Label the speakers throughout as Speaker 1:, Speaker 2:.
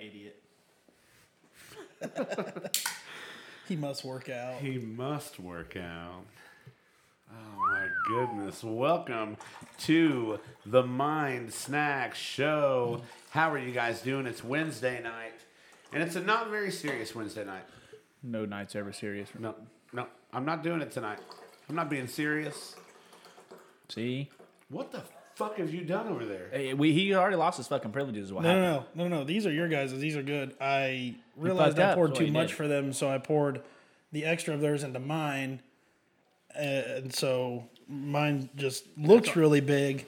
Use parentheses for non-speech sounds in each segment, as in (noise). Speaker 1: idiot.
Speaker 2: He must work out.
Speaker 3: He must work out. Oh my goodness. Welcome to the Mind Snack Show. How are you guys doing? It's Wednesday night, and it's a not very serious Wednesday night.
Speaker 1: No night's ever serious.
Speaker 3: No, no, I'm not doing it tonight. I'm not being serious.
Speaker 1: See,
Speaker 3: What the fuck have you done over there?
Speaker 1: Hey, we, he already lost his fucking privileges. is What
Speaker 2: No,
Speaker 1: happened?
Speaker 2: no, no, no, no. These are your guys. These are good. I realized
Speaker 1: fucked
Speaker 2: I
Speaker 1: up,
Speaker 2: poured
Speaker 1: is what
Speaker 2: too
Speaker 1: you
Speaker 2: much
Speaker 1: did.
Speaker 2: for them, so I poured the extra of theirs into mine, Uh, and so mine just looks really big.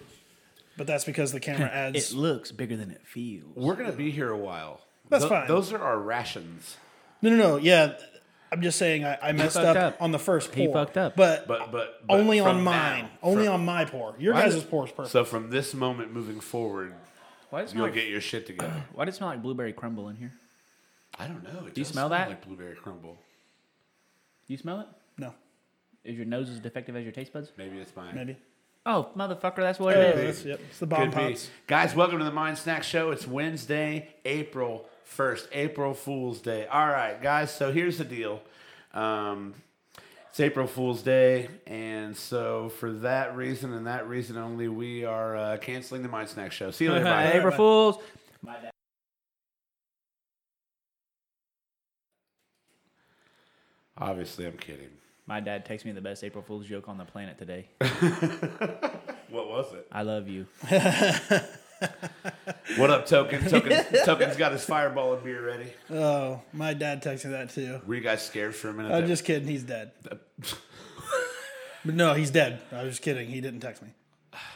Speaker 2: But that's because
Speaker 1: (laughs)
Speaker 2: the camera adds.
Speaker 1: looks bigger than it feels.
Speaker 3: We're gonna be here a while.
Speaker 2: That's
Speaker 3: Tho-
Speaker 2: fine.
Speaker 3: Those are our rations.
Speaker 2: no, no, no. Yeah, I'm just saying I, I messed
Speaker 1: fucked
Speaker 2: up,
Speaker 1: up.
Speaker 2: on the first pour.
Speaker 1: He fucked up.
Speaker 2: but,
Speaker 3: But but, but
Speaker 2: only on
Speaker 3: from
Speaker 2: mine.
Speaker 3: now-
Speaker 2: only
Speaker 3: from-
Speaker 2: on my pour. Your
Speaker 1: Why
Speaker 2: guys'
Speaker 1: does-
Speaker 2: pour is perfect.
Speaker 3: So from this moment moving forward,
Speaker 1: Why does it smell
Speaker 3: you'll
Speaker 1: like,
Speaker 3: get your shit together.
Speaker 1: why does it smell like blueberry crumble in here?
Speaker 3: I don't know. It
Speaker 1: Do you
Speaker 3: does
Speaker 1: smell that?
Speaker 3: Like blueberry crumble.
Speaker 1: Do you smell it?
Speaker 2: no,
Speaker 1: Is your nose as defective as your taste buds?
Speaker 3: Maybe it's mine.
Speaker 2: maybe.
Speaker 1: Oh, motherfucker, that's what
Speaker 2: Oh,
Speaker 3: (laughs)
Speaker 1: it is.
Speaker 2: that's, yep, it's the bomb
Speaker 3: Could be.
Speaker 2: pops.
Speaker 3: Guys, welcome to the Mind Snack Show. It's Wednesday, April 1st, April Fool's Day. All right, guys, so here's the deal. Um, it's April Fool's Day, and so for that reason and that reason only, we are uh, canceling the Mind Snack Show. See you later, bye.
Speaker 1: (laughs) April Fools.
Speaker 3: Obviously, I'm kidding.
Speaker 1: My dad texted me the best April Fool's joke on the planet today.
Speaker 3: What was it?
Speaker 1: I love you.
Speaker 3: What
Speaker 1: (laughs)
Speaker 3: up, Token? Token Token's got his fireball and beer ready.
Speaker 2: Oh, my dad texted that too.
Speaker 3: Were you guys scared for a minute?
Speaker 2: I'm
Speaker 3: that-
Speaker 2: just kidding. He's dead. But no, he's dead. I was just kidding. He didn't text me.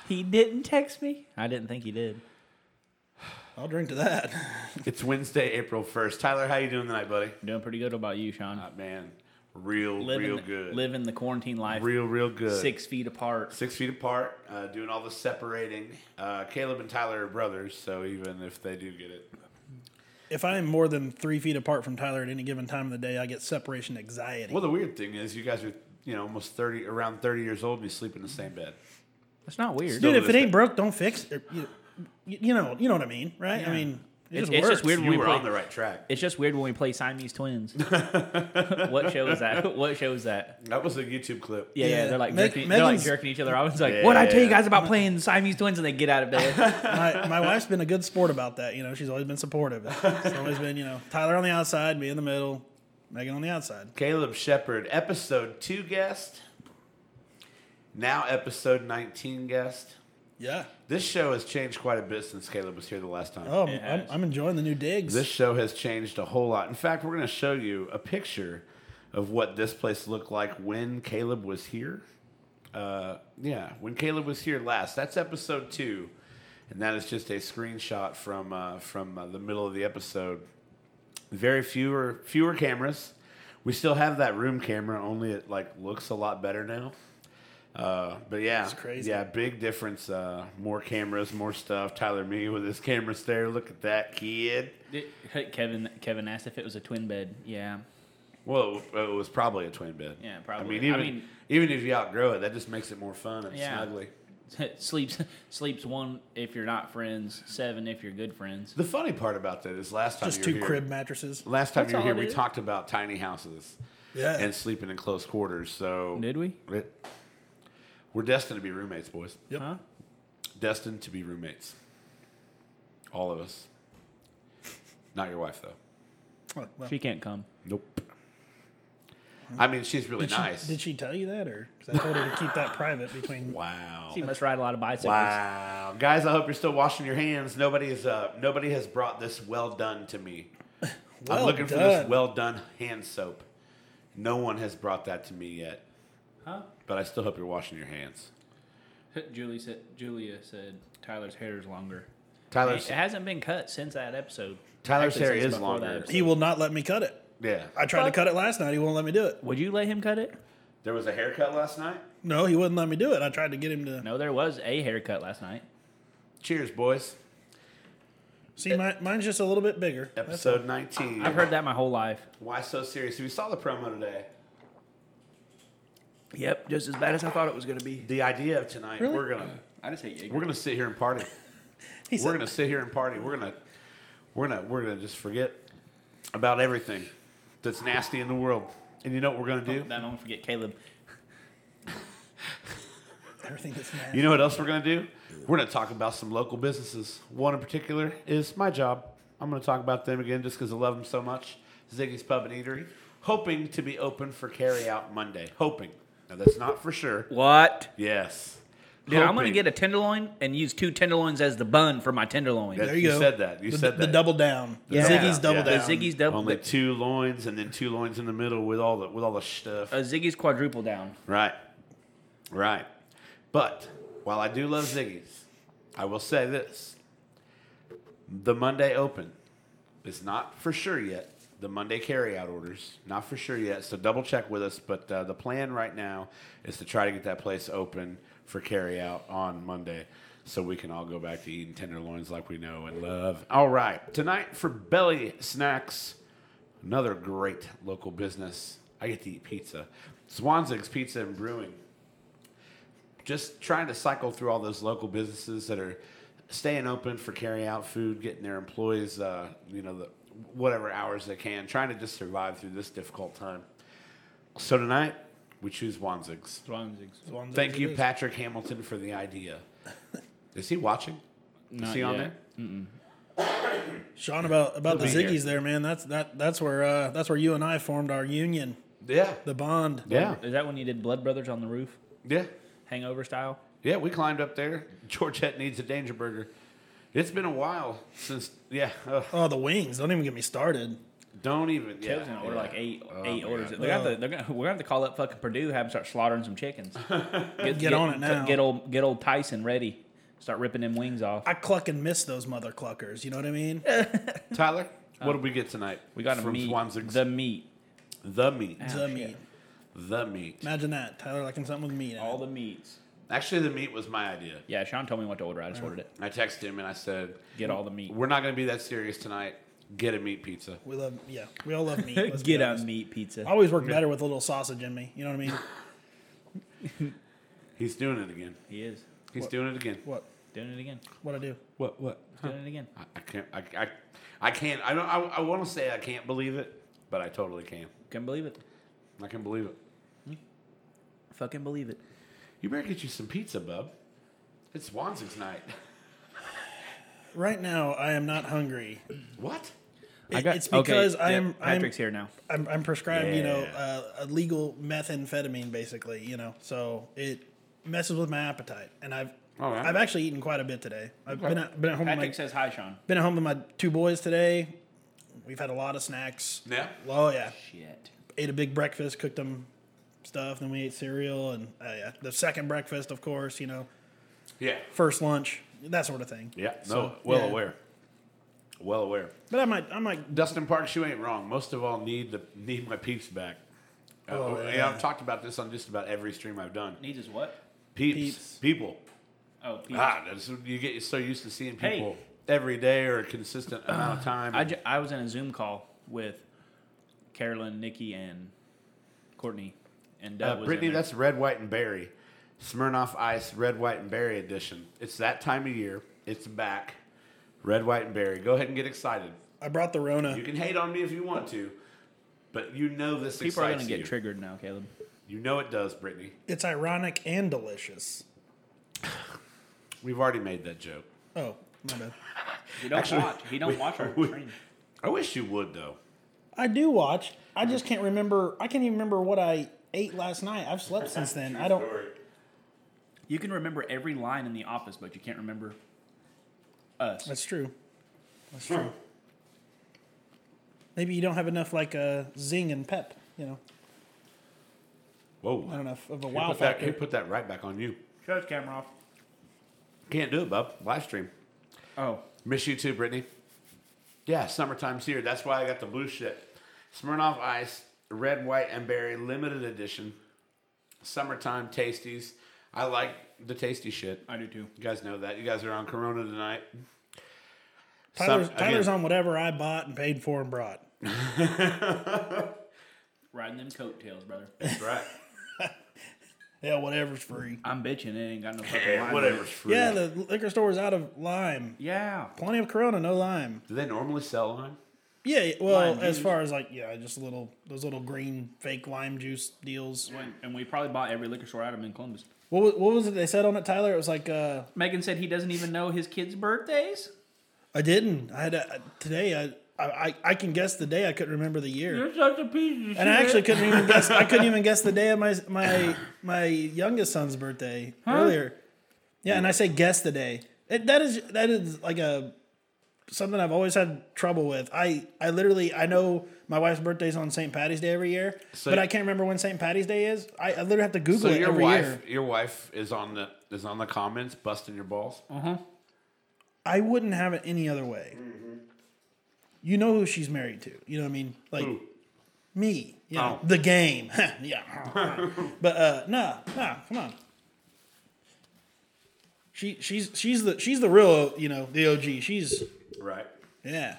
Speaker 1: He didn't text me. I didn't think he did.
Speaker 2: I'll drink to that.
Speaker 3: (laughs) It's Wednesday, April 1st. Tyler, how you doing tonight, buddy?
Speaker 1: Doing pretty good What about you, Sean.
Speaker 3: Uh, man, real, real good.
Speaker 1: Living the quarantine life.
Speaker 3: Real, real good.
Speaker 1: Six feet apart.
Speaker 3: Six feet apart, uh, doing all the separating. Uh, Caleb and Tyler are brothers, so even if they do get it,
Speaker 2: If I am more than three feet apart from Tyler at any given time of the day, I get separation anxiety.
Speaker 3: well, the weird thing is, you guys are you know almost thirty, around thirty years old, and you sleep in the same bed.
Speaker 1: That's not weird.
Speaker 2: Dude,
Speaker 3: to
Speaker 2: if it
Speaker 3: this
Speaker 2: ain't broke, don't fix it. You, you know, you know what I mean, right? I mean, it
Speaker 1: It's-
Speaker 2: just
Speaker 1: it's
Speaker 2: works.
Speaker 1: just
Speaker 2: (laughs)
Speaker 1: weird.
Speaker 3: You
Speaker 1: We
Speaker 3: were
Speaker 1: play-
Speaker 3: on the right track.
Speaker 1: It's just weird when we play Siamese
Speaker 3: (laughs)
Speaker 1: twins. what show is that? What show is that?
Speaker 3: That was a YouTube clip.
Speaker 1: Yeah, yeah,
Speaker 2: Yeah.
Speaker 1: they're like
Speaker 2: Meg-
Speaker 1: jerking, they're like
Speaker 2: Megan's-
Speaker 1: jerking each other off. It's like, what I tell you
Speaker 3: Yeah.
Speaker 1: guys about playing Siamese twins, and they get out of
Speaker 3: (laughs)
Speaker 1: bed.
Speaker 2: My, my wife's been a good sport about that. You know, she's always been supportive. It's always been, you know, Tyler on the outside, me in the middle, Megan on the outside.
Speaker 3: Caleb Shepard, episode two guest, now episode nineteen guest.
Speaker 2: Yeah.
Speaker 3: This show has changed quite a bit since Caleb was here the last time.
Speaker 2: Oh,
Speaker 1: It
Speaker 2: I'm,
Speaker 1: has.
Speaker 2: I'm enjoying the new digs.
Speaker 3: This show has changed a whole lot. In fact, we're going to show you a picture of what this place looked like when Caleb was here. Uh, yeah, when Caleb was here last. That's episode two, and that is just a screenshot from uh, from uh, the middle of the episode. Very fewer fewer cameras. We still have that room camera, only it like looks a lot better now. Uh, but yeah,
Speaker 2: It's crazy.
Speaker 3: Yeah, big difference. Uh, more cameras, more stuff. Tyler, me with his camera stare. Look at that kid.
Speaker 1: It- Kevin, Kevin asked if it was a twin bed. Yeah, (laughs)
Speaker 3: Well, it was probably a twin bed.
Speaker 1: Yeah,
Speaker 3: I
Speaker 1: probably.
Speaker 3: mean, even
Speaker 1: I mean-
Speaker 3: even if you outgrow it, that just makes it more fun and
Speaker 1: Yeah.
Speaker 3: snuggly.
Speaker 1: sleeps sleeps one if you're not friends, seven if you're good friends.
Speaker 3: The funny part about that is last time
Speaker 2: just
Speaker 3: you
Speaker 2: two
Speaker 3: were here,
Speaker 2: crib mattresses.
Speaker 3: Last time
Speaker 1: That's
Speaker 3: you were
Speaker 1: all
Speaker 3: here,
Speaker 1: it
Speaker 3: we
Speaker 1: is.
Speaker 3: talked about tiny houses
Speaker 2: Yeah.
Speaker 3: and sleeping in close quarters. So
Speaker 1: Did we?
Speaker 3: it- we're destined to be roommates, boys.
Speaker 2: Yep.
Speaker 1: Huh?
Speaker 3: Destined to be roommates. All of us. Not your wife though.
Speaker 2: Oh, well.
Speaker 1: She can't come.
Speaker 3: Nope. I mean, she's really
Speaker 2: Did she-
Speaker 3: nice.
Speaker 2: did she tell you that, or because I told her to keep that private between?
Speaker 3: wow.
Speaker 1: She must ride a lot of bicycles.
Speaker 3: Wow, guys! I hope you're still washing your hands. Nobody is. Uh, nobody has brought this well done to me. I'm
Speaker 2: Well
Speaker 3: looking for this
Speaker 2: done.
Speaker 3: well done hand soap. No one has brought that to me yet,
Speaker 1: Huh?
Speaker 3: but I still hope you're washing your hands.
Speaker 1: (laughs) Julie said. Julia said Tyler's hair is longer.
Speaker 3: Tyler's
Speaker 1: it hasn't been cut since that episode.
Speaker 3: Tyler's
Speaker 1: Actually,
Speaker 3: hair
Speaker 1: since
Speaker 3: is
Speaker 1: before that
Speaker 3: longer.
Speaker 1: episode.
Speaker 2: He will not let me cut it.
Speaker 3: yeah.
Speaker 2: I tried to cut it last night. He won't let me do it.
Speaker 1: Would you let him cut it?
Speaker 3: There was a haircut last night.
Speaker 2: No, he wouldn't let me do it. I tried to get him to
Speaker 1: No, there was a haircut last night.
Speaker 3: Cheers, boys.
Speaker 2: see. My, mine's just a little bit bigger. That's-
Speaker 3: Episode 19.
Speaker 1: I've heard that my whole life.
Speaker 3: Why so serious? We saw the promo today.
Speaker 1: Yep, just as bad as I thought it was gonna be.
Speaker 3: The idea of tonight,
Speaker 2: Really?
Speaker 3: we're gonna
Speaker 1: I just hate
Speaker 3: we're gonna sit here and party.
Speaker 2: (laughs) He
Speaker 3: we're
Speaker 2: said,
Speaker 3: gonna sit here and party. We're gonna We're gonna we're gonna just forget about everything that's nasty in the world. And you know what we're gonna do?
Speaker 1: That don't forget Caleb.
Speaker 2: Everything that's nasty.
Speaker 3: You know what else we're gonna do? We're gonna talk about some local businesses. One in particular is my job. I'm gonna talk about them again just because I love them so much. Ziggy's Pub and Eatery, hoping to be open for carryout Monday. Hoping. Now that's not for sure.
Speaker 1: What?
Speaker 3: Yes.
Speaker 1: Dude, I'm gonna get a tenderloin and use two tenderloins as the bun for my tenderloin.
Speaker 3: That's-
Speaker 2: there you,
Speaker 3: you
Speaker 2: go.
Speaker 3: said that. You
Speaker 2: the,
Speaker 3: said
Speaker 2: the
Speaker 3: that.
Speaker 2: double down.
Speaker 1: Yeah.
Speaker 2: Ziggy's double
Speaker 1: the
Speaker 3: Yeah.
Speaker 2: down.
Speaker 1: Ziggy's double,
Speaker 3: only two loins and then two loins in the middle with all the with all the stuff.
Speaker 1: a Ziggy's quadruple down.
Speaker 3: Right. Right. But while I do love Ziggy's, I will say this. The Monday open is not for sure yet. The Monday carryout orders, not for sure yet. So double check with us. But uh, the plan right now is to try to get that place open for carryout on Monday so we can all go back to eating tenderloins like we know and love. All right. Tonight for belly snacks. Another great local business. I get to eat pizza. Swanzig's Pizza and Brewing. Just trying to cycle through all those local businesses that are staying open for carry out food, getting their employees, uh, you know, the, whatever hours they can, trying to just survive through this difficult time. So tonight, we choose Wanzig's.
Speaker 2: Ones
Speaker 3: Thank
Speaker 2: that
Speaker 3: you,
Speaker 2: it is.
Speaker 3: Patrick Hamilton, for the idea. Is he watching? Is
Speaker 1: Not
Speaker 3: he on
Speaker 1: yet.
Speaker 3: there?
Speaker 2: Sean. About about the
Speaker 3: He'll be here.
Speaker 2: Ziggy's there, man. That's that. That's where uh, that's where you and I formed our union,
Speaker 3: Yeah.
Speaker 2: the bond.
Speaker 3: Yeah.
Speaker 1: Is that when you did Blood Brothers on the roof,
Speaker 3: Yeah.
Speaker 1: hangover style?
Speaker 3: Yeah, we climbed up there. Georgette needs a danger burger. It's been a while since yeah. ugh,
Speaker 2: Oh, the wings! Don't even get me started.
Speaker 3: don't even. Yeah,
Speaker 1: Caleb's gonna order
Speaker 3: yeah.
Speaker 1: like eight
Speaker 3: Oh,
Speaker 1: eight
Speaker 3: my
Speaker 1: orders.
Speaker 3: God.
Speaker 1: They got the, they're gonna, we're gonna have to call up fucking Purdue, have them start slaughtering some chickens. Get,
Speaker 2: on it now.
Speaker 1: Get old get old Tyson ready. Start ripping them wings off.
Speaker 2: I cluck and miss those mother cluckers. You know what I mean?
Speaker 3: Tyler, what did we get tonight?
Speaker 1: Uh, We got a
Speaker 3: from
Speaker 1: meat.
Speaker 3: Swanzig's.
Speaker 1: The meat.
Speaker 3: the meat.
Speaker 2: the meat.
Speaker 3: The meat.
Speaker 2: Imagine that. Tyler liking something with meat. in it.
Speaker 1: All the meats.
Speaker 3: Actually, the meat was my idea.
Speaker 1: Yeah, Sean told me what to order. I just ordered it.
Speaker 3: I texted him and I said,
Speaker 1: Get all the meat.
Speaker 3: "We're not going to be that serious tonight. Get a meat pizza."
Speaker 2: we love. Yeah, we all
Speaker 3: (laughs)
Speaker 2: love meat. let's be
Speaker 1: Get a
Speaker 2: honest.
Speaker 1: meat pizza.
Speaker 2: I always work better with a little sausage in me. You know what I mean?
Speaker 3: He's doing it again.
Speaker 1: He is
Speaker 3: He's doing it again.
Speaker 2: What?
Speaker 1: doing it again.
Speaker 2: What I do?
Speaker 3: What? What?
Speaker 1: Doing it again.
Speaker 3: I, I can't. I, I, I can't. I don't. I, I want to say I can't believe it, but I totally can.
Speaker 1: Can't believe it.
Speaker 3: I can believe it.
Speaker 1: Fucking believe it.
Speaker 3: You better get you some pizza, bub. It's Swanzig's night.
Speaker 2: Right now, I am not hungry.
Speaker 3: What?
Speaker 2: It- it's because
Speaker 1: yeah,
Speaker 2: I'm, I'm
Speaker 1: Patrick's here now.
Speaker 2: I'm, I'm prescribed, you know,
Speaker 3: Yeah.
Speaker 2: uh, a legal methamphetamine, basically, you know, so it messes with my appetite. And I've
Speaker 3: All right.
Speaker 2: I've actually eaten quite a bit today. I've been, at, been at home with my,
Speaker 1: Patrick says hi, Sean.
Speaker 2: been at home with my two boys today. We've had a lot of snacks.
Speaker 3: Yeah.
Speaker 2: Oh yeah,
Speaker 1: Shit.
Speaker 2: ate a big breakfast, cooked them stuff, then we ate cereal, and uh, yeah, the second breakfast, of course, you know,
Speaker 3: Yeah.
Speaker 2: first lunch, that sort of thing.
Speaker 3: Yeah. No.
Speaker 2: So,
Speaker 3: well
Speaker 2: yeah.
Speaker 3: aware. Well aware.
Speaker 2: But I might I might
Speaker 3: Dustin Parks, you ain't wrong. Most of all, need the need my peeps back. Uh,
Speaker 2: Oh,
Speaker 3: yeah,
Speaker 2: yeah.
Speaker 3: I've talked about this on just about every stream I've done.
Speaker 1: Needs his what?
Speaker 3: Peeps,
Speaker 2: Peeps.
Speaker 3: people.
Speaker 1: Oh, peas.
Speaker 3: Ah, that's, you get so used to seeing
Speaker 1: Hey.
Speaker 3: people every day or a consistent amount of time.
Speaker 1: I, ju- I was in a Zoom call with Carolyn, Nikki, and Courtney, and Doug
Speaker 3: Uh,
Speaker 1: was in
Speaker 3: Brittany,
Speaker 1: there.
Speaker 3: that's red, white, and berry. Smirnoff Ice Red, White, and Berry edition. It's that time of year. It's back. Red, white, and berry. Go ahead and get excited.
Speaker 2: I brought the Rona.
Speaker 3: You can hate on me if you want to, but you know this
Speaker 1: people are
Speaker 3: excites
Speaker 1: gonna get
Speaker 3: you.
Speaker 1: triggered now, Caleb.
Speaker 3: You know it does, Brittany.
Speaker 2: It's ironic and delicious.
Speaker 3: We've already made that joke.
Speaker 2: Oh, my bad.
Speaker 1: He don't
Speaker 3: Actually,
Speaker 1: watch. He don't watch our
Speaker 3: (laughs) we-
Speaker 1: stream.
Speaker 3: I wish you would though.
Speaker 2: I do watch. I just can't remember. I can't even remember what I ate last night. I've slept since then. I don't.
Speaker 1: You can remember every line in The Office, but you can't remember us.
Speaker 2: That's true. That's true. Maybe you don't have enough like uh, zing and pep. You know,
Speaker 3: Whoa!
Speaker 2: not enough of a
Speaker 3: He
Speaker 2: wow
Speaker 3: put that, he
Speaker 2: factor.
Speaker 3: put that right back on you.
Speaker 1: Shut his camera off.
Speaker 3: Can't do it, bub. Live stream.
Speaker 1: Oh,
Speaker 3: Miss you too, Brittany. Yeah, summertime's here. That's why I got the blue shit. Smirnoff Ice, red, white, and berry, limited edition. Summertime tasties. I like the tasty shit.
Speaker 1: I do too.
Speaker 3: You guys know that. You guys are on Corona tonight.
Speaker 2: Tyler's,
Speaker 3: Some-
Speaker 2: Tyler's
Speaker 3: again,
Speaker 2: on whatever I bought and paid for and brought.
Speaker 1: (laughs) Riding them coattails, brother.
Speaker 3: That's right.
Speaker 2: yeah, whatever's free.
Speaker 1: I'm bitching. It ain't got no fucking
Speaker 3: Hey,
Speaker 1: lime in it.
Speaker 3: whatever's free.
Speaker 2: (laughs) Yeah, the liquor store is out of lime.
Speaker 1: Yeah.
Speaker 2: Plenty of Corona, no lime.
Speaker 3: Do they normally sell lime?
Speaker 2: Yeah, well,
Speaker 1: Lime
Speaker 2: as
Speaker 1: juice.
Speaker 2: far as like yeah, just little those little green fake lime juice deals.
Speaker 1: When- And we probably bought every liquor store item in Columbus.
Speaker 2: What was, what was it they said on it, Tyler? It was like uh,
Speaker 1: Megan said he doesn't even know his kids' birthdays.
Speaker 2: I didn't. I had a, today. I, I I- I can guess the day. I couldn't remember the year.
Speaker 1: You're such a piece of
Speaker 2: And I actually couldn't even guess. I couldn't even guess the day of my my my youngest son's birthday earlier. Yeah, and I say guess the day. It, that is that is like a something I've always had trouble with. I I literally I know my wife's birthday's on St. Patty's Day every year,
Speaker 3: So-
Speaker 2: but I can't remember when St. Patty's Day is. I, I literally have to Google
Speaker 3: So
Speaker 2: it
Speaker 3: your
Speaker 2: every
Speaker 3: wife,
Speaker 2: year.
Speaker 3: your wife is on the is on the comments busting your balls.
Speaker 2: Oh.
Speaker 1: Uh-huh.
Speaker 2: I wouldn't have it any other way.
Speaker 3: Mm-hmm.
Speaker 2: You know who she's married to. You know what I mean? Like
Speaker 3: Who?
Speaker 2: me. Yeah.
Speaker 3: Oh.
Speaker 2: The game. (laughs)
Speaker 3: (laughs)
Speaker 2: yeah. but uh nah, nah, come on. She she's she's the she's the real, you know, the OG. She's
Speaker 3: Right,
Speaker 2: yeah.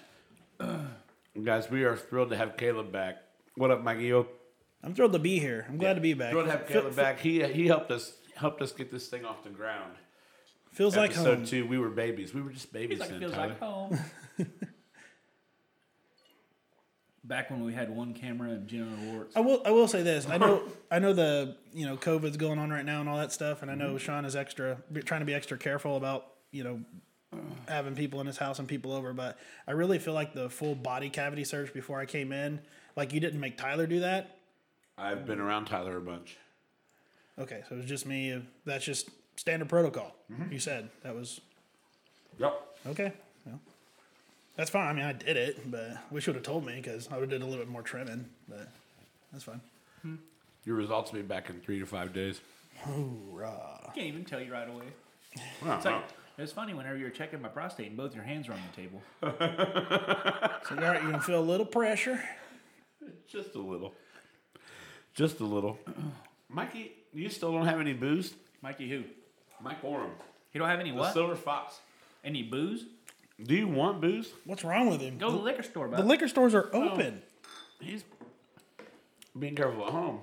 Speaker 3: guys, we are thrilled to have Caleb back. What up, Mikey? Yo?
Speaker 2: I'm thrilled to be here. I'm glad to be back.
Speaker 3: Thrilled to have
Speaker 2: Fe-
Speaker 3: Caleb back. He he helped us helped us get this thing off the ground.
Speaker 2: Feels like
Speaker 3: Episode
Speaker 2: home.
Speaker 3: two, we were babies. We were just
Speaker 1: He's
Speaker 3: babies
Speaker 1: like,
Speaker 3: then,
Speaker 1: um, feels
Speaker 3: Tyler.
Speaker 1: like
Speaker 2: (laughs)
Speaker 1: home. Back when we had one camera and Jenna Awards.
Speaker 2: I will I will say this. I know I know the you know COVID's going on right now and all that stuff, and I know Sean is extra be- trying to be extra careful about you know having people in his house and people over. But I really feel like the full body cavity search before I came in, like you didn't make Tyler do that.
Speaker 3: I've been around Tyler a bunch.
Speaker 2: Okay, so it was just me. uh, That's just standard protocol. You said that was
Speaker 3: Yep.
Speaker 2: okay. Well, that's fine. I mean, I did it, but wish you would have told me because I would have did a little bit more trimming. But that's fine.
Speaker 3: Your results will be back in three to five days.
Speaker 2: Hoorah!
Speaker 1: I can't even tell you right away.
Speaker 3: Wow,
Speaker 1: It's like,
Speaker 3: wow.
Speaker 1: it was funny whenever you were checking my prostate and both your hands were on the table.
Speaker 2: So all right, you gonna feel a little pressure.
Speaker 3: Just a little. Just a little. (clears throat) Mikey, you still don't have any booze?
Speaker 1: Mikey, who?
Speaker 3: Mike Oram.
Speaker 1: You don't have any
Speaker 3: The
Speaker 1: what?
Speaker 3: Silver Fox.
Speaker 1: any booze?
Speaker 3: Do you want booze?
Speaker 2: What's wrong with him?
Speaker 1: Go Oh. to the liquor store,
Speaker 2: The
Speaker 1: bud.
Speaker 2: liquor stores are open.
Speaker 3: He's being careful at home.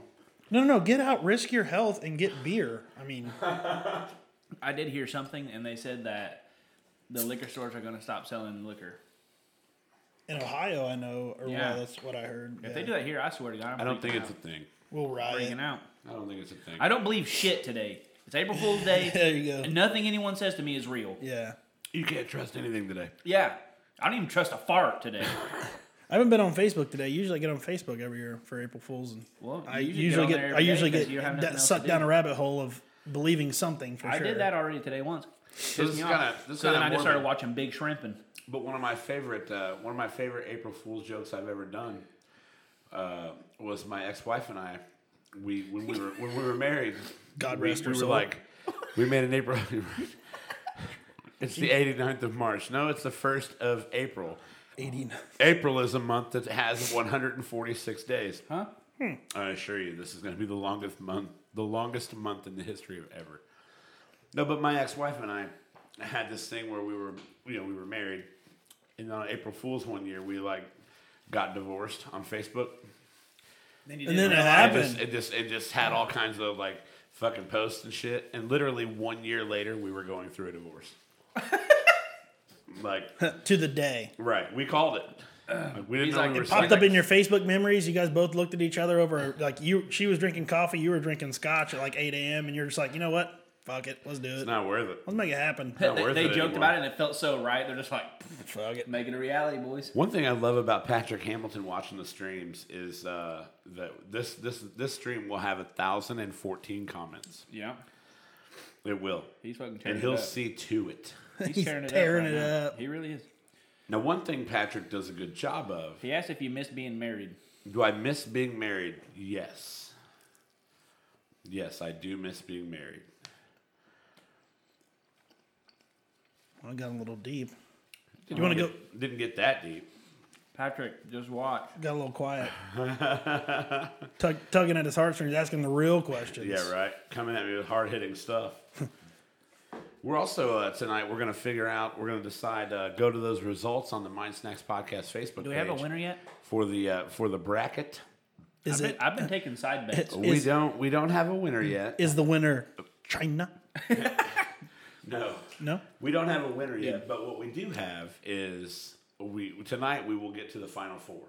Speaker 2: No, no, no. Get out, risk your health, and get beer. I mean,
Speaker 1: I did hear something, and they said that the liquor stores are going to stop selling liquor.
Speaker 2: in Ohio, I know, or
Speaker 1: Yeah.
Speaker 2: well, that's what I heard.
Speaker 1: If they do that here, I swear to God, I'm
Speaker 3: I don't think
Speaker 1: freaking
Speaker 3: it's a thing.
Speaker 2: we'll
Speaker 1: out.
Speaker 2: riot. (laughs)
Speaker 1: freaking out.
Speaker 3: I don't think it's a thing.
Speaker 1: I don't believe shit today. It's April Fool's Day.
Speaker 3: (laughs)
Speaker 2: There you go.
Speaker 1: And nothing anyone says to me is real.
Speaker 2: Yeah,
Speaker 3: you can't trust anything today.
Speaker 1: Yeah. I don't even trust a fart
Speaker 3: (laughs)
Speaker 1: today.
Speaker 2: I haven't been on Facebook today. Usually, I get on Facebook every year for April Fools, and
Speaker 1: Well,
Speaker 2: I
Speaker 1: you
Speaker 2: usually
Speaker 1: on
Speaker 2: get,
Speaker 1: there
Speaker 2: I
Speaker 1: every day
Speaker 2: usually
Speaker 1: 'cause
Speaker 2: get
Speaker 1: you have nothing
Speaker 2: that
Speaker 1: else
Speaker 2: sucked
Speaker 1: to
Speaker 2: down
Speaker 1: do.
Speaker 2: a rabbit hole of believing something for
Speaker 1: I
Speaker 2: sure.
Speaker 1: did that already today once.
Speaker 3: So this is
Speaker 1: off.
Speaker 3: kind of this is
Speaker 1: So then I
Speaker 3: kind
Speaker 1: just
Speaker 3: of
Speaker 1: started watching Big Shrimp and
Speaker 3: But one of my favorite, uh, one of my favorite April Fool's jokes I've ever done uh, was my ex-wife and I. We when we were when we were married.
Speaker 2: (laughs) God
Speaker 3: we,
Speaker 2: rest her
Speaker 3: we were
Speaker 2: soul.
Speaker 3: like, we made an April. (laughs) it's the 89th of March. No, it's the first of April.
Speaker 2: Eighty-nine.
Speaker 3: April is a month that has 146 days.
Speaker 1: huh?
Speaker 3: I assure you, this is going to be the longest month, the longest month in the history of ever. No, but my ex-wife and I had this thing where we were, you know, we were married, and on April Fool's one year, we like got divorced on Facebook.
Speaker 1: Then you
Speaker 2: And
Speaker 1: did
Speaker 2: then it
Speaker 1: it.
Speaker 3: It
Speaker 2: happened.
Speaker 3: just, it just, it just had all kinds of like fucking posts and shit. And literally one year later, we were going through a divorce.
Speaker 1: (laughs)
Speaker 2: (laughs)
Speaker 3: like,
Speaker 2: to the day.
Speaker 3: right? We called it. Like, we didn't
Speaker 1: He's
Speaker 3: know
Speaker 1: like,
Speaker 3: we
Speaker 1: it
Speaker 3: were
Speaker 2: Popped
Speaker 3: single.
Speaker 2: up in your Facebook memories. You guys both looked at each other over like you. She was drinking coffee. You were drinking scotch at like eight a.m. And you're just like, you know what? Fuck it. Let's do it.
Speaker 3: It's not worth it.
Speaker 2: Let's make it
Speaker 3: (laughs)
Speaker 2: happen.
Speaker 1: They,
Speaker 3: not worth
Speaker 1: they
Speaker 3: it
Speaker 1: joked
Speaker 3: anymore.
Speaker 1: about it and it felt so right. They're just like,
Speaker 2: Fuck it.
Speaker 1: make it a reality, boys.
Speaker 3: One thing I love about Patrick Hamilton watching the streams is uh, that this this this stream will have thousand and fourteen comments.
Speaker 1: Yeah.
Speaker 3: It will,
Speaker 1: He's fucking tearing
Speaker 3: and he'll
Speaker 1: it up.
Speaker 3: see to it. (laughs)
Speaker 2: He's tearing it
Speaker 1: now.
Speaker 2: up.
Speaker 1: He really is.
Speaker 3: Now, one thing Patrick does a good job of.
Speaker 1: He asked if you missed being married.
Speaker 3: Do I miss being married? Yes. Yes, I do miss being married.
Speaker 2: I got a little deep. You wanna
Speaker 3: Didn't get- Didn't get that deep.
Speaker 1: Patrick, just watch.
Speaker 2: Got a little quiet. (laughs) Tug, tugging at his heartstrings, asking the real questions.
Speaker 3: Yeah, right. Coming at me with hard
Speaker 2: (laughs)
Speaker 3: hitting stuff. we're also uh, tonight. We're gonna figure out. We're gonna decide. Uh, go to those results on the Mind Snacks Podcast Facebook.
Speaker 1: Do we have a
Speaker 3: page.
Speaker 1: winner yet?
Speaker 3: for the uh, for the bracket.
Speaker 2: Is
Speaker 1: I've
Speaker 2: it?
Speaker 1: been, I've been taking side
Speaker 3: (laughs)
Speaker 1: bets.
Speaker 3: we
Speaker 2: Is-
Speaker 3: don't we don't have a winner yet.
Speaker 2: Is the winner China?
Speaker 3: No.
Speaker 2: No.
Speaker 3: We don't have a winner yet,
Speaker 1: Yeah.
Speaker 3: but what we do have is we tonight we will get to the final four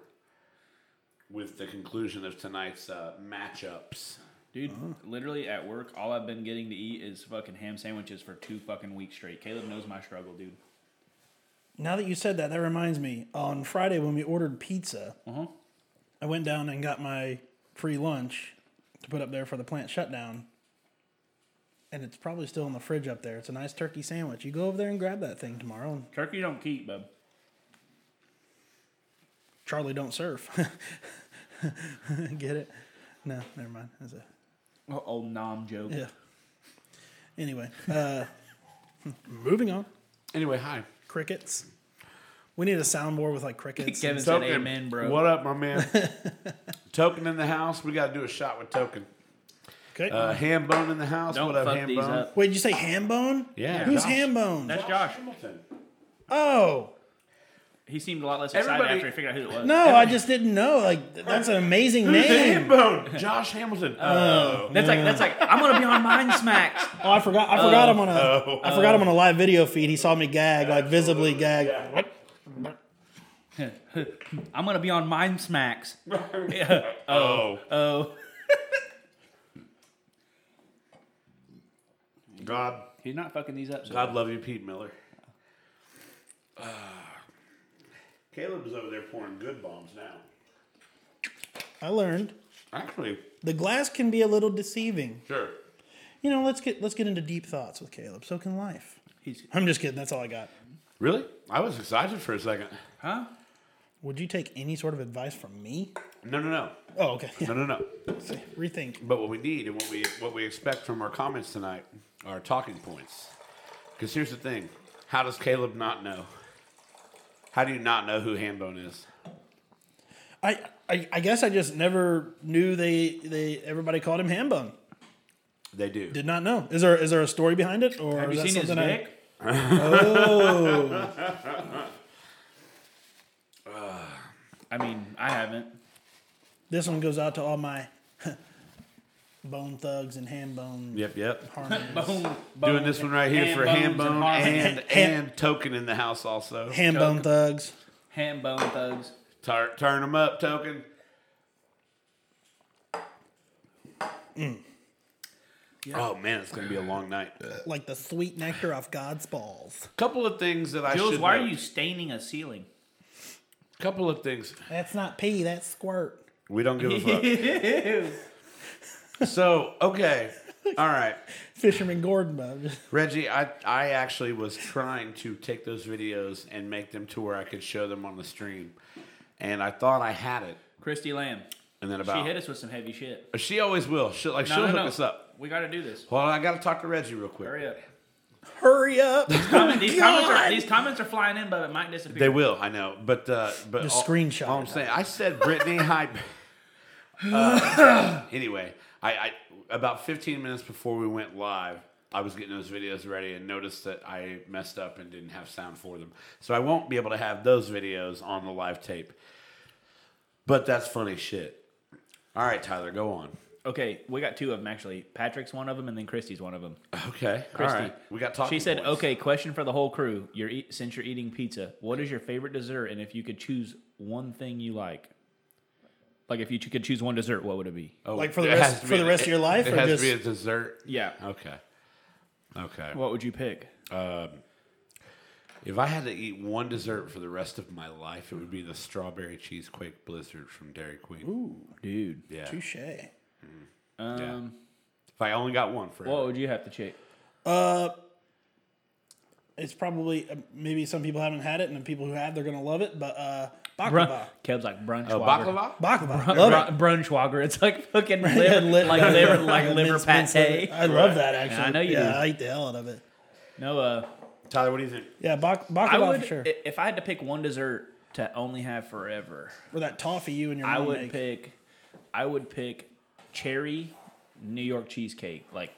Speaker 3: with the conclusion of tonight's uh, matchups.
Speaker 1: Dude, literally at work, all I've been getting to eat is fucking ham sandwiches for two fucking weeks straight. Caleb knows my struggle, dude.
Speaker 2: Now that you said that, that reminds me. On Friday when we ordered pizza,
Speaker 1: Uh-huh.
Speaker 2: I went down and got my free lunch to put up there for the plant shutdown. And it's probably still in the fridge up there. It's a nice turkey sandwich. You go over there and grab that thing tomorrow. And
Speaker 1: Turkey don't keep, bub.
Speaker 2: Charlie don't surf. (laughs) Get it? No, never mind. That's a
Speaker 1: Oh, old nom joke.
Speaker 2: yeah. Anyway, uh, (laughs) moving on.
Speaker 3: Anyway, hi.
Speaker 2: Crickets. We need a soundboard with like
Speaker 1: (laughs)
Speaker 2: crickets.
Speaker 1: Kevin said
Speaker 3: Token.
Speaker 1: amen, bro.
Speaker 3: What up, my man?
Speaker 1: (laughs)
Speaker 3: Token in the house. We got to do a shot with Token.
Speaker 2: Okay.
Speaker 3: Uh, ham bone in the house.
Speaker 1: Don't
Speaker 3: what up,
Speaker 1: fuck
Speaker 3: ham
Speaker 1: these
Speaker 3: bone?
Speaker 1: up.
Speaker 2: Wait, did you say ham bone?
Speaker 3: Yeah.
Speaker 2: Who's
Speaker 3: Josh.
Speaker 2: ham bone?
Speaker 1: That's Josh.
Speaker 3: Hamilton.
Speaker 2: Oh.
Speaker 1: He seemed a lot less excited
Speaker 3: Everybody-
Speaker 1: after he figured out who it was.
Speaker 2: No, I just didn't know. Like th- that's an amazing
Speaker 3: Who's ham
Speaker 2: name.
Speaker 3: bone? Josh Hamilton. Oh.
Speaker 1: That's like that's
Speaker 3: (laughs)
Speaker 1: like I'm gonna be on Mind Smacks.
Speaker 2: Oh, I forgot. I forgot him on a. I forgot
Speaker 3: Oh.
Speaker 2: him on a live video feed. He saw me gag, like visibly gag.
Speaker 1: I'm gonna be on Mind Smacks.
Speaker 3: Oh.
Speaker 1: Oh,
Speaker 3: (laughs) God.
Speaker 1: he's not fucking these up. So
Speaker 3: God love you, Pete (sighs) Miller. Caleb is over there pouring good bombs now.
Speaker 2: I learned
Speaker 3: Actually,
Speaker 2: the glass can be a little deceiving.
Speaker 3: sure.
Speaker 2: You know, let's get let's get into deep thoughts with Caleb. So can life.
Speaker 1: he's
Speaker 2: I'm just kidding. That's all I got.
Speaker 3: Really? I was excited for a second.
Speaker 1: huh?
Speaker 2: Would you take any sort of advice from me?
Speaker 3: No, no, no,
Speaker 2: Oh, okay. (laughs)
Speaker 3: no, no, no.
Speaker 2: Rethink.
Speaker 3: But what we need and what we what we expect from our comments tonight are talking points. Because here's the thing: How does Caleb not know? How do you not know who Hambone is?
Speaker 2: I, I I guess I just never knew they they everybody called him ham bone.
Speaker 3: They do.
Speaker 2: Did not know. Is there is there a story behind it or
Speaker 1: Have
Speaker 2: is
Speaker 1: you
Speaker 2: that
Speaker 1: seen his
Speaker 2: something I-
Speaker 1: dick? Oh. (laughs) I mean, I haven't.
Speaker 2: This one goes out to all my (laughs) bone thugs and ham
Speaker 3: (laughs)
Speaker 2: bone
Speaker 3: Yep, yep.
Speaker 2: harmonies.
Speaker 1: Bone,
Speaker 3: Doing this one right here for Hambone and and,
Speaker 2: Ham-
Speaker 3: Token in the house also.
Speaker 2: ham bone thugs.
Speaker 1: ham bone thugs.
Speaker 3: Tur- turn them up, Token.
Speaker 1: Mm.
Speaker 3: Oh man, it's gonna be a long night.
Speaker 2: Like the sweet nectar off God's balls.
Speaker 3: Couple of things that I
Speaker 1: Jules,
Speaker 3: should.
Speaker 1: why are
Speaker 3: note.
Speaker 1: you staining a ceiling?
Speaker 3: Couple of things
Speaker 2: That's not pee, that's squirt.
Speaker 3: we
Speaker 1: (laughs)
Speaker 3: don't give a fuck. so okay, all right,
Speaker 2: Fisherman Gordon bud. (laughs)
Speaker 3: Reggie. I I actually was trying to take those videos and make them to where I could show them on the stream, and I thought I had it,
Speaker 1: Christy Lamb.
Speaker 3: and then about
Speaker 1: She hit us with some heavy shit.
Speaker 3: She always will. She'll like
Speaker 1: No,
Speaker 3: she'll
Speaker 1: no,
Speaker 3: hook
Speaker 1: no.
Speaker 3: us up.
Speaker 1: We got to do this.
Speaker 3: Well, I gotta talk to Reggie real quick.
Speaker 1: Hurry up.
Speaker 2: Hurry up.
Speaker 3: Oh
Speaker 1: These comments, are, these comments are flying in, but it might disappear.
Speaker 3: They will, I know. But uh, but
Speaker 2: Just
Speaker 3: all-
Speaker 2: screenshot
Speaker 3: All I'm
Speaker 2: it.
Speaker 3: saying, I said Brittany hi. Uh, anyway, I, I about 15 minutes before we went live, I was getting those videos ready and noticed that I messed up and didn't have sound for them. So I won't be able to have those videos on the live tape. But that's funny shit. All right, Tyler, go on.
Speaker 1: Okay, we got two of them actually. Patrick's one of them, and then Christy's one of them.
Speaker 3: Okay,
Speaker 1: Christy,
Speaker 3: all right. We got talking.
Speaker 1: She said,
Speaker 3: points.
Speaker 1: "Okay, question for the whole crew. You're eat, since you're eating pizza, what is your favorite dessert? And if you could choose one thing you like, like if you could choose one dessert, what would it be?
Speaker 3: Oh,
Speaker 2: Like for the
Speaker 3: it has
Speaker 2: rest-
Speaker 3: to be
Speaker 2: for the
Speaker 3: an-
Speaker 2: rest of your life,
Speaker 3: It
Speaker 2: or
Speaker 3: has
Speaker 2: just-
Speaker 3: to be a dessert.
Speaker 1: Yeah.
Speaker 3: Okay. Okay.
Speaker 1: What would you pick?
Speaker 3: If I had to eat one dessert for the rest of my life, it would be the strawberry cheesequake blizzard from Dairy Queen.
Speaker 1: Dude,
Speaker 3: yeah.
Speaker 2: Touche.
Speaker 1: um,
Speaker 3: yeah. If I only got one for
Speaker 1: what would you have to check?
Speaker 2: It's probably uh, maybe some people haven't had it, and the people who have, they're gonna love it. But uh,
Speaker 1: Brun-
Speaker 2: baklava,
Speaker 1: Kev's like brunch.
Speaker 3: uh, baklava?
Speaker 2: baklava, love it.
Speaker 1: Brunchwager. It's (laughs) like fucking liver, like
Speaker 2: (laughs)
Speaker 1: liver, like liver
Speaker 2: Mince- mince
Speaker 1: pate.
Speaker 2: liver. I love that actually.
Speaker 1: I know you
Speaker 2: Yeah,
Speaker 1: do.
Speaker 2: I ate the hell out of it.
Speaker 1: No, uh,
Speaker 3: Tyler, what do you think?
Speaker 2: Yeah, bak-
Speaker 1: I
Speaker 2: baklava
Speaker 1: would
Speaker 2: for sure.
Speaker 1: i- if I had to pick one dessert to only have forever.
Speaker 2: or that toffee you and your
Speaker 1: I
Speaker 2: mom
Speaker 1: would
Speaker 2: make.
Speaker 1: pick, I would pick cherry New York cheesecake, like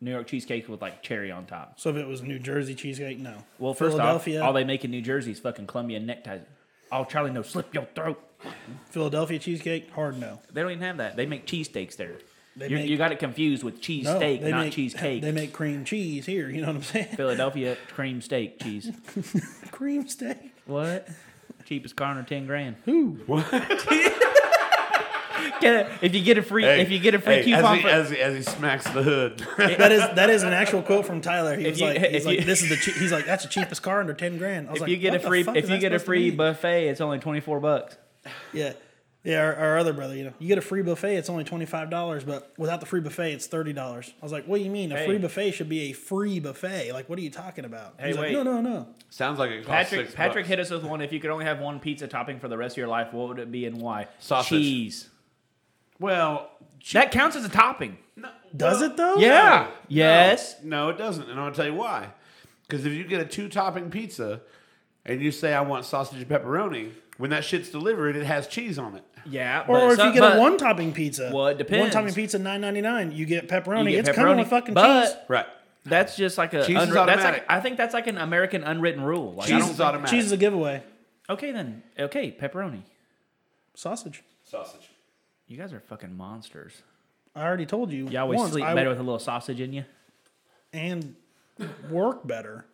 Speaker 1: New York cheesecake with like cherry on top.
Speaker 2: So if it was New Jersey cheesecake, no.
Speaker 1: Well, first off,
Speaker 2: Philadelphia,
Speaker 1: all they make in New Jersey is fucking Columbia neckties. Oh, Charlie, no, slip your throat.
Speaker 2: Philadelphia cheesecake, hard no.
Speaker 1: They don't even have that. They make cheesesteaks there.
Speaker 2: They
Speaker 1: You-
Speaker 2: make-
Speaker 1: you got it confused with cheese
Speaker 2: No,
Speaker 1: steak,
Speaker 2: they
Speaker 1: not
Speaker 2: make,
Speaker 1: cheesecake.
Speaker 2: They make cream cheese here. You know what I'm saying?
Speaker 1: Philadelphia cream steak cheese.
Speaker 2: (laughs) cream steak.
Speaker 1: What? Cheapest car under ten grand.
Speaker 2: Who?
Speaker 1: (laughs) Get a, if you get a free
Speaker 3: Hey,
Speaker 1: if you get a free
Speaker 3: hey,
Speaker 1: coupon
Speaker 3: as he,
Speaker 1: for
Speaker 3: as, he, as he smacks the hood. (laughs)
Speaker 2: That is that is an actual quote from Tyler. He
Speaker 1: If
Speaker 2: was
Speaker 1: you-
Speaker 2: like, he's
Speaker 1: if
Speaker 2: like
Speaker 1: you-
Speaker 2: this is the che- he's like that's the cheapest car under ten grand. I was
Speaker 1: if
Speaker 2: like,
Speaker 1: you get a
Speaker 2: what the
Speaker 1: free
Speaker 2: fuck
Speaker 1: if
Speaker 2: is
Speaker 1: you
Speaker 2: that
Speaker 1: get a
Speaker 2: supposed to
Speaker 1: free
Speaker 2: mean?
Speaker 1: buffet, it's only twenty four bucks.
Speaker 2: yeah. Yeah, our, our other brother, you know, you get a free buffet, it's only twenty five dollars, but without the free buffet, it's thirty dollars. I was like, "What do you mean? A
Speaker 1: Hey.
Speaker 2: free buffet should be a free buffet? Like, what are you talking about?"
Speaker 1: Hey,
Speaker 2: He's
Speaker 1: wait.
Speaker 2: like, "No, no, no."
Speaker 3: Sounds like it costs
Speaker 1: Patrick
Speaker 3: six
Speaker 1: Patrick
Speaker 3: bucks.
Speaker 1: hit us with one. If you could only have one pizza topping for the rest of your life, what would it be and why?
Speaker 3: Sausage.
Speaker 1: Cheese.
Speaker 3: Well,
Speaker 1: That counts as a topping.
Speaker 3: no,
Speaker 2: Does
Speaker 3: well,
Speaker 2: it though?
Speaker 1: Yeah.
Speaker 3: No.
Speaker 1: Yes.
Speaker 3: No, it doesn't, and I'm gonna tell you why. Because if you get a two topping pizza, and you say I want sausage and pepperoni, when that shit's delivered, it has cheese on it.
Speaker 1: Yeah.
Speaker 2: Or,
Speaker 1: but
Speaker 2: if
Speaker 1: some-
Speaker 2: you get
Speaker 1: but-
Speaker 2: a one topping pizza.
Speaker 1: Well, it
Speaker 2: One
Speaker 1: depends.
Speaker 2: topping pizza nine ninety nine. You get
Speaker 1: you
Speaker 2: pepperoni.
Speaker 1: get
Speaker 2: it's coming
Speaker 1: pepperoni,
Speaker 2: with fucking
Speaker 1: but
Speaker 2: cheese.
Speaker 3: Right.
Speaker 1: That's just like a.
Speaker 3: Cheese is
Speaker 1: unwri- that's like,
Speaker 3: automatic.
Speaker 1: I think that's like an American unwritten rule. Like, I
Speaker 3: Cheese
Speaker 1: don't
Speaker 3: is
Speaker 1: think-
Speaker 3: automatic.
Speaker 2: Cheese is a giveaway.
Speaker 1: Okay then. Okay, pepperoni.
Speaker 2: Sausage.
Speaker 3: sausage.
Speaker 1: You guys are fucking monsters.
Speaker 2: I already told you.
Speaker 1: You always
Speaker 2: once,
Speaker 1: sleep
Speaker 2: I-
Speaker 1: better with a little sausage in you.
Speaker 2: and work better.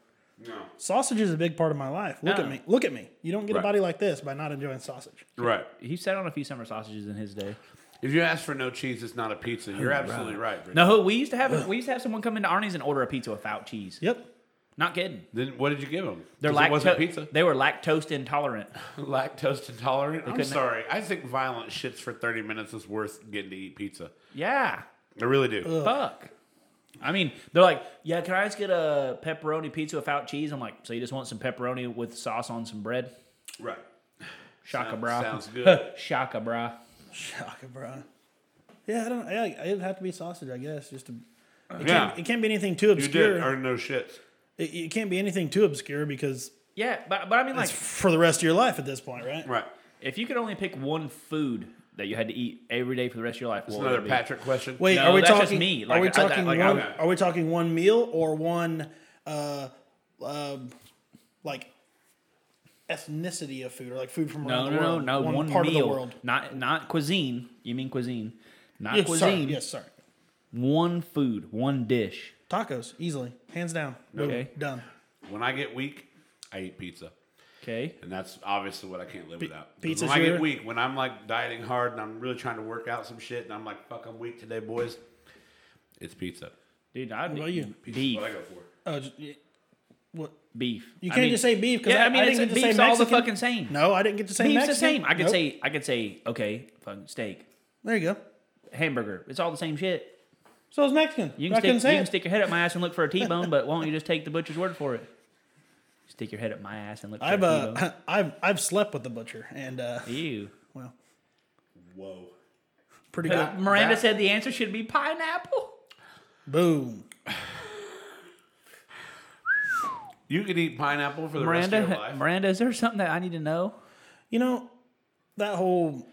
Speaker 3: No.
Speaker 2: Sausage is a big part of my life. Look
Speaker 1: No.
Speaker 2: at me. Look at me. You don't get
Speaker 3: Right.
Speaker 2: a body like this by not enjoying sausage.
Speaker 3: Right.
Speaker 1: He sat on a few summer sausages in his day.
Speaker 3: If you ask for no cheese, it's not a pizza. You're absolutely right. Richard.
Speaker 1: No, we used to (gasps) have we used to have someone come into Arnie's and order a pizza without cheese.
Speaker 2: Yep. (laughs)
Speaker 1: Not kidding.
Speaker 3: Then what did you give them?
Speaker 1: They're
Speaker 3: it wasn't
Speaker 1: lactose. (laughs)
Speaker 3: pizza.
Speaker 1: They were lactose intolerant.
Speaker 3: Lactose intolerant. I'm
Speaker 1: couldn't-
Speaker 3: sorry. I think violent shits for 30 minutes is worth getting to eat pizza.
Speaker 1: Yeah.
Speaker 3: I really do.
Speaker 1: Fuck. I mean, they're like, yeah, can I just get a pepperoni pizza without cheese? I'm like, so you just want some pepperoni with sauce on some bread?
Speaker 3: Right.
Speaker 1: Shaka
Speaker 3: Sounds-
Speaker 1: bra.
Speaker 3: sounds good.
Speaker 1: Shaka bra.
Speaker 2: Shaka, bro. Yeah, I don't. Yeah, it'd have to be sausage, I guess. Just to. It
Speaker 3: Yeah.
Speaker 2: Can't, it can't be anything too
Speaker 3: You did
Speaker 2: obscure.
Speaker 3: earn no shits.
Speaker 2: It, it can't be anything too obscure because
Speaker 1: Yeah, but but I mean, like,
Speaker 2: it's for the rest of your life at this point, right?
Speaker 3: Right.
Speaker 1: if you could only pick one food that you had to eat every day for the rest of your life,
Speaker 3: It's
Speaker 1: what would it
Speaker 3: another
Speaker 1: be?
Speaker 3: Patrick question.
Speaker 2: Wait,
Speaker 1: No,
Speaker 2: are we
Speaker 1: that's just
Speaker 2: talking?
Speaker 1: me.
Speaker 2: are
Speaker 1: Like,
Speaker 2: we
Speaker 1: I- that-
Speaker 2: talking
Speaker 1: like,
Speaker 2: one?
Speaker 3: I'm-
Speaker 2: Are we talking one meal or one, uh, um like ethnicity of food or like food from
Speaker 1: No, no,
Speaker 2: around the
Speaker 1: no,
Speaker 2: world?
Speaker 1: no. One,
Speaker 2: part
Speaker 1: meal,
Speaker 2: of the world.
Speaker 1: not not cuisine. You mean cuisine? Not
Speaker 2: Yes, sorry.
Speaker 1: cuisine.
Speaker 2: Yes, sorry.
Speaker 1: One food, one dish.
Speaker 2: Tacos, easily, hands down. Boom,
Speaker 1: Okay.
Speaker 2: done.
Speaker 3: When I get weak, I eat pizza.
Speaker 1: Okay.
Speaker 3: And that's obviously what I can't live without. 'Cause
Speaker 2: pizza's
Speaker 3: when I
Speaker 2: your-
Speaker 3: get weak, when I'm like dieting hard and I'm really trying to work out some shit and I'm like, fuck, I'm weak today, boys, it's pizza.
Speaker 1: Dude, I'd
Speaker 2: What about you?
Speaker 3: Pizza's
Speaker 1: beef.
Speaker 3: what I go for.
Speaker 2: Oh, just, yeah, what?
Speaker 1: Beef.
Speaker 2: You
Speaker 1: I
Speaker 2: can't
Speaker 1: mean-
Speaker 2: just say beef. 'cause
Speaker 1: Yeah, I mean,
Speaker 2: didn't
Speaker 1: it's,
Speaker 2: get to say
Speaker 1: beef's all the
Speaker 2: Mexican.
Speaker 1: fucking same.
Speaker 2: No, I didn't get to say
Speaker 1: beef's the
Speaker 2: Mexican.
Speaker 1: same. I could
Speaker 2: Nope.
Speaker 1: say, I could say, okay, fucking steak,
Speaker 2: There you go.
Speaker 1: hamburger. It's all the same shit.
Speaker 2: So it's Mexican.
Speaker 1: You
Speaker 2: I
Speaker 1: can,
Speaker 2: couldn't
Speaker 1: stick,
Speaker 2: say
Speaker 1: you can
Speaker 2: it.
Speaker 1: stick your head up my ass and look for a T-bone, but why don't you just take the butcher's word for it? Stick your head up my ass and look for
Speaker 2: I've
Speaker 1: a T-bone.
Speaker 2: uh, (laughs) I've I've slept with the butcher, and uh, (laughs)
Speaker 1: Ew.
Speaker 2: well,
Speaker 3: Whoa.
Speaker 2: pretty good.
Speaker 1: Uh, Miranda
Speaker 3: Uh, that-
Speaker 1: said the answer should be pineapple.
Speaker 2: Boom.
Speaker 3: You could eat pineapple for the rest of your
Speaker 1: Miranda,
Speaker 3: life.
Speaker 1: Miranda, is there something that I need to know? (laughs)
Speaker 2: You know that whole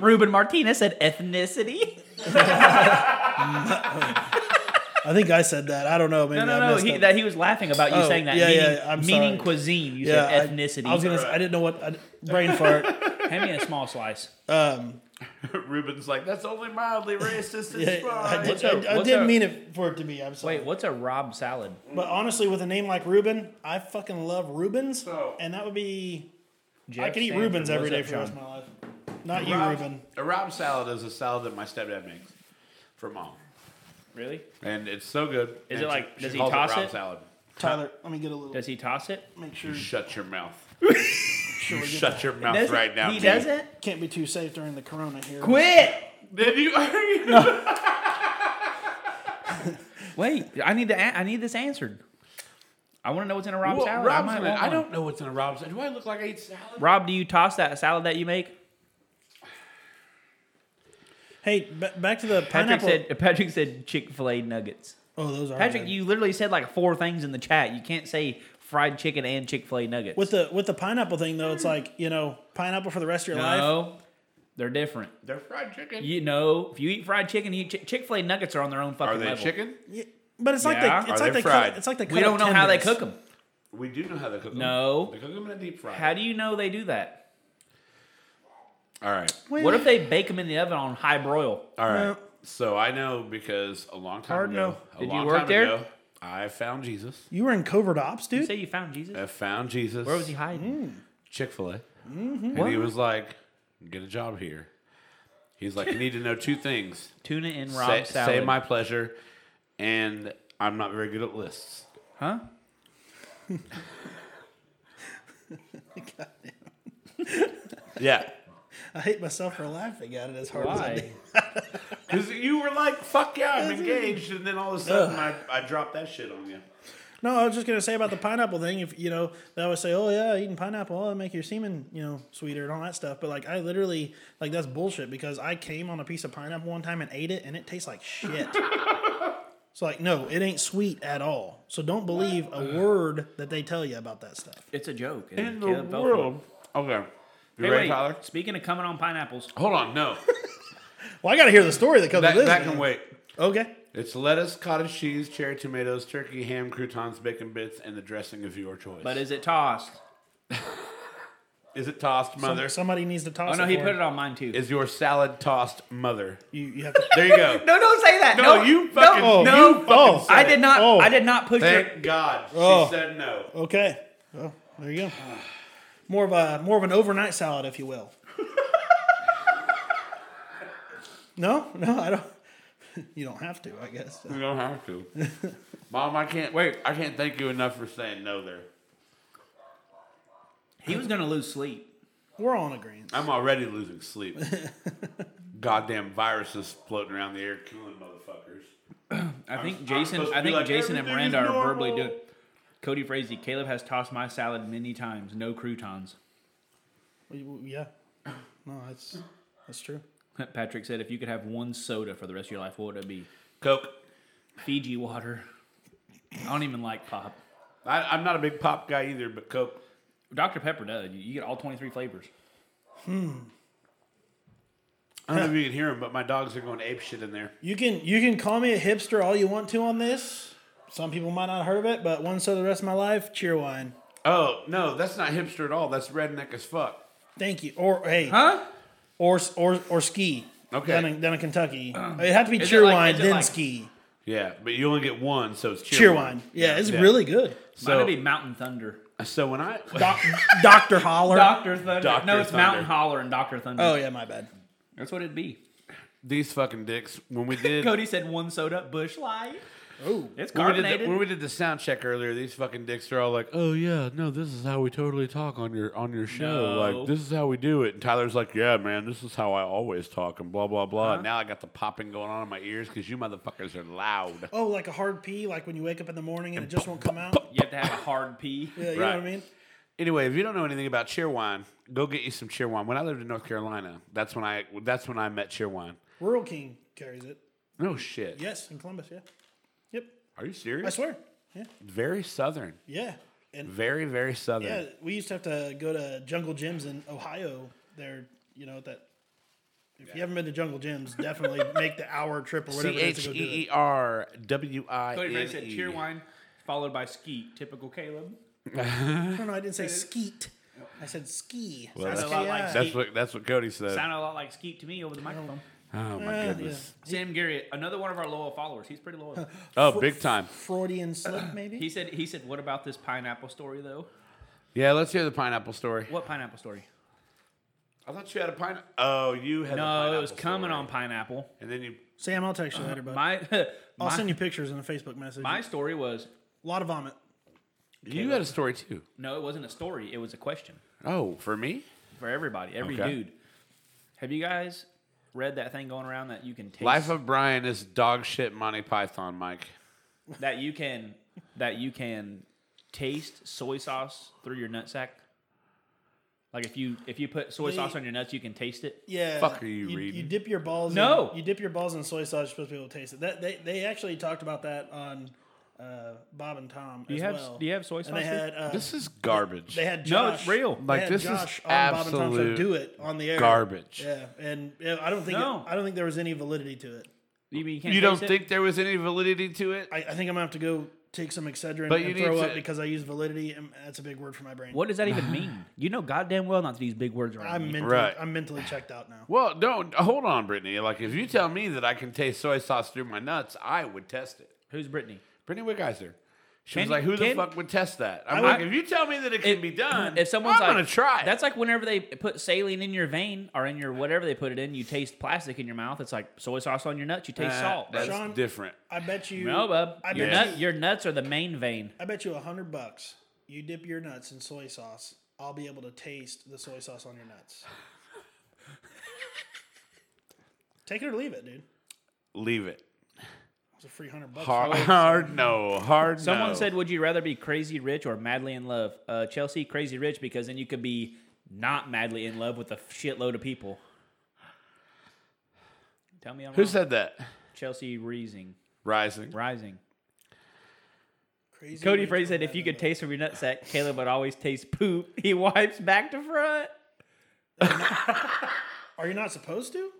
Speaker 1: Ruben Martinez said ethnicity. (laughs)
Speaker 2: I think I said that. I don't know. Maybe
Speaker 1: No,
Speaker 2: I
Speaker 1: no, no.
Speaker 2: missed
Speaker 1: He,
Speaker 2: it.
Speaker 1: that he was laughing about you
Speaker 2: Oh,
Speaker 1: saying that.
Speaker 2: yeah,
Speaker 1: meaning,
Speaker 2: yeah, I'm
Speaker 1: meaning
Speaker 2: sorry.
Speaker 1: cuisine. You
Speaker 2: I-
Speaker 1: said ethnicity.
Speaker 2: I, was gonna. Say, I didn't know what I, brain fart.
Speaker 1: (laughs) hand me a small
Speaker 2: (laughs)
Speaker 1: slice.
Speaker 2: Um,
Speaker 3: (laughs) Ruben's like, that's only mildly racist. It's
Speaker 2: (laughs) yeah, I,
Speaker 3: fine."
Speaker 2: did,
Speaker 1: our-
Speaker 2: I, I
Speaker 1: what's
Speaker 2: didn't
Speaker 1: our-
Speaker 2: mean it for it to be. I'm sorry.
Speaker 1: Wait, what's a Rob salad?
Speaker 2: But honestly, with a name like Ruben, I fucking love Rubens,
Speaker 3: So-
Speaker 2: and that would be. I
Speaker 1: Jeff
Speaker 2: could eat
Speaker 1: Sanford,
Speaker 2: Rubens every
Speaker 1: what's
Speaker 2: day
Speaker 1: up,
Speaker 2: for the rest of
Speaker 1: Sean?
Speaker 2: my life. Not you,
Speaker 3: Rob-
Speaker 2: Ruben.
Speaker 3: A Rob salad is a salad that my stepdad makes for mom,
Speaker 1: Really?
Speaker 3: and it's so good.
Speaker 1: Is it
Speaker 3: And she-
Speaker 1: like-
Speaker 3: she
Speaker 1: does he
Speaker 3: calls
Speaker 1: toss
Speaker 3: Rob
Speaker 1: it?
Speaker 3: Salad.
Speaker 2: Tyler, let me get a little.
Speaker 1: Does he toss it?
Speaker 2: make sure.
Speaker 3: Shut your mouth.
Speaker 2: sure we get
Speaker 3: Shut your mouth
Speaker 1: Does it?
Speaker 3: right now.
Speaker 1: He
Speaker 3: Pete.
Speaker 1: doesn't.
Speaker 2: Can't be too safe during the corona here.
Speaker 1: Quit.
Speaker 3: Did you? (laughs) Are you?
Speaker 1: Wait, I need to. a- I need this answered. I want to know what's in a Rob
Speaker 3: Well,
Speaker 1: salad.
Speaker 3: Rob's
Speaker 1: I, might
Speaker 3: gonna-
Speaker 1: want
Speaker 3: I
Speaker 1: one.
Speaker 3: don't know what's in a Rob salad. Do I look like I eat salad?
Speaker 1: Rob, do you toss that salad that you make?
Speaker 2: Hey, ba- back to the
Speaker 1: Patrick
Speaker 2: pineapple.
Speaker 1: said. (laughs) Patrick said Chick Fil A nuggets.
Speaker 2: oh, those are
Speaker 1: Patrick,
Speaker 2: good.
Speaker 1: you literally said like four things in the chat. You can't say fried chicken and Chick Fil A nuggets.
Speaker 2: with the with the pineapple thing though, it's like you know pineapple for the rest of your life.
Speaker 1: no, they're different.
Speaker 3: They're fried chicken.
Speaker 1: You know, if you eat fried chicken, you Chick Fil A nuggets are on their own fucking
Speaker 3: Are they
Speaker 1: level.
Speaker 3: chicken?
Speaker 2: Yeah, But it's like
Speaker 1: Yeah.
Speaker 2: they, it's
Speaker 3: Are
Speaker 2: like
Speaker 3: they
Speaker 2: they
Speaker 3: fried?
Speaker 2: Cut, it's like they cut
Speaker 1: We don't
Speaker 2: up
Speaker 1: know how they
Speaker 2: tenders.
Speaker 1: cook them.
Speaker 3: We do know how they cook them.
Speaker 1: No.
Speaker 3: They cook them in a deep fryer.
Speaker 1: How do you know they do that?
Speaker 3: All right.
Speaker 2: Wait,
Speaker 1: What if they bake them in the oven on high broil?
Speaker 3: All right.
Speaker 2: No.
Speaker 3: So I know because a long time
Speaker 2: Hard
Speaker 3: ago,
Speaker 2: no.
Speaker 3: a
Speaker 1: Did you
Speaker 3: long
Speaker 1: work
Speaker 3: time
Speaker 1: there?
Speaker 3: ago, I found Jesus.
Speaker 2: you were in covert ops,
Speaker 1: You
Speaker 2: dude.
Speaker 1: say you found Jesus?
Speaker 3: I found Jesus.
Speaker 1: Where was he
Speaker 3: Mm.
Speaker 1: Mm-hmm. hiding?
Speaker 3: Chick Fil A, and he was like, "Get a job here." He's like, "You need to know two things:
Speaker 1: Tuna and (laughs)
Speaker 3: say,
Speaker 1: Rob salad.
Speaker 3: say my pleasure, and I'm not very good at lists."
Speaker 1: huh?
Speaker 3: Yeah,
Speaker 2: I hate myself for laughing at it as hard as I
Speaker 1: (laughs) Why?
Speaker 2: did.
Speaker 3: because you were like, "Fuck yeah, I'm engaged," and then all of a sudden, I, I dropped that shit on you.
Speaker 2: No, I was just gonna say about the pineapple thing. If you know, they always say, "Oh yeah, eating pineapple, oh, it'll make your semen, you know, sweeter and all that stuff." But like, I literally like that's bullshit because I came on a piece of pineapple one time and ate it, and it tastes like shit. so like, no, it ain't sweet at all. So don't believe a word that they tell you about that stuff.
Speaker 1: It's a joke. and
Speaker 3: In the
Speaker 1: Caleb fell for it.
Speaker 3: world, okay. You
Speaker 1: Hey,
Speaker 3: ready,
Speaker 1: wait.
Speaker 3: Tyler? Oh.
Speaker 1: Speaking of coming on pineapples,
Speaker 3: Hold
Speaker 1: (laughs)
Speaker 3: on, no,
Speaker 2: Well, I gotta hear the story that comes
Speaker 3: that,
Speaker 2: with this.
Speaker 3: that
Speaker 2: man.
Speaker 3: can wait.
Speaker 2: Okay.
Speaker 3: It's lettuce, cottage cheese, cherry tomatoes, turkey, ham, croutons, bacon bits, and the dressing of your choice.
Speaker 1: but is it tossed?
Speaker 3: is it tossed, mother?
Speaker 2: Somebody needs to
Speaker 1: Oh
Speaker 2: toss.
Speaker 1: no, he
Speaker 2: for
Speaker 1: put
Speaker 2: him.
Speaker 1: it on mine too.
Speaker 3: is your salad tossed,
Speaker 1: (laughs)
Speaker 3: mother?
Speaker 2: You, you have to.
Speaker 3: There you go.
Speaker 1: no, don't say that.
Speaker 3: (laughs) No, you fucking-
Speaker 1: no.
Speaker 3: no,
Speaker 1: no.
Speaker 3: you fucking said
Speaker 1: I did not.
Speaker 2: Oh.
Speaker 1: I did not push your
Speaker 3: Thank God. She
Speaker 2: Oh.
Speaker 3: said no.
Speaker 2: Okay. Well, there you go. More of a more of an overnight salad, if you will. (laughs) no, no, I don't. (laughs) You don't have to, I guess.
Speaker 3: You don't have to.
Speaker 1: (laughs)
Speaker 3: Mom, I can't wait. I can't thank you enough for saying no there.
Speaker 1: He was gonna lose sleep.
Speaker 2: We're all in agreement.
Speaker 3: I'm already
Speaker 2: (laughs)
Speaker 3: losing sleep. Goddamn viruses floating around the air killing motherfuckers.
Speaker 1: I think
Speaker 3: I'm
Speaker 1: Jason.
Speaker 3: supposed to
Speaker 1: I
Speaker 3: be
Speaker 1: think
Speaker 3: like,
Speaker 1: Jason and
Speaker 3: "Everything is
Speaker 1: Miranda are verbally
Speaker 3: normal."
Speaker 1: doing. Cody Frazee, Caleb has tossed my salad many times. No croutons. (laughs)
Speaker 2: We- we- Yeah. No, that's that's true.
Speaker 1: Patrick said, if you could have one soda for the rest of your life, what would it be?
Speaker 3: Coke.
Speaker 1: Fiji water. I don't even like pop.
Speaker 3: I, I'm not a big pop guy either, but Coke.
Speaker 1: Dr. Pepper does. You get all 23 flavors.
Speaker 3: I don't know if you can hear them, but my dogs are going ape shit in there.
Speaker 2: You can you can call me a hipster all you want to on this. Some people might not have heard of it, but one so the rest of my life, cheer wine.
Speaker 3: Oh no, that's not hipster at all. That's redneck as fuck.
Speaker 2: Thank you. Or hey,
Speaker 1: Huh?
Speaker 2: or or or ski.
Speaker 3: Okay.
Speaker 2: Down in, down in Kentucky, it had to be
Speaker 1: Uh, Is it
Speaker 2: cheer
Speaker 1: like-
Speaker 2: wine
Speaker 1: is it
Speaker 2: then
Speaker 1: like-
Speaker 2: ski.
Speaker 3: Yeah, but you only get one, so it's cheer,
Speaker 2: Cheer wine. Yeah, it's
Speaker 3: Yeah.
Speaker 2: really good.
Speaker 1: So,
Speaker 3: So,
Speaker 1: Mine would be Mountain Thunder.
Speaker 3: so when I
Speaker 2: (laughs) Doc, Dr. Holler.
Speaker 1: Dr. Thunder.
Speaker 3: Dr.
Speaker 1: No, it's
Speaker 3: Thunder.
Speaker 1: Mountain Holler and Dr. Thunder.
Speaker 2: Oh, yeah, my bad.
Speaker 1: That's what it'd be.
Speaker 3: these fucking dicks,
Speaker 2: (laughs)
Speaker 3: when we did
Speaker 1: Cody said one soda, Bush Light.
Speaker 2: Oh.
Speaker 1: It's
Speaker 3: when we did, the,
Speaker 1: carbonated.
Speaker 3: when we did the sound check earlier, these fucking dicks are all like, "Oh yeah, no, this is how we totally talk on your on your show.
Speaker 1: No.
Speaker 3: Like this is how we do it." And Tyler's like, "Yeah, man, this is how I always talk and blah blah blah."
Speaker 1: Uh-huh.
Speaker 3: And now I got the popping going on in my ears because you motherfuckers are loud.
Speaker 2: Oh, like a hard pee, like when you wake up in the morning and it just won't come out.
Speaker 1: you have to have a hard pee.
Speaker 2: Yeah, you know
Speaker 3: Right.
Speaker 2: what I mean?
Speaker 3: Anyway, if you don't know anything about Cheerwine, go get you some Cheerwine. When I lived in North Carolina, that's when I that's when I met Cheerwine.
Speaker 2: Rural King carries it.
Speaker 3: No shit.
Speaker 2: Yes, in Columbus, yeah. Yep.
Speaker 3: Are you
Speaker 2: I
Speaker 3: serious?
Speaker 2: swear. Yeah.
Speaker 3: Very southern.
Speaker 2: Yeah. And
Speaker 3: Very very southern.
Speaker 2: yeah, we used to have to go to Jungle Gyms in Ohio there, you know, at that. If you haven't been to Jungle Gyms,
Speaker 3: (laughs)
Speaker 2: definitely make the hour trip or whatever
Speaker 3: C
Speaker 2: it is
Speaker 3: H
Speaker 2: to
Speaker 3: E
Speaker 2: go do it.
Speaker 3: E R W I
Speaker 1: Cody Ray said
Speaker 3: N
Speaker 1: cheer
Speaker 3: E.
Speaker 1: wine, followed by ski. Typical Caleb.
Speaker 2: No, no, I didn't say skeet. I said ski.
Speaker 3: Well,
Speaker 1: Sounds
Speaker 3: that's,
Speaker 1: a lot like
Speaker 3: that's
Speaker 1: skeet.
Speaker 3: what that's what Cody said.
Speaker 1: Sounded a lot like Skeet to me over the microphone.
Speaker 3: oh my
Speaker 2: yeah.
Speaker 3: goodness!
Speaker 1: Sam Garrett, another one of our loyal followers. He's pretty (laughs) loyal.
Speaker 3: Oh, big time!
Speaker 2: Freudian
Speaker 1: Uh,
Speaker 2: slip, maybe?
Speaker 1: He said, "He said, what about this pineapple story though?
Speaker 3: Yeah, let's hear the pineapple story.
Speaker 1: What pineapple story?
Speaker 3: I thought you had a pine. Oh, you had. a
Speaker 1: No,
Speaker 3: pineapple
Speaker 1: it was coming
Speaker 3: story.
Speaker 1: on pineapple.
Speaker 3: And then you.
Speaker 2: Sam, I'll text you later, bud.
Speaker 1: Uh, My, (laughs)
Speaker 2: I'll
Speaker 1: my,
Speaker 2: send you pictures in a Facebook message.
Speaker 1: my story was
Speaker 2: a lot of vomit.
Speaker 3: You had a story too.
Speaker 1: no, it wasn't a story. It was a question
Speaker 3: Oh, for me?
Speaker 1: for everybody, every
Speaker 3: Okay.
Speaker 1: dude. Have you guys read that thing going around that you can taste
Speaker 3: Life of Brian is dog shit Monty Python, Mike.
Speaker 1: that you can that you can taste soy sauce through your nutsack? Like if you if you put soy
Speaker 2: They-
Speaker 1: sauce on your nuts, you can taste it.
Speaker 2: Yeah.
Speaker 3: Fuck are you
Speaker 2: You
Speaker 3: reading?
Speaker 2: dip your balls.
Speaker 1: No.
Speaker 2: In, you dip your balls in soy sauce. You're supposed to be able to taste it. That they, they actually talked about that on uh, Bob and Tom.
Speaker 1: Do you
Speaker 2: as
Speaker 1: have
Speaker 2: well.
Speaker 1: do you have soy sauce?
Speaker 2: And they
Speaker 1: here?
Speaker 2: had uh,
Speaker 3: This is garbage.
Speaker 2: they had Josh,
Speaker 1: No, it's real.
Speaker 2: they
Speaker 3: Like,
Speaker 2: had
Speaker 3: this is
Speaker 2: Josh on Bob and Tom said,
Speaker 3: absolute
Speaker 2: do it on the air.
Speaker 3: garbage.
Speaker 2: Yeah, and yeah, I don't think
Speaker 1: No.
Speaker 2: I don't think there was any validity to it.
Speaker 1: you, mean you, can't
Speaker 3: You don't
Speaker 1: taste it?
Speaker 3: think there was any validity to it?
Speaker 2: I, I think I'm gonna have to go take some Excedrin
Speaker 3: But you
Speaker 2: and
Speaker 3: need
Speaker 2: throw
Speaker 3: to-
Speaker 2: up because I use validity, and that's a big word for my brain.
Speaker 1: What does that even mean? You know goddamn well not these big words right.
Speaker 2: I'm mentally,
Speaker 3: Right.
Speaker 2: I'm mentally checked out now.
Speaker 3: Well, don't hold on, Brittany. Like, if you tell me that I can taste soy sauce through my nuts, I would test it.
Speaker 1: Who's Brittany?
Speaker 3: Brittany Wickheiser. She
Speaker 1: Can-
Speaker 3: was like, "Who the
Speaker 1: can-
Speaker 3: fuck would test that?" I'm
Speaker 1: would-
Speaker 3: like, "If you tell me that it can be done,
Speaker 1: If someone's
Speaker 3: I'm
Speaker 1: like,
Speaker 3: gonna try." it."
Speaker 1: That's like whenever they put saline in your vein or in your whatever they put it in, you taste plastic in your mouth. It's like soy sauce on your nuts. You taste
Speaker 3: Uh,
Speaker 1: salt.
Speaker 3: That's
Speaker 1: bro.
Speaker 2: Sean-
Speaker 3: different.
Speaker 2: I bet you.
Speaker 1: No, bub.
Speaker 2: I
Speaker 1: Your,
Speaker 2: bet
Speaker 3: Yeah.
Speaker 1: nut,
Speaker 2: you.
Speaker 1: your nuts are the main vein.
Speaker 2: I bet you a hundred bucks. You dip your nuts in soy sauce. I'll be able to taste the soy sauce on
Speaker 1: (laughs)
Speaker 2: your nuts. Take it or leave it, dude.
Speaker 3: Leave it.
Speaker 2: It's a free hundred bucks.
Speaker 3: Hard, (laughs) hard no. Hard
Speaker 1: Someone
Speaker 3: no.
Speaker 1: said, "Would you rather be crazy rich or madly in love?" Uh, Chelsea, crazy rich because then you could be not madly in love with a shitload of people. Tell me, I'm
Speaker 3: "Who
Speaker 1: wrong.
Speaker 3: said that?"
Speaker 1: Chelsea Rising? (laughs)
Speaker 3: Rising.
Speaker 1: Rising.
Speaker 2: Crazy
Speaker 1: Cody
Speaker 2: rich
Speaker 1: Frey
Speaker 2: or
Speaker 1: said, "If you
Speaker 2: nothing,
Speaker 1: could taste from your nutsack, Caleb would always taste poop. (laughs) He wipes back to front."
Speaker 2: but- are you not supposed to?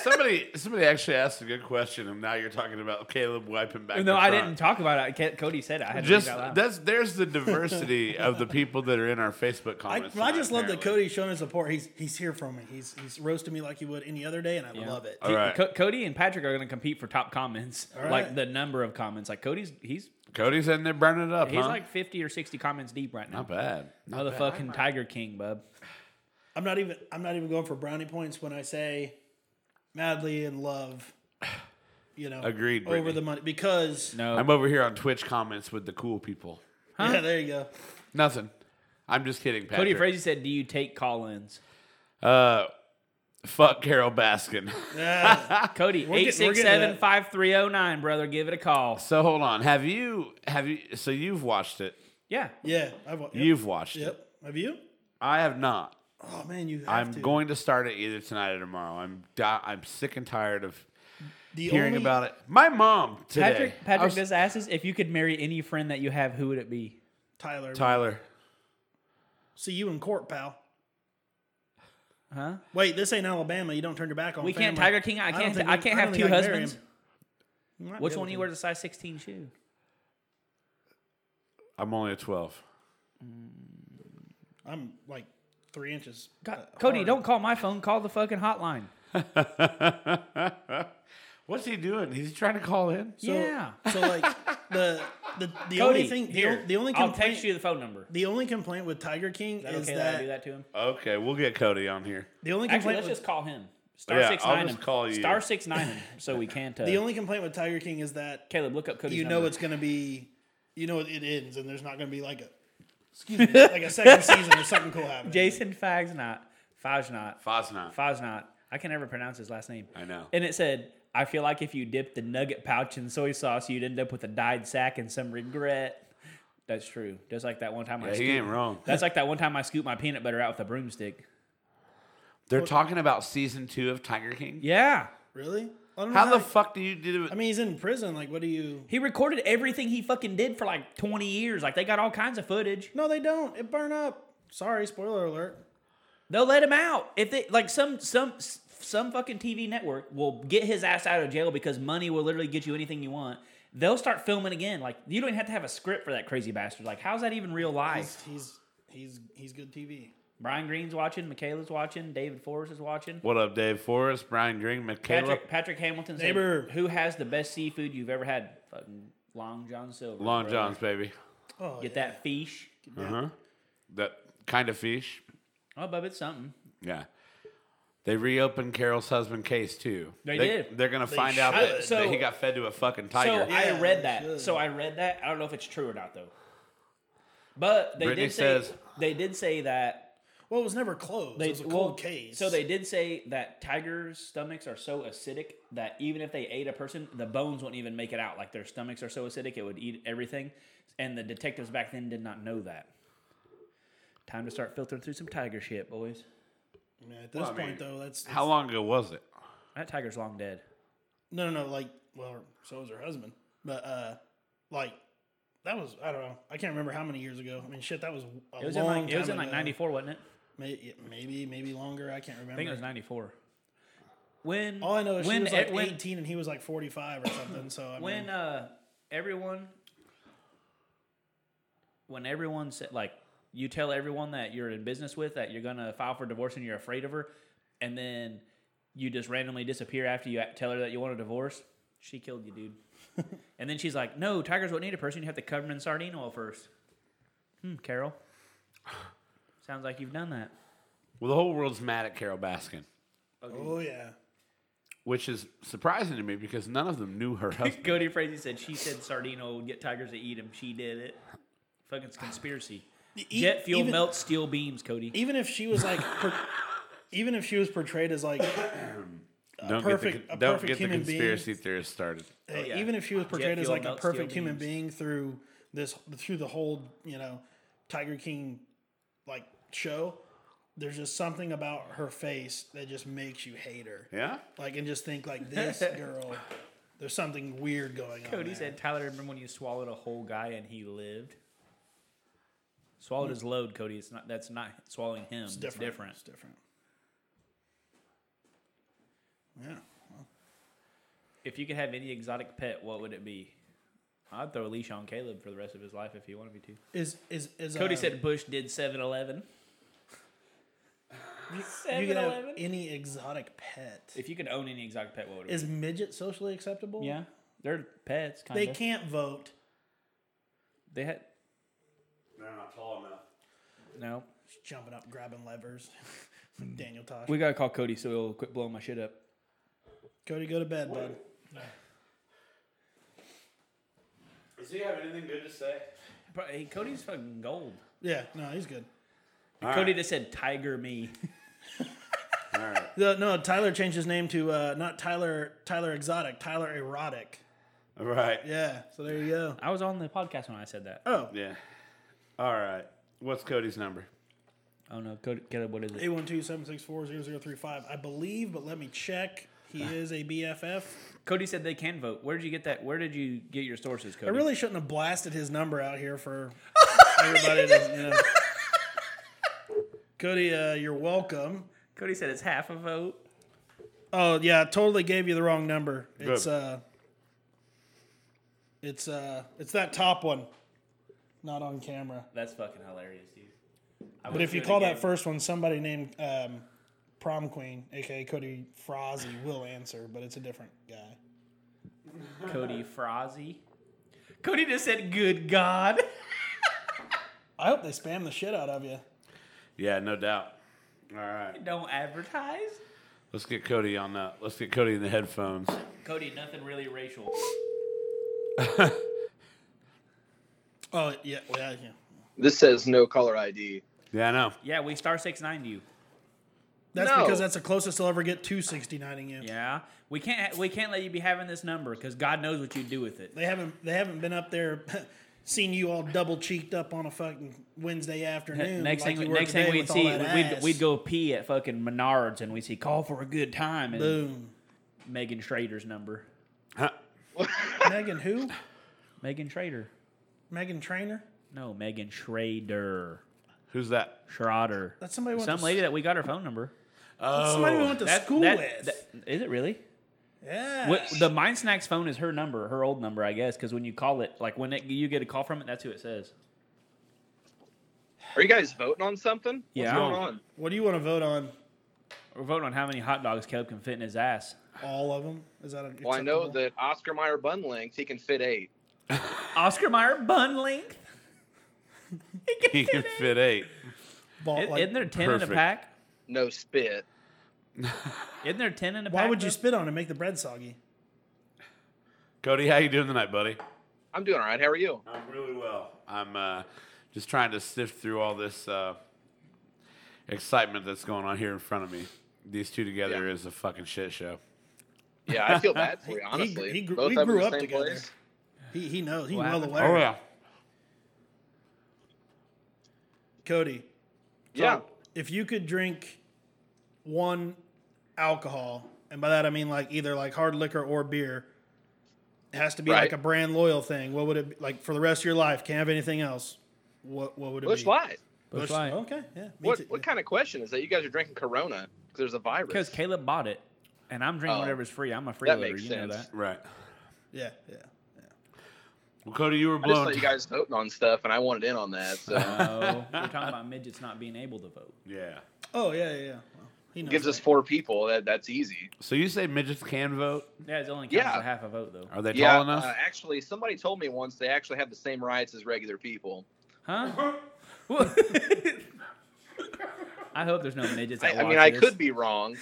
Speaker 3: somebody, somebody actually asked a good question, and now you're talking about Caleb wiping back.
Speaker 1: No,
Speaker 3: the
Speaker 1: I
Speaker 3: front.
Speaker 1: didn't talk about it. Ca- Cody said it. I had to
Speaker 3: Just
Speaker 1: read it out loud.
Speaker 3: that's there's
Speaker 1: (laughs)
Speaker 3: the diversity of the people that are in our Facebook
Speaker 2: I,
Speaker 3: comments.
Speaker 2: I
Speaker 3: tonight,
Speaker 2: just love that
Speaker 3: apparently.
Speaker 2: Cody's showing his support. He's he's here for me. He's he's roasting me like he would any other day, and I love it.
Speaker 3: All right.
Speaker 1: Co- Cody and Patrick are going to compete for top comments, like
Speaker 2: right.
Speaker 1: the number of comments. Like Cody's, he's
Speaker 3: Cody's in there burning it up.
Speaker 1: he's
Speaker 3: huh?
Speaker 1: like fifty or sixty comments deep right now.
Speaker 3: not bad. Not bad.
Speaker 1: Motherfucking Tiger King, bub.
Speaker 2: I'm not even I'm not even going for brownie points when I say madly in love. You know,
Speaker 3: Agreed,
Speaker 2: over
Speaker 3: Brittany.
Speaker 2: the money because
Speaker 1: No,
Speaker 3: I'm over here on Twitch comments with the cool people.
Speaker 2: yeah, there you go.
Speaker 3: Nothing. I'm just kidding,
Speaker 1: Cody
Speaker 3: Patrick.
Speaker 1: Frazee said, "Do you take
Speaker 2: (laughs)
Speaker 1: call-ins?"
Speaker 3: uh, fuck Carol Baskin. (laughs)
Speaker 2: Yeah.
Speaker 1: Cody
Speaker 2: getting-
Speaker 1: eight
Speaker 2: we're
Speaker 1: six
Speaker 2: getting to
Speaker 1: seven
Speaker 2: that.
Speaker 1: five three zero nine, brother, give it a call.
Speaker 3: so hold on. Have you have you? So you've watched it.
Speaker 1: Yeah,
Speaker 2: Yeah, I've yep,
Speaker 3: You've watched it.
Speaker 2: Yep. Have you?
Speaker 3: I have not.
Speaker 2: Oh man, you. Have
Speaker 3: I'm
Speaker 2: to.
Speaker 3: going to start it either tonight or tomorrow. I'm di- I'm sick and tired of
Speaker 2: The
Speaker 3: hearing
Speaker 2: only-
Speaker 3: about it. My mom today.
Speaker 1: Patrick.
Speaker 3: I
Speaker 1: Patrick
Speaker 3: was-
Speaker 1: just asks us if you could marry any friend that you have, who would it be?
Speaker 2: Tyler.
Speaker 3: Tyler.
Speaker 2: See you in court, pal.
Speaker 1: Huh?
Speaker 2: Wait, this ain't Alabama. You don't turn your back on.
Speaker 1: We can't
Speaker 2: family.
Speaker 1: Tiger King. I
Speaker 2: don't
Speaker 1: can't.
Speaker 2: think
Speaker 1: I
Speaker 2: we-
Speaker 1: can't
Speaker 2: don't
Speaker 1: have
Speaker 2: think
Speaker 1: two
Speaker 2: I can marry
Speaker 1: husbands.
Speaker 2: him. You might
Speaker 1: Which
Speaker 2: be able
Speaker 1: one do you
Speaker 2: to.
Speaker 1: wear the size sixteen shoe?
Speaker 3: I'm only a 12.
Speaker 2: I'm like three inches.
Speaker 1: God,
Speaker 2: uh,
Speaker 1: Cody,
Speaker 2: hard.
Speaker 1: don't call my phone. Call the fucking hotline.
Speaker 3: What's he doing? Is he trying to call in?
Speaker 2: So,
Speaker 1: yeah. (laughs)
Speaker 2: So like the the the
Speaker 1: Cody,
Speaker 2: only thing the,
Speaker 1: here,
Speaker 2: o- the only
Speaker 1: I'll
Speaker 2: complaint
Speaker 1: text you the phone number.
Speaker 2: the only complaint with Tiger King
Speaker 1: Is that
Speaker 2: is
Speaker 1: okay that I
Speaker 2: that,
Speaker 1: do that to him?
Speaker 3: Okay, we'll get Cody on here.
Speaker 2: the only
Speaker 1: Actually,
Speaker 2: complaint
Speaker 1: let's
Speaker 2: with,
Speaker 1: just call him. Star
Speaker 3: Yeah,
Speaker 1: six
Speaker 3: I'll
Speaker 1: nine
Speaker 3: just
Speaker 1: him.
Speaker 3: call you.
Speaker 1: Star six nine him. So (laughs) we can't. Uh,
Speaker 2: the only complaint with Tiger King is that
Speaker 1: Caleb, look up Cody's
Speaker 2: you know
Speaker 1: number.
Speaker 2: it's gonna be you know it, it ends and there's not gonna be like a
Speaker 1: (laughs)
Speaker 2: excuse me like a second season or something cool happens.
Speaker 1: Jason Fags not Faj not
Speaker 3: Fosna.
Speaker 1: Faj not. I can never pronounce his last name.
Speaker 3: I know.
Speaker 1: And it said, I feel like if you dipped the nugget pouch in soy sauce, you'd end up with a dyed sack and some regret. That's true. Just like that one time I
Speaker 3: Yeah, he
Speaker 1: scooped-
Speaker 3: ain't wrong.
Speaker 1: That's like that one time I scooped my peanut butter out with a broomstick.
Speaker 3: They're talking about season two of Tiger King.
Speaker 1: Yeah.
Speaker 2: Really? I don't know
Speaker 3: How the
Speaker 2: you-
Speaker 3: fuck do you do it?
Speaker 2: I mean, he's in prison. Like, what do you?
Speaker 1: He recorded everything he fucking did for like 20 years. Like they got all kinds of footage.
Speaker 2: No, they don't. It burn up. Sorry, spoiler alert.
Speaker 1: They'll let him out if they like some some some fucking TV network will get his ass out of jail because money will literally get you anything you want. They'll start filming again. Like you don't even have to have a script for that crazy bastard. Like how's that even real life?
Speaker 2: He's he's he's, he's good TV.
Speaker 1: Brian Green's watching, Michaela's watching, David Forrest is watching.
Speaker 3: What up, Dave Forrest, Brian Green, Michaela,
Speaker 1: Patrick Patrick Hamilton said,
Speaker 2: Neighbor.
Speaker 1: "Who has the best seafood you've ever had?" Fucking Long John Silver.
Speaker 3: Long
Speaker 1: brother.
Speaker 3: John's baby.
Speaker 2: Oh,
Speaker 1: Get
Speaker 2: yeah.
Speaker 1: that fish.
Speaker 3: Uh huh. That kind of fish.
Speaker 1: Oh, bub, it's something.
Speaker 3: Yeah. They reopened Carol's husband case too.
Speaker 1: They did.
Speaker 3: They're gonna find out
Speaker 2: should.
Speaker 3: that,
Speaker 1: So-
Speaker 3: that he got fed to a fucking
Speaker 1: So
Speaker 3: tiger.
Speaker 2: Yeah,
Speaker 1: I read
Speaker 2: they
Speaker 1: that.
Speaker 2: should.
Speaker 1: So I read that. I don't know if it's true or not though. But they
Speaker 3: Brittany
Speaker 1: did say
Speaker 3: says-
Speaker 1: they did say that
Speaker 2: Well, it was never closed.
Speaker 1: they
Speaker 2: it was a
Speaker 1: well,
Speaker 2: cold case.
Speaker 1: So they did say that tigers' stomachs are so acidic that even if they ate a person, the bones wouldn't even make it out. Like their stomachs are so acidic, it would eat everything. And the detectives back then did not know that. Time to start filtering through some tiger shit, boys.
Speaker 2: Yeah, at this
Speaker 3: Well, I mean,
Speaker 2: point, though, that's, that's
Speaker 3: How long ago was it?
Speaker 1: That tiger's long dead.
Speaker 2: No, no, no. Like, well, so was her husband, but uh, like that was I don't know. I can't remember how many years ago. I mean, shit, that was a
Speaker 1: It was in
Speaker 2: long
Speaker 1: like it was
Speaker 2: time
Speaker 1: in like
Speaker 2: ago.
Speaker 1: ninety four, wasn't it?
Speaker 2: May- Maybe, maybe longer. I can't remember.
Speaker 1: I think it was ninety four. When
Speaker 2: All I know is
Speaker 1: when
Speaker 2: she was like
Speaker 1: when-
Speaker 2: 18 and he was like 45 or something. So I mean,
Speaker 1: when uh, everyone when everyone said like you tell everyone that you're in business with that you're gonna file for divorce and you're afraid of her, and then you just randomly disappear after you tell her that you want a divorce. She killed you, dude. and then she's like, "No, tigers don't need a person. You have to cover them in sardine oil first. Hmm, Carol. Sounds like you've done that.
Speaker 3: Well, the whole world's mad at Carol Baskin,
Speaker 2: Oh yeah.
Speaker 3: which is surprising to me because none of them knew
Speaker 2: (laughs)
Speaker 3: her husband.
Speaker 1: Cody Frazee said she said sardine oil would get tigers to eat him. She did it. Fucking conspiracy.
Speaker 2: E-
Speaker 1: Jet fuel
Speaker 2: even-
Speaker 1: melts steel beams, Cody.
Speaker 2: Even if she was like, per, even if she was portrayed as like,
Speaker 3: don't
Speaker 2: perfect-
Speaker 3: get the,
Speaker 2: a
Speaker 3: don't
Speaker 2: perfect
Speaker 3: get the
Speaker 2: human being.
Speaker 3: conspiracy theorists started.
Speaker 2: hey,
Speaker 1: Oh, yeah.
Speaker 2: Uh, even if she was portrayed as
Speaker 1: fuel
Speaker 2: like a
Speaker 1: melts steel
Speaker 2: perfect human
Speaker 1: beams.
Speaker 2: being through this, through the whole, you know, Tiger King, like show, there's just something about her face that just makes you hate her.
Speaker 3: Yeah,
Speaker 2: Like and just
Speaker 1: (laughs)
Speaker 2: think like this girl, there's something weird going on.
Speaker 1: Cody
Speaker 2: there.
Speaker 1: said, Tyler, remember when you swallowed a whole guy and he lived? Swallowed his load, Cody. It's not that's not swallowing him. It's different.
Speaker 2: It's different. Yeah.
Speaker 1: If you could have any exotic pet, what would it be? I'd throw a leash on Caleb for the rest of his life if he wanted me to.
Speaker 2: Is is is
Speaker 1: Cody
Speaker 2: uh,
Speaker 1: said Bush did 7-Eleven.
Speaker 2: you could have
Speaker 1: 7-Eleven?
Speaker 2: any exotic pet.
Speaker 1: If you could own any exotic pet, what would it
Speaker 2: Is midget socially acceptable?
Speaker 1: be? Yeah. They're pets, kind
Speaker 2: They
Speaker 1: of.
Speaker 2: can't vote.
Speaker 1: They had
Speaker 3: they're not tall enough.
Speaker 1: no.
Speaker 2: Just jumping up, grabbing levers. (laughs) Daniel Tosh.
Speaker 1: We gotta call Cody so he'll quit blowing my shit up.
Speaker 2: Cody, go to bed, bud.
Speaker 3: Does he have anything good to say?
Speaker 1: Bro, hey, Cody's fucking gold.
Speaker 2: Yeah, no, he's good.
Speaker 1: Cody just said "tiger me."
Speaker 3: All right.
Speaker 2: The- no, Tyler changed his name to uh, not Tyler Tyler Exotic, Tyler Erotic.
Speaker 3: All right.
Speaker 2: Yeah, so there you go.
Speaker 1: I was on the podcast when I said that.
Speaker 2: Oh,
Speaker 3: Yeah. All right. What's Cody's number?
Speaker 1: Oh no, Cody, Caleb, what is it?
Speaker 2: 812-764-0035. I believe, but let me check. He is a BFF.
Speaker 1: Cody said they can vote. Where did you get that? Where did you get your sources, Cody?
Speaker 2: I really shouldn't have blasted his number out here for everybody to, you know. Cody, uh, you're welcome.
Speaker 1: Cody said it's half a vote.
Speaker 2: Oh yeah, I totally gave you the wrong number. It's
Speaker 3: Good.
Speaker 2: uh it's uh it's that top one. Not on camera.
Speaker 1: That's fucking hilarious, dude. I
Speaker 2: But if you call that first one somebody named um, prom queen, aka Cody Frozzy, will answer, but it's a different guy.
Speaker 1: Cody Frozzy, Cody just said, "Good God." (laughs)
Speaker 2: I hope they spam the shit out of you.
Speaker 3: Yeah, no doubt. All right.
Speaker 1: Don't advertise,
Speaker 3: Let's get Cody on that. Let's get Cody in the headphones.
Speaker 1: Cody. Nothing really racial.
Speaker 2: Oh yeah, well, yeah, yeah.
Speaker 4: This says no caller ID.
Speaker 3: Yeah, I know.
Speaker 1: Yeah, we star six nine you.
Speaker 2: That's
Speaker 4: No.
Speaker 2: because that's the closest they'll ever get to 69ing you.
Speaker 1: Yeah, we can't. We can't let you be having this number because God knows what you do with it.
Speaker 2: They haven't they haven't been up there (laughs) seen you all double cheeked up on a fucking Wednesday afternoon.
Speaker 1: Next
Speaker 2: like
Speaker 1: thing,
Speaker 2: you were
Speaker 1: next thing
Speaker 2: today
Speaker 1: we'd
Speaker 2: with all
Speaker 1: see,
Speaker 2: that
Speaker 1: we'd,
Speaker 2: ass.
Speaker 1: we'd go pee at fucking Menards and we'd see call for a good time and
Speaker 2: boom.
Speaker 1: Megan Schrader's number.
Speaker 3: Huh.
Speaker 2: Megan who?
Speaker 1: Megan Schrader.
Speaker 2: Megan Trainer?
Speaker 1: No, Megan Schrader.
Speaker 3: Who's that?
Speaker 1: Schrader.
Speaker 2: That's somebody we went
Speaker 1: Some
Speaker 2: to
Speaker 1: lady that we got her phone number.
Speaker 2: That's somebody
Speaker 3: Oh,
Speaker 2: we went to
Speaker 1: That-
Speaker 2: school
Speaker 1: that-
Speaker 2: with.
Speaker 1: that- Is it really?
Speaker 2: yeah.
Speaker 1: What, the Mind Snacks phone is her number, her old number, I guess, because when you call it, like when it, you get a call from it, that's who it says.
Speaker 4: Are you guys voting on something?
Speaker 1: Yeah.
Speaker 4: What's going on?
Speaker 2: what do you want to vote on?
Speaker 1: We're voting on how many hot dogs Caleb can fit in his ass.
Speaker 2: All of them? Is that a
Speaker 4: Well, I know
Speaker 2: acceptable?
Speaker 4: that Oscar Mayer bun length, he can fit eight.
Speaker 1: Oscar Mayer bun length.
Speaker 3: (laughs) He can fit eight.
Speaker 2: Ball,
Speaker 1: Isn't
Speaker 2: like,
Speaker 1: there 10 in
Speaker 3: perfect.
Speaker 1: a pack?
Speaker 4: No spit.
Speaker 1: Isn't there 10 in a pack?
Speaker 2: why would you
Speaker 1: though?
Speaker 2: spit on it and make the bread soggy?
Speaker 3: Cody, how you doing tonight, buddy?
Speaker 4: I'm doing all right. How are you?
Speaker 3: I'm really well. I'm uh, just trying to sift through all this uh, excitement that's going on here in front of me. These two together
Speaker 4: Yeah.
Speaker 3: is a fucking shit show.
Speaker 4: Yeah, I feel bad for you,
Speaker 2: he-
Speaker 4: honestly.
Speaker 2: he grew-
Speaker 4: Both
Speaker 2: we
Speaker 4: of
Speaker 2: grew
Speaker 4: them in the
Speaker 2: up
Speaker 4: same
Speaker 2: together.
Speaker 4: place.
Speaker 2: He, he knows. He's
Speaker 1: What
Speaker 2: well
Speaker 1: happened?
Speaker 2: aware.
Speaker 3: Oh yeah.
Speaker 2: Cody,
Speaker 4: Yeah.
Speaker 2: if you could drink one alcohol, and by that I mean like either like hard liquor or beer, it has to be
Speaker 4: Right.
Speaker 2: like a brand loyal thing. What would it be? like for the rest of your life? Can't have anything else. What what would it
Speaker 4: Bush
Speaker 2: be?
Speaker 4: Light.
Speaker 1: Bush
Speaker 2: Bush
Speaker 1: Light.
Speaker 2: Okay, yeah. me
Speaker 4: What
Speaker 2: too.
Speaker 4: what kind of question is that? You guys are drinking Corona because there's a
Speaker 1: Because
Speaker 4: virus.
Speaker 1: Caleb bought it, and I'm drinking
Speaker 3: (laughs)
Speaker 4: Oh.
Speaker 1: whatever's free. I'm a freeloader.
Speaker 4: That makes
Speaker 1: you know
Speaker 4: sense.
Speaker 1: that.
Speaker 3: Right.
Speaker 2: Yeah, yeah.
Speaker 3: Well, Cody, you were
Speaker 4: I just
Speaker 3: blown.
Speaker 4: thought you guys voting on stuff, and I wanted in on that.
Speaker 2: (laughs)
Speaker 4: So it
Speaker 1: Oh, we're talking about midgets not being able to vote.
Speaker 3: yeah.
Speaker 2: Oh yeah, yeah. yeah. Well, he knows
Speaker 4: gives
Speaker 2: that.
Speaker 4: us four people. That that's easy.
Speaker 3: So you say midgets can vote?
Speaker 1: Yeah, it's only counts
Speaker 4: Yeah.
Speaker 1: for half a vote though.
Speaker 3: Are they
Speaker 4: yeah.
Speaker 3: tall enough?
Speaker 4: Uh, actually, somebody told me once they actually have the same rights as regular people.
Speaker 1: Huh?
Speaker 4: (laughs)
Speaker 1: I hope there's no midgets.
Speaker 4: I,
Speaker 1: That
Speaker 4: I mean,
Speaker 1: watch
Speaker 4: I
Speaker 1: this.
Speaker 4: could be wrong.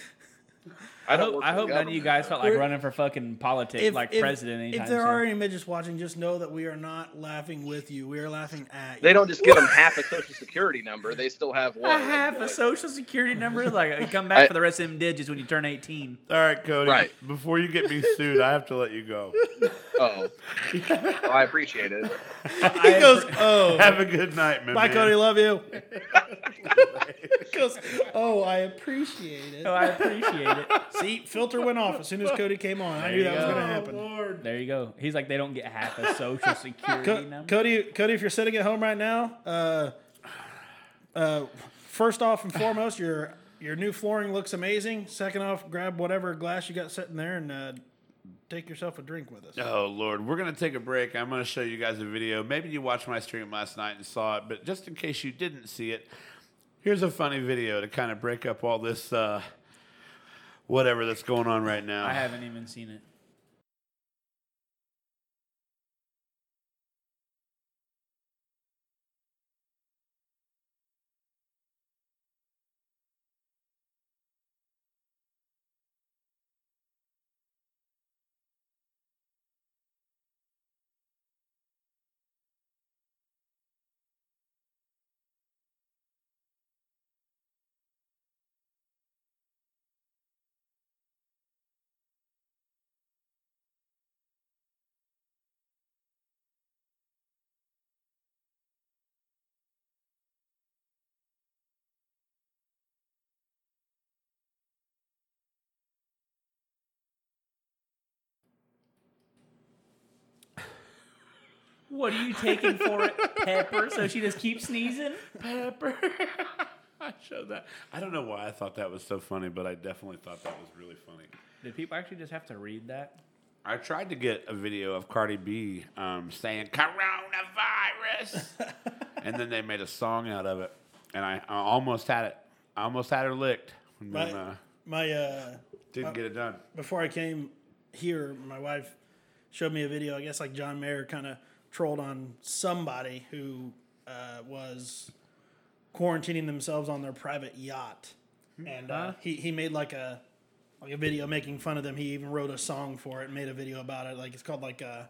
Speaker 1: I
Speaker 4: don't
Speaker 1: hope,
Speaker 4: work
Speaker 1: I
Speaker 4: for the
Speaker 1: hope none of you guys felt like
Speaker 2: We're-
Speaker 1: running for fucking politics, like president. Anytime
Speaker 2: If there
Speaker 1: soon.
Speaker 2: are
Speaker 4: (laughs)
Speaker 2: any midgets watching, just know that we are not laughing with you. We are laughing at you.
Speaker 4: They don't just give them half a social security number. They still have one.
Speaker 1: I have a social security number. Like, uh, come back
Speaker 4: I-
Speaker 1: for the rest of them digits when you turn 18.
Speaker 3: All right, Cody.
Speaker 4: Right.
Speaker 3: Before you
Speaker 4: (laughs)
Speaker 3: get me sued, I have to let you go.
Speaker 1: (laughs)
Speaker 4: Oh, Well, I appreciate it.
Speaker 2: (laughs) He goes, oh,
Speaker 3: Have a good night,
Speaker 2: (laughs)
Speaker 3: man.
Speaker 2: bye, Cody.
Speaker 1: (laughs)
Speaker 2: Love you. goes, oh, I appreciate
Speaker 1: Oh,
Speaker 2: it.
Speaker 1: I appreciate it. (laughs)
Speaker 2: See, filter went off as soon as Cody came on. I knew
Speaker 1: you
Speaker 2: that was
Speaker 1: go.
Speaker 2: going to happen.
Speaker 3: Lord.
Speaker 1: There you go. He's like, they don't get half a
Speaker 4: (laughs)
Speaker 1: social security
Speaker 2: Co-
Speaker 1: number.
Speaker 2: Cody, Cody, if you're sitting at home right now, uh, uh, first off and foremost, your your new flooring looks amazing. Second off, grab whatever glass you got sitting there and uh, take yourself a drink with us.
Speaker 3: Oh, Lord. We're going to take a break. I'm going to show you guys a video. Maybe you watched my stream last night and saw it, but just in case you didn't see it, here's a funny video to kind of break up all this uh, whatever that's going on right now.
Speaker 1: I haven't even seen it. What are you taking for it? Pepper? So she just keeps sneezing?
Speaker 3: Pepper. (laughs) I showed that. I don't know why I thought that was so funny, but I definitely thought that was really funny.
Speaker 1: Did people actually just have to read that?
Speaker 3: I tried to get a video of Cardi B um, saying coronavirus, and then they made a song out of it, and I, I almost had it. I almost had her licked, and
Speaker 2: My,
Speaker 3: then uh,
Speaker 2: my uh,
Speaker 3: didn't get it done.
Speaker 2: before I came here, my wife showed me a video. I guess like John Mayer kind of trolled on somebody who uh, was quarantining themselves on their private yacht, and uh, he he made like a like a video making fun of them. He even wrote a song for it and made a video about it. Like it's called like a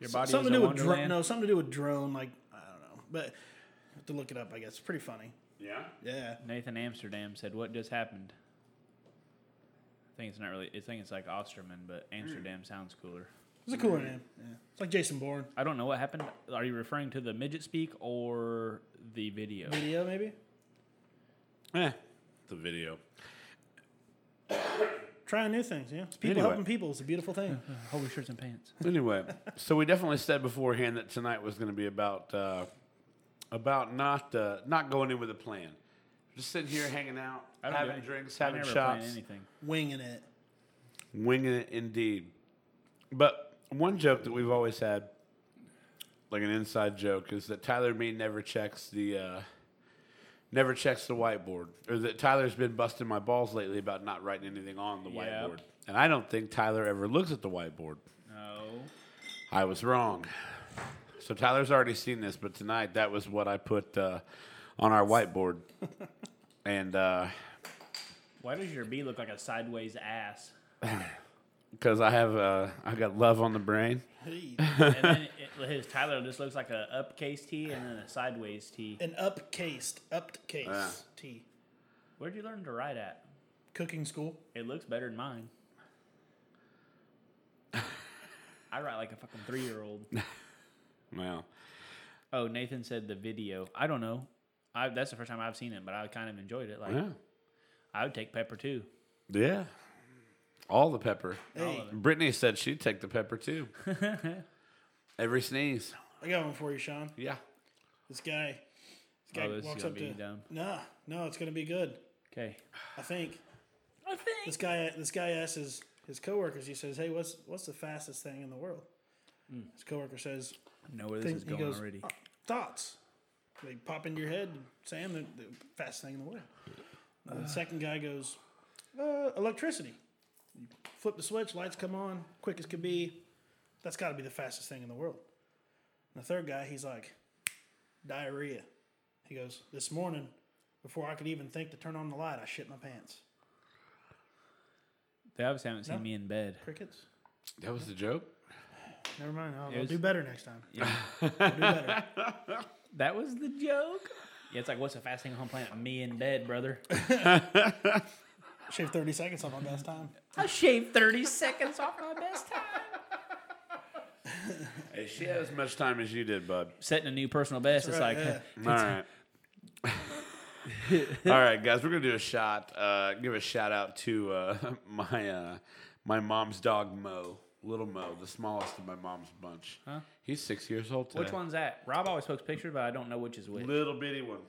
Speaker 1: Your body
Speaker 2: something
Speaker 1: is
Speaker 2: to
Speaker 1: a
Speaker 2: do with
Speaker 1: wonderland?
Speaker 2: drone. No, something to do with drone. Like I don't know, but I have to look it up. I guess it's pretty funny.
Speaker 3: Yeah.
Speaker 2: Yeah.
Speaker 1: Nathan Amsterdam said, "What just happened?" I think it's not really. I think it's like Osterman, but
Speaker 3: Hmm.
Speaker 1: Amsterdam sounds cooler.
Speaker 2: It's a cooler name. Yeah. It's like Jason Bourne
Speaker 1: I don't know what happened. Are you referring to the midget speak or the video?
Speaker 2: video maybe.
Speaker 3: Eh, the video.
Speaker 2: Trying new things, yeah. It's people
Speaker 3: Anyway.
Speaker 2: helping people. It's a beautiful
Speaker 1: (laughs)
Speaker 2: thing.
Speaker 1: Holy shirts and pants.
Speaker 3: Anyway, so we definitely said beforehand that tonight was going to be about uh, about not uh, not going in with a plan, just sitting here hanging out,
Speaker 1: I don't do
Speaker 3: having
Speaker 1: any-
Speaker 3: drinks,
Speaker 1: I
Speaker 3: having
Speaker 1: never
Speaker 3: shots.
Speaker 1: Plan anything.
Speaker 2: Winging it.
Speaker 3: Winging it indeed. But one joke that we've always had, like an inside joke, is that Tyler Mead never checks the uh, never checks the whiteboard, or that Tyler's been busting my balls lately about not writing anything on the
Speaker 1: Yeah.
Speaker 3: whiteboard. And I don't think Tyler ever looks at the whiteboard.
Speaker 1: No.
Speaker 3: I was wrong. So Tyler's already seen this, but tonight that was what I put uh, on our whiteboard, and. Uh,
Speaker 1: Why does your B look like a sideways ass?
Speaker 3: because I have uh, I got love on the brain.
Speaker 2: Hey.
Speaker 1: and then it, his Tyler just looks like a upcase T and then a sideways T.
Speaker 2: An upcased, upcase
Speaker 3: Yeah.
Speaker 2: tea.
Speaker 1: Where'd you learn to write at?
Speaker 2: Cooking school.
Speaker 1: It looks better than mine. I write like a fucking three year old.
Speaker 3: Well,
Speaker 1: Oh, Nathan said the video. I don't know. I, that's the first time I've seen it, but I kind of enjoyed it. Like
Speaker 3: yeah.
Speaker 1: I would take Pepper too.
Speaker 3: Yeah. All the pepper.
Speaker 2: Hey,
Speaker 3: Brittany said she'd take the pepper too. Every sneeze.
Speaker 2: I got one for you, Sean.
Speaker 3: Yeah.
Speaker 2: This guy, this guy
Speaker 1: Oh, this is
Speaker 2: walks
Speaker 1: gonna
Speaker 2: up
Speaker 1: be
Speaker 2: to.
Speaker 1: dumb.
Speaker 2: Nah, no, it's gonna be good.
Speaker 1: Okay.
Speaker 2: I think
Speaker 1: I think
Speaker 2: this guy. This guy asks his, his coworkers. He says, "Hey, what's what's the fastest thing in the world?"
Speaker 1: Hmm.
Speaker 2: His coworker says,
Speaker 1: know where this
Speaker 2: think-
Speaker 1: is
Speaker 2: he
Speaker 1: going
Speaker 2: goes,
Speaker 1: already.
Speaker 2: "Uh, thoughts. They pop into your head, Sam, the, the fastest thing in the world. And the second guy goes, uh, electricity. You flip the switch, lights come on, quick as could be. That's got to be the fastest thing in the world. And the third guy, he's like, diarrhea. He goes, this morning, before I could even think to turn on the light, I shit my pants.
Speaker 1: They obviously haven't seen
Speaker 2: No.
Speaker 1: me in bed.
Speaker 2: Crickets?
Speaker 3: That was the joke.
Speaker 2: Never mind. I'll, I'll
Speaker 1: was-
Speaker 2: do better next time. I'll do better.
Speaker 1: That was the joke. Yeah, it's like what's the fast thing on planet? Me in bed, brother.
Speaker 2: Shave 30 seconds on my best time.
Speaker 1: I shaved thirty seconds off my best time.
Speaker 3: Hey, she had as much time as you did, bud.
Speaker 1: (laughs) Setting a new personal best. It's
Speaker 2: right,
Speaker 1: like
Speaker 2: yeah.
Speaker 3: All right. (laughs) All right, guys, we're gonna do a shot. Uh, give a shout out to uh, (laughs) my uh, my mom's dog Mo, little Mo, the smallest of my mom's bunch. He's six years old today.
Speaker 1: (laughs) which one's that? Rob always posts pictures, but I don't know which is which.
Speaker 3: Little bitty one.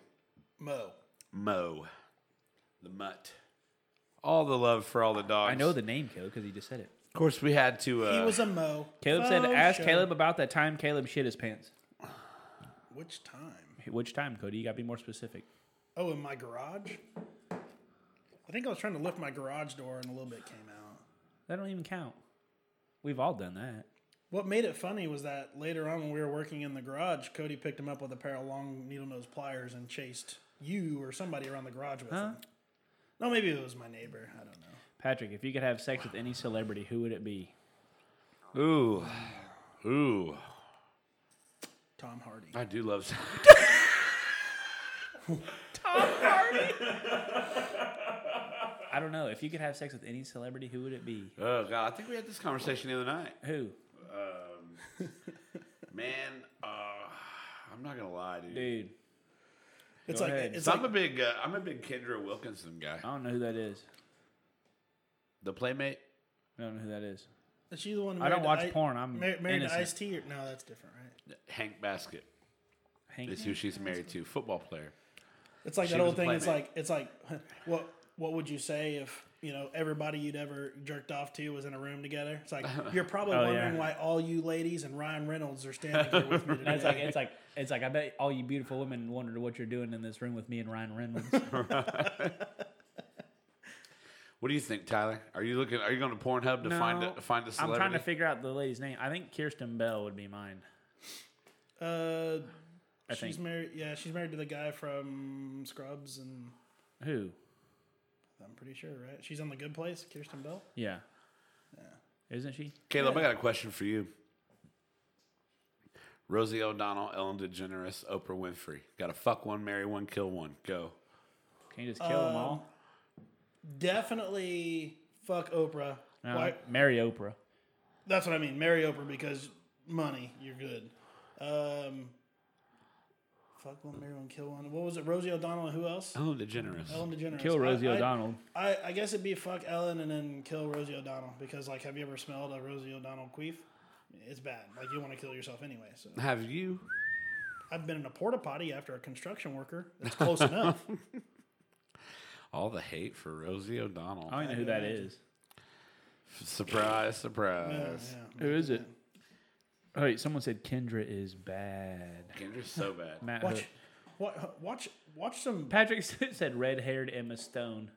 Speaker 2: Mo.
Speaker 3: Mo, the mutt. All the love for all the dogs.
Speaker 1: I know the name Caleb because he just said it.
Speaker 3: Of course, we had to. Uh,
Speaker 2: He was a Mo.
Speaker 1: Caleb said,
Speaker 2: Oh,
Speaker 1: "Ask
Speaker 2: sure.
Speaker 1: Caleb about that time Caleb shit his pants."
Speaker 2: Which time?
Speaker 1: Which time, Cody? You got to be more specific.
Speaker 2: Oh, in my garage? I think I was trying to lift my garage door and a little bit came out.
Speaker 1: That don't even count. We've all done that.
Speaker 2: What made it funny was that later on when we were working in the garage, Cody picked him up with a pair of long needle nose pliers and chased you or somebody around the garage with him. No, maybe it was my neighbor. I don't know.
Speaker 1: Patrick, if you could have sex with any celebrity, who would it be?
Speaker 3: ooh, ooh.
Speaker 2: Tom Hardy.
Speaker 3: I do love. (laughs)
Speaker 1: I don't know. If you could have sex with any celebrity, who would it be?
Speaker 3: Oh God, I think we had this conversation the other night.
Speaker 1: Who?
Speaker 3: Man, uh, I'm not gonna lie, dude.
Speaker 1: Dude,
Speaker 2: It's
Speaker 1: Go
Speaker 2: like
Speaker 1: ahead.
Speaker 2: it's
Speaker 3: So
Speaker 2: like
Speaker 3: I'm a big, uh, I'm a big Kendra Wilkinson guy.
Speaker 1: I don't know who that is.
Speaker 3: The playmate.
Speaker 1: I don't know who that is.
Speaker 2: is she the one.
Speaker 1: I don't
Speaker 2: married to
Speaker 1: watch
Speaker 2: I-
Speaker 1: porn. I'm
Speaker 2: mar- married to
Speaker 1: innocent.
Speaker 2: Ice T. No, that's different, right?
Speaker 3: Hank Basket
Speaker 1: Hank,
Speaker 3: is who she's married to. Football player.
Speaker 2: It's like
Speaker 3: She
Speaker 2: that
Speaker 3: was
Speaker 2: old thing.
Speaker 3: a
Speaker 2: It's
Speaker 3: playmate.
Speaker 2: like it's like what what would you say if you know everybody you'd ever jerked off to was in a room together?
Speaker 1: (laughs)
Speaker 2: It's like you're probably
Speaker 1: Oh,
Speaker 2: wondering
Speaker 1: yeah.
Speaker 2: why all you ladies and Ryan Reynolds are standing here with me
Speaker 1: (laughs)
Speaker 2: today.
Speaker 1: it's like it's like it's like I bet all you beautiful women wondered what you're doing in this room with me and Ryan (laughs) Reynolds.
Speaker 3: What do you think, Tyler? Are you looking? Are you going to Pornhub to find a, to find a
Speaker 1: I'm
Speaker 3: celebrity?
Speaker 1: trying to figure out the lady's name. I think Kirsten Bell would be mine.
Speaker 2: Uh,
Speaker 1: I
Speaker 2: she's
Speaker 1: think
Speaker 2: married. Yeah, she's married to the guy from Scrubs, and
Speaker 1: who?
Speaker 2: I'm pretty sure, right? She's on The Good Place, Kirsten Bell.
Speaker 1: Yeah. Isn't she?
Speaker 3: Caleb, I got a question for you. Rosie O'Donnell, Ellen DeGeneres, Oprah Winfrey. Got to fuck one, marry one, kill one. Go.
Speaker 1: Can you just kill them all?
Speaker 2: Definitely fuck Oprah.
Speaker 1: No,
Speaker 2: Why-
Speaker 1: marry Oprah.
Speaker 2: That's what I mean. Marry Oprah because money, you're good. Um, fuck one, marry one, kill one. What was it? Rosie O'Donnell and who else?
Speaker 3: Ellen DeGeneres.
Speaker 2: Ellen DeGeneres.
Speaker 1: Kill Rosie
Speaker 2: I- I-
Speaker 1: O'Donnell.
Speaker 2: I, I guess it'd be fuck Ellen and then kill Rosie O'Donnell because like, have you ever smelled a Rosie O'Donnell queef? It's bad. Like you want to kill yourself anyway. So
Speaker 3: Have you?
Speaker 2: I've been in a porta potty after a construction worker. That's
Speaker 1: (laughs)
Speaker 2: close enough. Uh,
Speaker 3: All the hate for Rosie O'Donnell.
Speaker 1: I don't even know who that is.
Speaker 3: Surprise, surprise.
Speaker 2: Yeah.
Speaker 1: Who is it? Oh, wait, someone said Kendra is bad.
Speaker 3: Kendra's so bad.
Speaker 1: Matt
Speaker 2: Watch,
Speaker 1: Hook.
Speaker 2: wa- uh, watch, watch some.
Speaker 1: Patrick (laughs) said red-haired Emma Stone.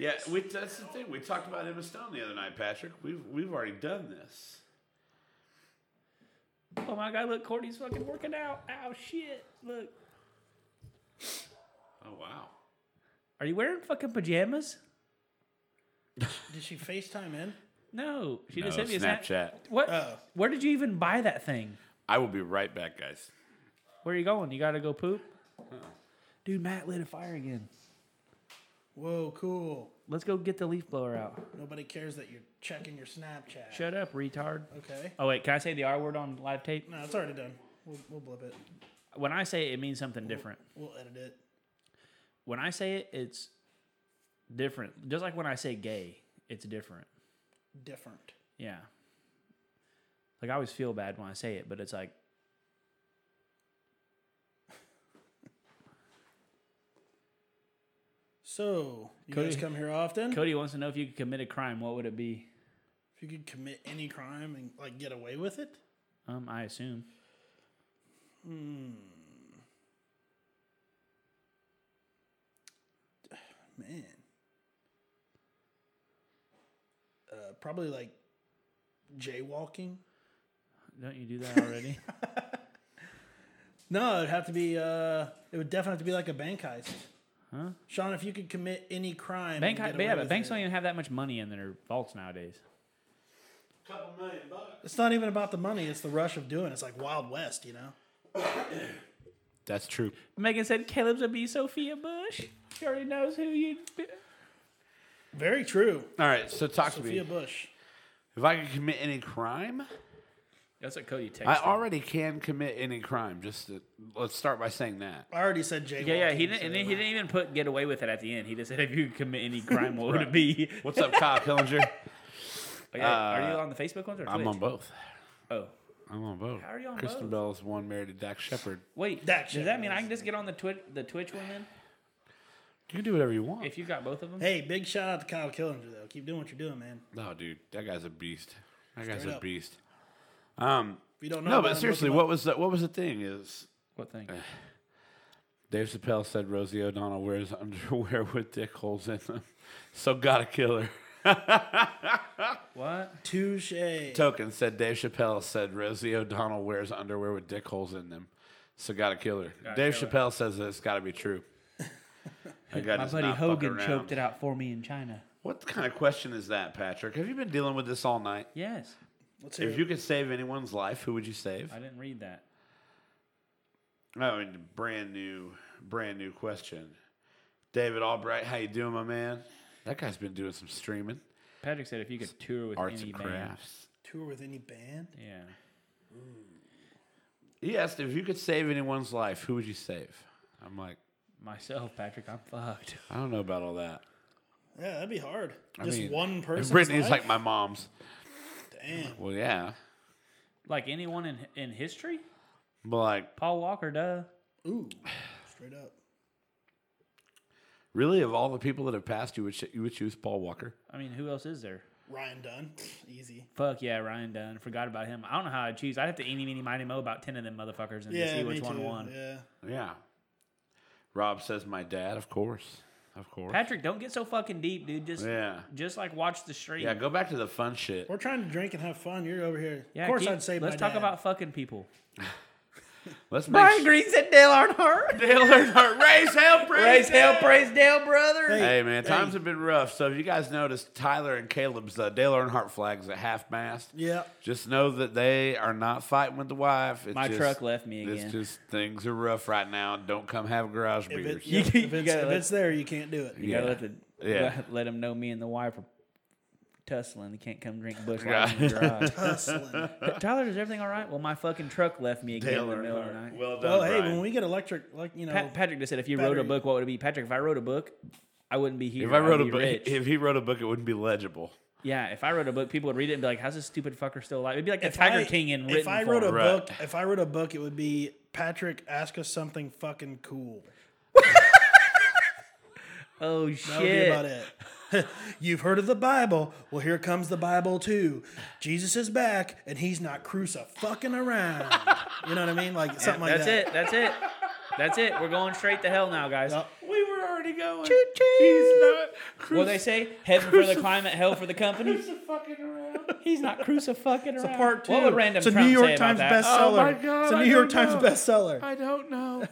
Speaker 3: Yeah, we, that's the thing. We talked about Emma Stone the other night, Patrick. We've we've already done this.
Speaker 1: Oh my God! Look, Courtney's fucking working out. Ow, shit! Look,
Speaker 3: Oh wow.
Speaker 1: are you wearing fucking pajamas?
Speaker 2: Did she Facetime in?
Speaker 1: No, she just
Speaker 3: No,
Speaker 1: sent me a snap-
Speaker 3: Oh, Snapchat.
Speaker 1: What?
Speaker 2: Oh.
Speaker 1: Where did you even buy that thing?
Speaker 3: I will be right back, guys.
Speaker 1: Where are you going? You gotta go poop.
Speaker 3: Oh.
Speaker 1: Dude, Matt lit a fire again.
Speaker 2: Whoa, cool.
Speaker 1: Let's go get the leaf blower out.
Speaker 2: Nobody cares that you're checking your Snapchat.
Speaker 1: Shut up, retard.
Speaker 2: okay.
Speaker 1: Oh wait, can I say the R word on live tape?
Speaker 2: No, it's already done. We'll, we'll blip it.
Speaker 1: When I say it, it means something different.
Speaker 2: We'll edit it.
Speaker 1: When I say it, it's different. Just like when I say gay, it's different.
Speaker 2: Different.
Speaker 1: Yeah. Like I always feel bad when I say it, but it's like
Speaker 2: So, you
Speaker 1: Cody-
Speaker 2: guys come here often?
Speaker 1: Cody wants to know if you could commit a crime, what would it be?
Speaker 2: if you could commit any crime and like get away with it,
Speaker 1: Um, I assume.
Speaker 2: Man. Uh, probably like jaywalking.
Speaker 1: Don't you do
Speaker 3: (laughs)
Speaker 1: that already?
Speaker 2: No, it'd have to be. Uh, it would definitely have to be like a bank heist. Huh? Sean, if you could commit any crime,
Speaker 1: Bank,
Speaker 2: and get
Speaker 1: yeah,
Speaker 2: away
Speaker 1: but
Speaker 2: with
Speaker 1: banks
Speaker 2: it-
Speaker 1: don't even have that much money in their vaults nowadays.
Speaker 3: Couple million
Speaker 1: e-
Speaker 3: bucks.
Speaker 2: It's not even about the money. It's the rush of doing. it. It's like Wild West, you know.
Speaker 3: That's true.
Speaker 1: Megan said Caleb's would be Sophia Bush. She already knows who you.
Speaker 2: Very true.
Speaker 3: All right, so talk
Speaker 2: Sophia
Speaker 3: to me.
Speaker 2: Bush.
Speaker 3: If I could commit any crime,
Speaker 1: That's what Cody texted.
Speaker 3: I already can commit any crime. Just to, let's start by saying that.
Speaker 2: I already said jaywalking.
Speaker 1: yeah, yeah. He didn't.
Speaker 2: so-
Speaker 1: And then he didn't even put get away with it at the end. He just said, "If you commit
Speaker 3: (laughs)
Speaker 1: any crime, what would it be?"
Speaker 3: What's
Speaker 1: (laughs)
Speaker 3: up, Kyle Killinger?
Speaker 1: Oh, yeah. are you on the Facebook ones or Twitch?
Speaker 3: Uh, I'm on both.
Speaker 1: Oh,
Speaker 3: I'm on both. How
Speaker 1: are you on
Speaker 3: Kristen
Speaker 1: both?
Speaker 3: Bell's one married to Dax Shepard.
Speaker 1: wait.
Speaker 2: That
Speaker 1: does
Speaker 2: shit
Speaker 1: that mean I
Speaker 2: is-
Speaker 1: can just get on the Twitch the Twitch one then?
Speaker 3: You can do whatever you want.
Speaker 1: If you got both of them,
Speaker 2: Hey, big shout out to Kyle Killinger though. Keep doing what you're doing, man.
Speaker 3: No, dude, that guy's a beast. That guy's
Speaker 2: Straight
Speaker 3: a
Speaker 2: up.
Speaker 3: beast. Um,
Speaker 2: If you don't know, about
Speaker 3: no,
Speaker 2: him,
Speaker 3: but
Speaker 2: look
Speaker 3: seriously,
Speaker 2: him
Speaker 3: what
Speaker 2: up.
Speaker 3: was the, what was the thing? Is
Speaker 1: what thing?
Speaker 3: Dave Chappelle said Rosie O'Donnell wears (laughs) underwear with dick holes in them, so gotta kill her. (laughs)
Speaker 1: What?
Speaker 2: Touche.
Speaker 3: Token said Dave Chappelle said Rosie O'Donnell wears underwear with dick holes in them, so gotta kill her. Dave
Speaker 1: kill her.
Speaker 3: Chappelle says that it's gotta
Speaker 1: (laughs)
Speaker 3: be true. That guy
Speaker 1: My
Speaker 3: does
Speaker 1: buddy
Speaker 3: not fuck
Speaker 1: Hogan
Speaker 3: around.
Speaker 1: choked it out for me in China.
Speaker 3: What kind of question is that, Patrick? Have you been dealing with this all night?
Speaker 1: Yes,
Speaker 2: Let's hear
Speaker 3: If
Speaker 2: it.
Speaker 3: you could save anyone's life, who would you save?
Speaker 1: I didn't read that.
Speaker 3: Oh, and brand new, brand new question. David Albright, how you doing, my man? That guy's been doing some streaming,
Speaker 1: Patrick said if you could tour with
Speaker 3: arts
Speaker 1: any
Speaker 3: and
Speaker 1: band.
Speaker 3: crafts.
Speaker 2: tour with any band,
Speaker 1: Yeah.
Speaker 3: He asked if you could save anyone's life, who would you save? I'm like,
Speaker 1: Myself, Patrick, I'm fucked.
Speaker 3: I don't know about all that.
Speaker 2: yeah, that'd be hard.
Speaker 3: I
Speaker 2: Just
Speaker 3: mean,
Speaker 2: one
Speaker 3: And
Speaker 2: person.
Speaker 3: Brittany's like my mom's.
Speaker 2: damn.
Speaker 3: Well, yeah,
Speaker 1: Like anyone in in history?
Speaker 3: but like,
Speaker 1: Paul Walker, duh.
Speaker 2: Ooh, straight up.
Speaker 3: really, of all the people that have passed, you would ch- you would choose Paul Walker.
Speaker 1: I mean, who else is there?
Speaker 2: Ryan Dunn, easy.
Speaker 1: Fuck yeah, Ryan Dunn. Forgot about him. I don't know how I'd choose. I'd have to eeny, meeny, miny, mo about 10 of them motherfuckers and just
Speaker 2: Yeah,
Speaker 1: see
Speaker 2: me
Speaker 1: which one
Speaker 2: too.
Speaker 1: won.
Speaker 2: Yeah.
Speaker 3: Yeah. Rob says my dad, of course, of course.
Speaker 1: Patrick, don't get so fucking deep, dude. Just
Speaker 3: Yeah,
Speaker 1: just like watch the stream.
Speaker 3: yeah. Go back to the fun shit.
Speaker 2: We're trying to drink and have fun. You're over here.
Speaker 1: Yeah,
Speaker 2: of course,
Speaker 1: keep-
Speaker 2: I'd say.
Speaker 1: Let's
Speaker 2: my
Speaker 1: talk
Speaker 2: dad.
Speaker 1: about fucking people.
Speaker 3: Let's make
Speaker 1: Brian Green said Dale Earnhardt.
Speaker 3: Dale Earnhardt, raise hell, praise
Speaker 1: Praise hell,
Speaker 3: hell.
Speaker 1: praise Dale, brother.
Speaker 3: Hey man, times have been rough. So if you guys noticed, Tyler and Caleb's uh, Dale Earnhardt flags at half mast.
Speaker 2: Yeah.
Speaker 3: Just know that they are not fighting with the wife. It's
Speaker 1: My
Speaker 3: just-
Speaker 1: truck left me
Speaker 3: It's
Speaker 1: again.
Speaker 3: just things are rough right now. Don't come have garage
Speaker 1: (laughs)
Speaker 2: If,
Speaker 3: beers.
Speaker 2: it,
Speaker 3: (laughs)
Speaker 2: yeah, if,
Speaker 1: You
Speaker 2: it's,
Speaker 1: gotta
Speaker 2: if
Speaker 1: let-
Speaker 2: it's there, you can't do
Speaker 1: (laughs)
Speaker 2: it.
Speaker 1: You gotta let the
Speaker 3: Yeah.
Speaker 1: (laughs) let them know me and the wife are tussling. They can't come drink Bush
Speaker 3: Yeah.
Speaker 1: Light in the
Speaker 2: (laughs)
Speaker 1: garage.
Speaker 2: Hustling.
Speaker 1: Tyler, is everything all right? Well, my fucking truck left me again in the middle of the night.
Speaker 3: Well done.
Speaker 2: well, hey,
Speaker 3: Brian.
Speaker 2: when we get electric, like you know,
Speaker 1: Pa- Patrick just said, if you wrote a
Speaker 2: Battery.
Speaker 1: book, what would it be? Patrick, if I wrote a book, I wouldn't be here.
Speaker 3: if I
Speaker 1: I'd
Speaker 3: wrote a
Speaker 1: be
Speaker 3: book,
Speaker 2: (laughs)
Speaker 1: rich.
Speaker 3: if he wrote a book, it wouldn't be legible.
Speaker 1: yeah, if I wrote a book, people would read it and be like, "How's this stupid fucker still alive?" It'd be like the Tiger
Speaker 2: I-
Speaker 1: King in written
Speaker 2: If I wrote a
Speaker 1: form.
Speaker 3: Right.
Speaker 2: book, if I wrote a book, it would be Patrick. Ask us something fucking cool.
Speaker 1: oh
Speaker 2: That would be
Speaker 1: shit!
Speaker 2: about it. (laughs) You've heard of the Bible. Well, here comes the Bible too. Jesus is back, and he's not crucifying around. you know what I mean? Like something like
Speaker 1: That's
Speaker 2: that.
Speaker 1: it. That's it. That's it. We're going straight to hell now, guys.
Speaker 2: Yep.
Speaker 3: We were already going.
Speaker 1: He's
Speaker 3: not.
Speaker 1: What do they say? Heaven for the climate, hell for the company.
Speaker 2: (laughs)
Speaker 3: fucking around.
Speaker 1: He's not crucifying around.
Speaker 2: Part two.
Speaker 1: What would random
Speaker 2: it's a
Speaker 1: Trump
Speaker 2: New
Speaker 1: say
Speaker 2: York
Speaker 1: about
Speaker 2: Times
Speaker 1: that?
Speaker 2: bestseller.
Speaker 3: Oh my God,
Speaker 2: it's a
Speaker 3: I
Speaker 2: New York
Speaker 3: don't
Speaker 2: Times
Speaker 3: know.
Speaker 2: bestseller.
Speaker 3: I don't know.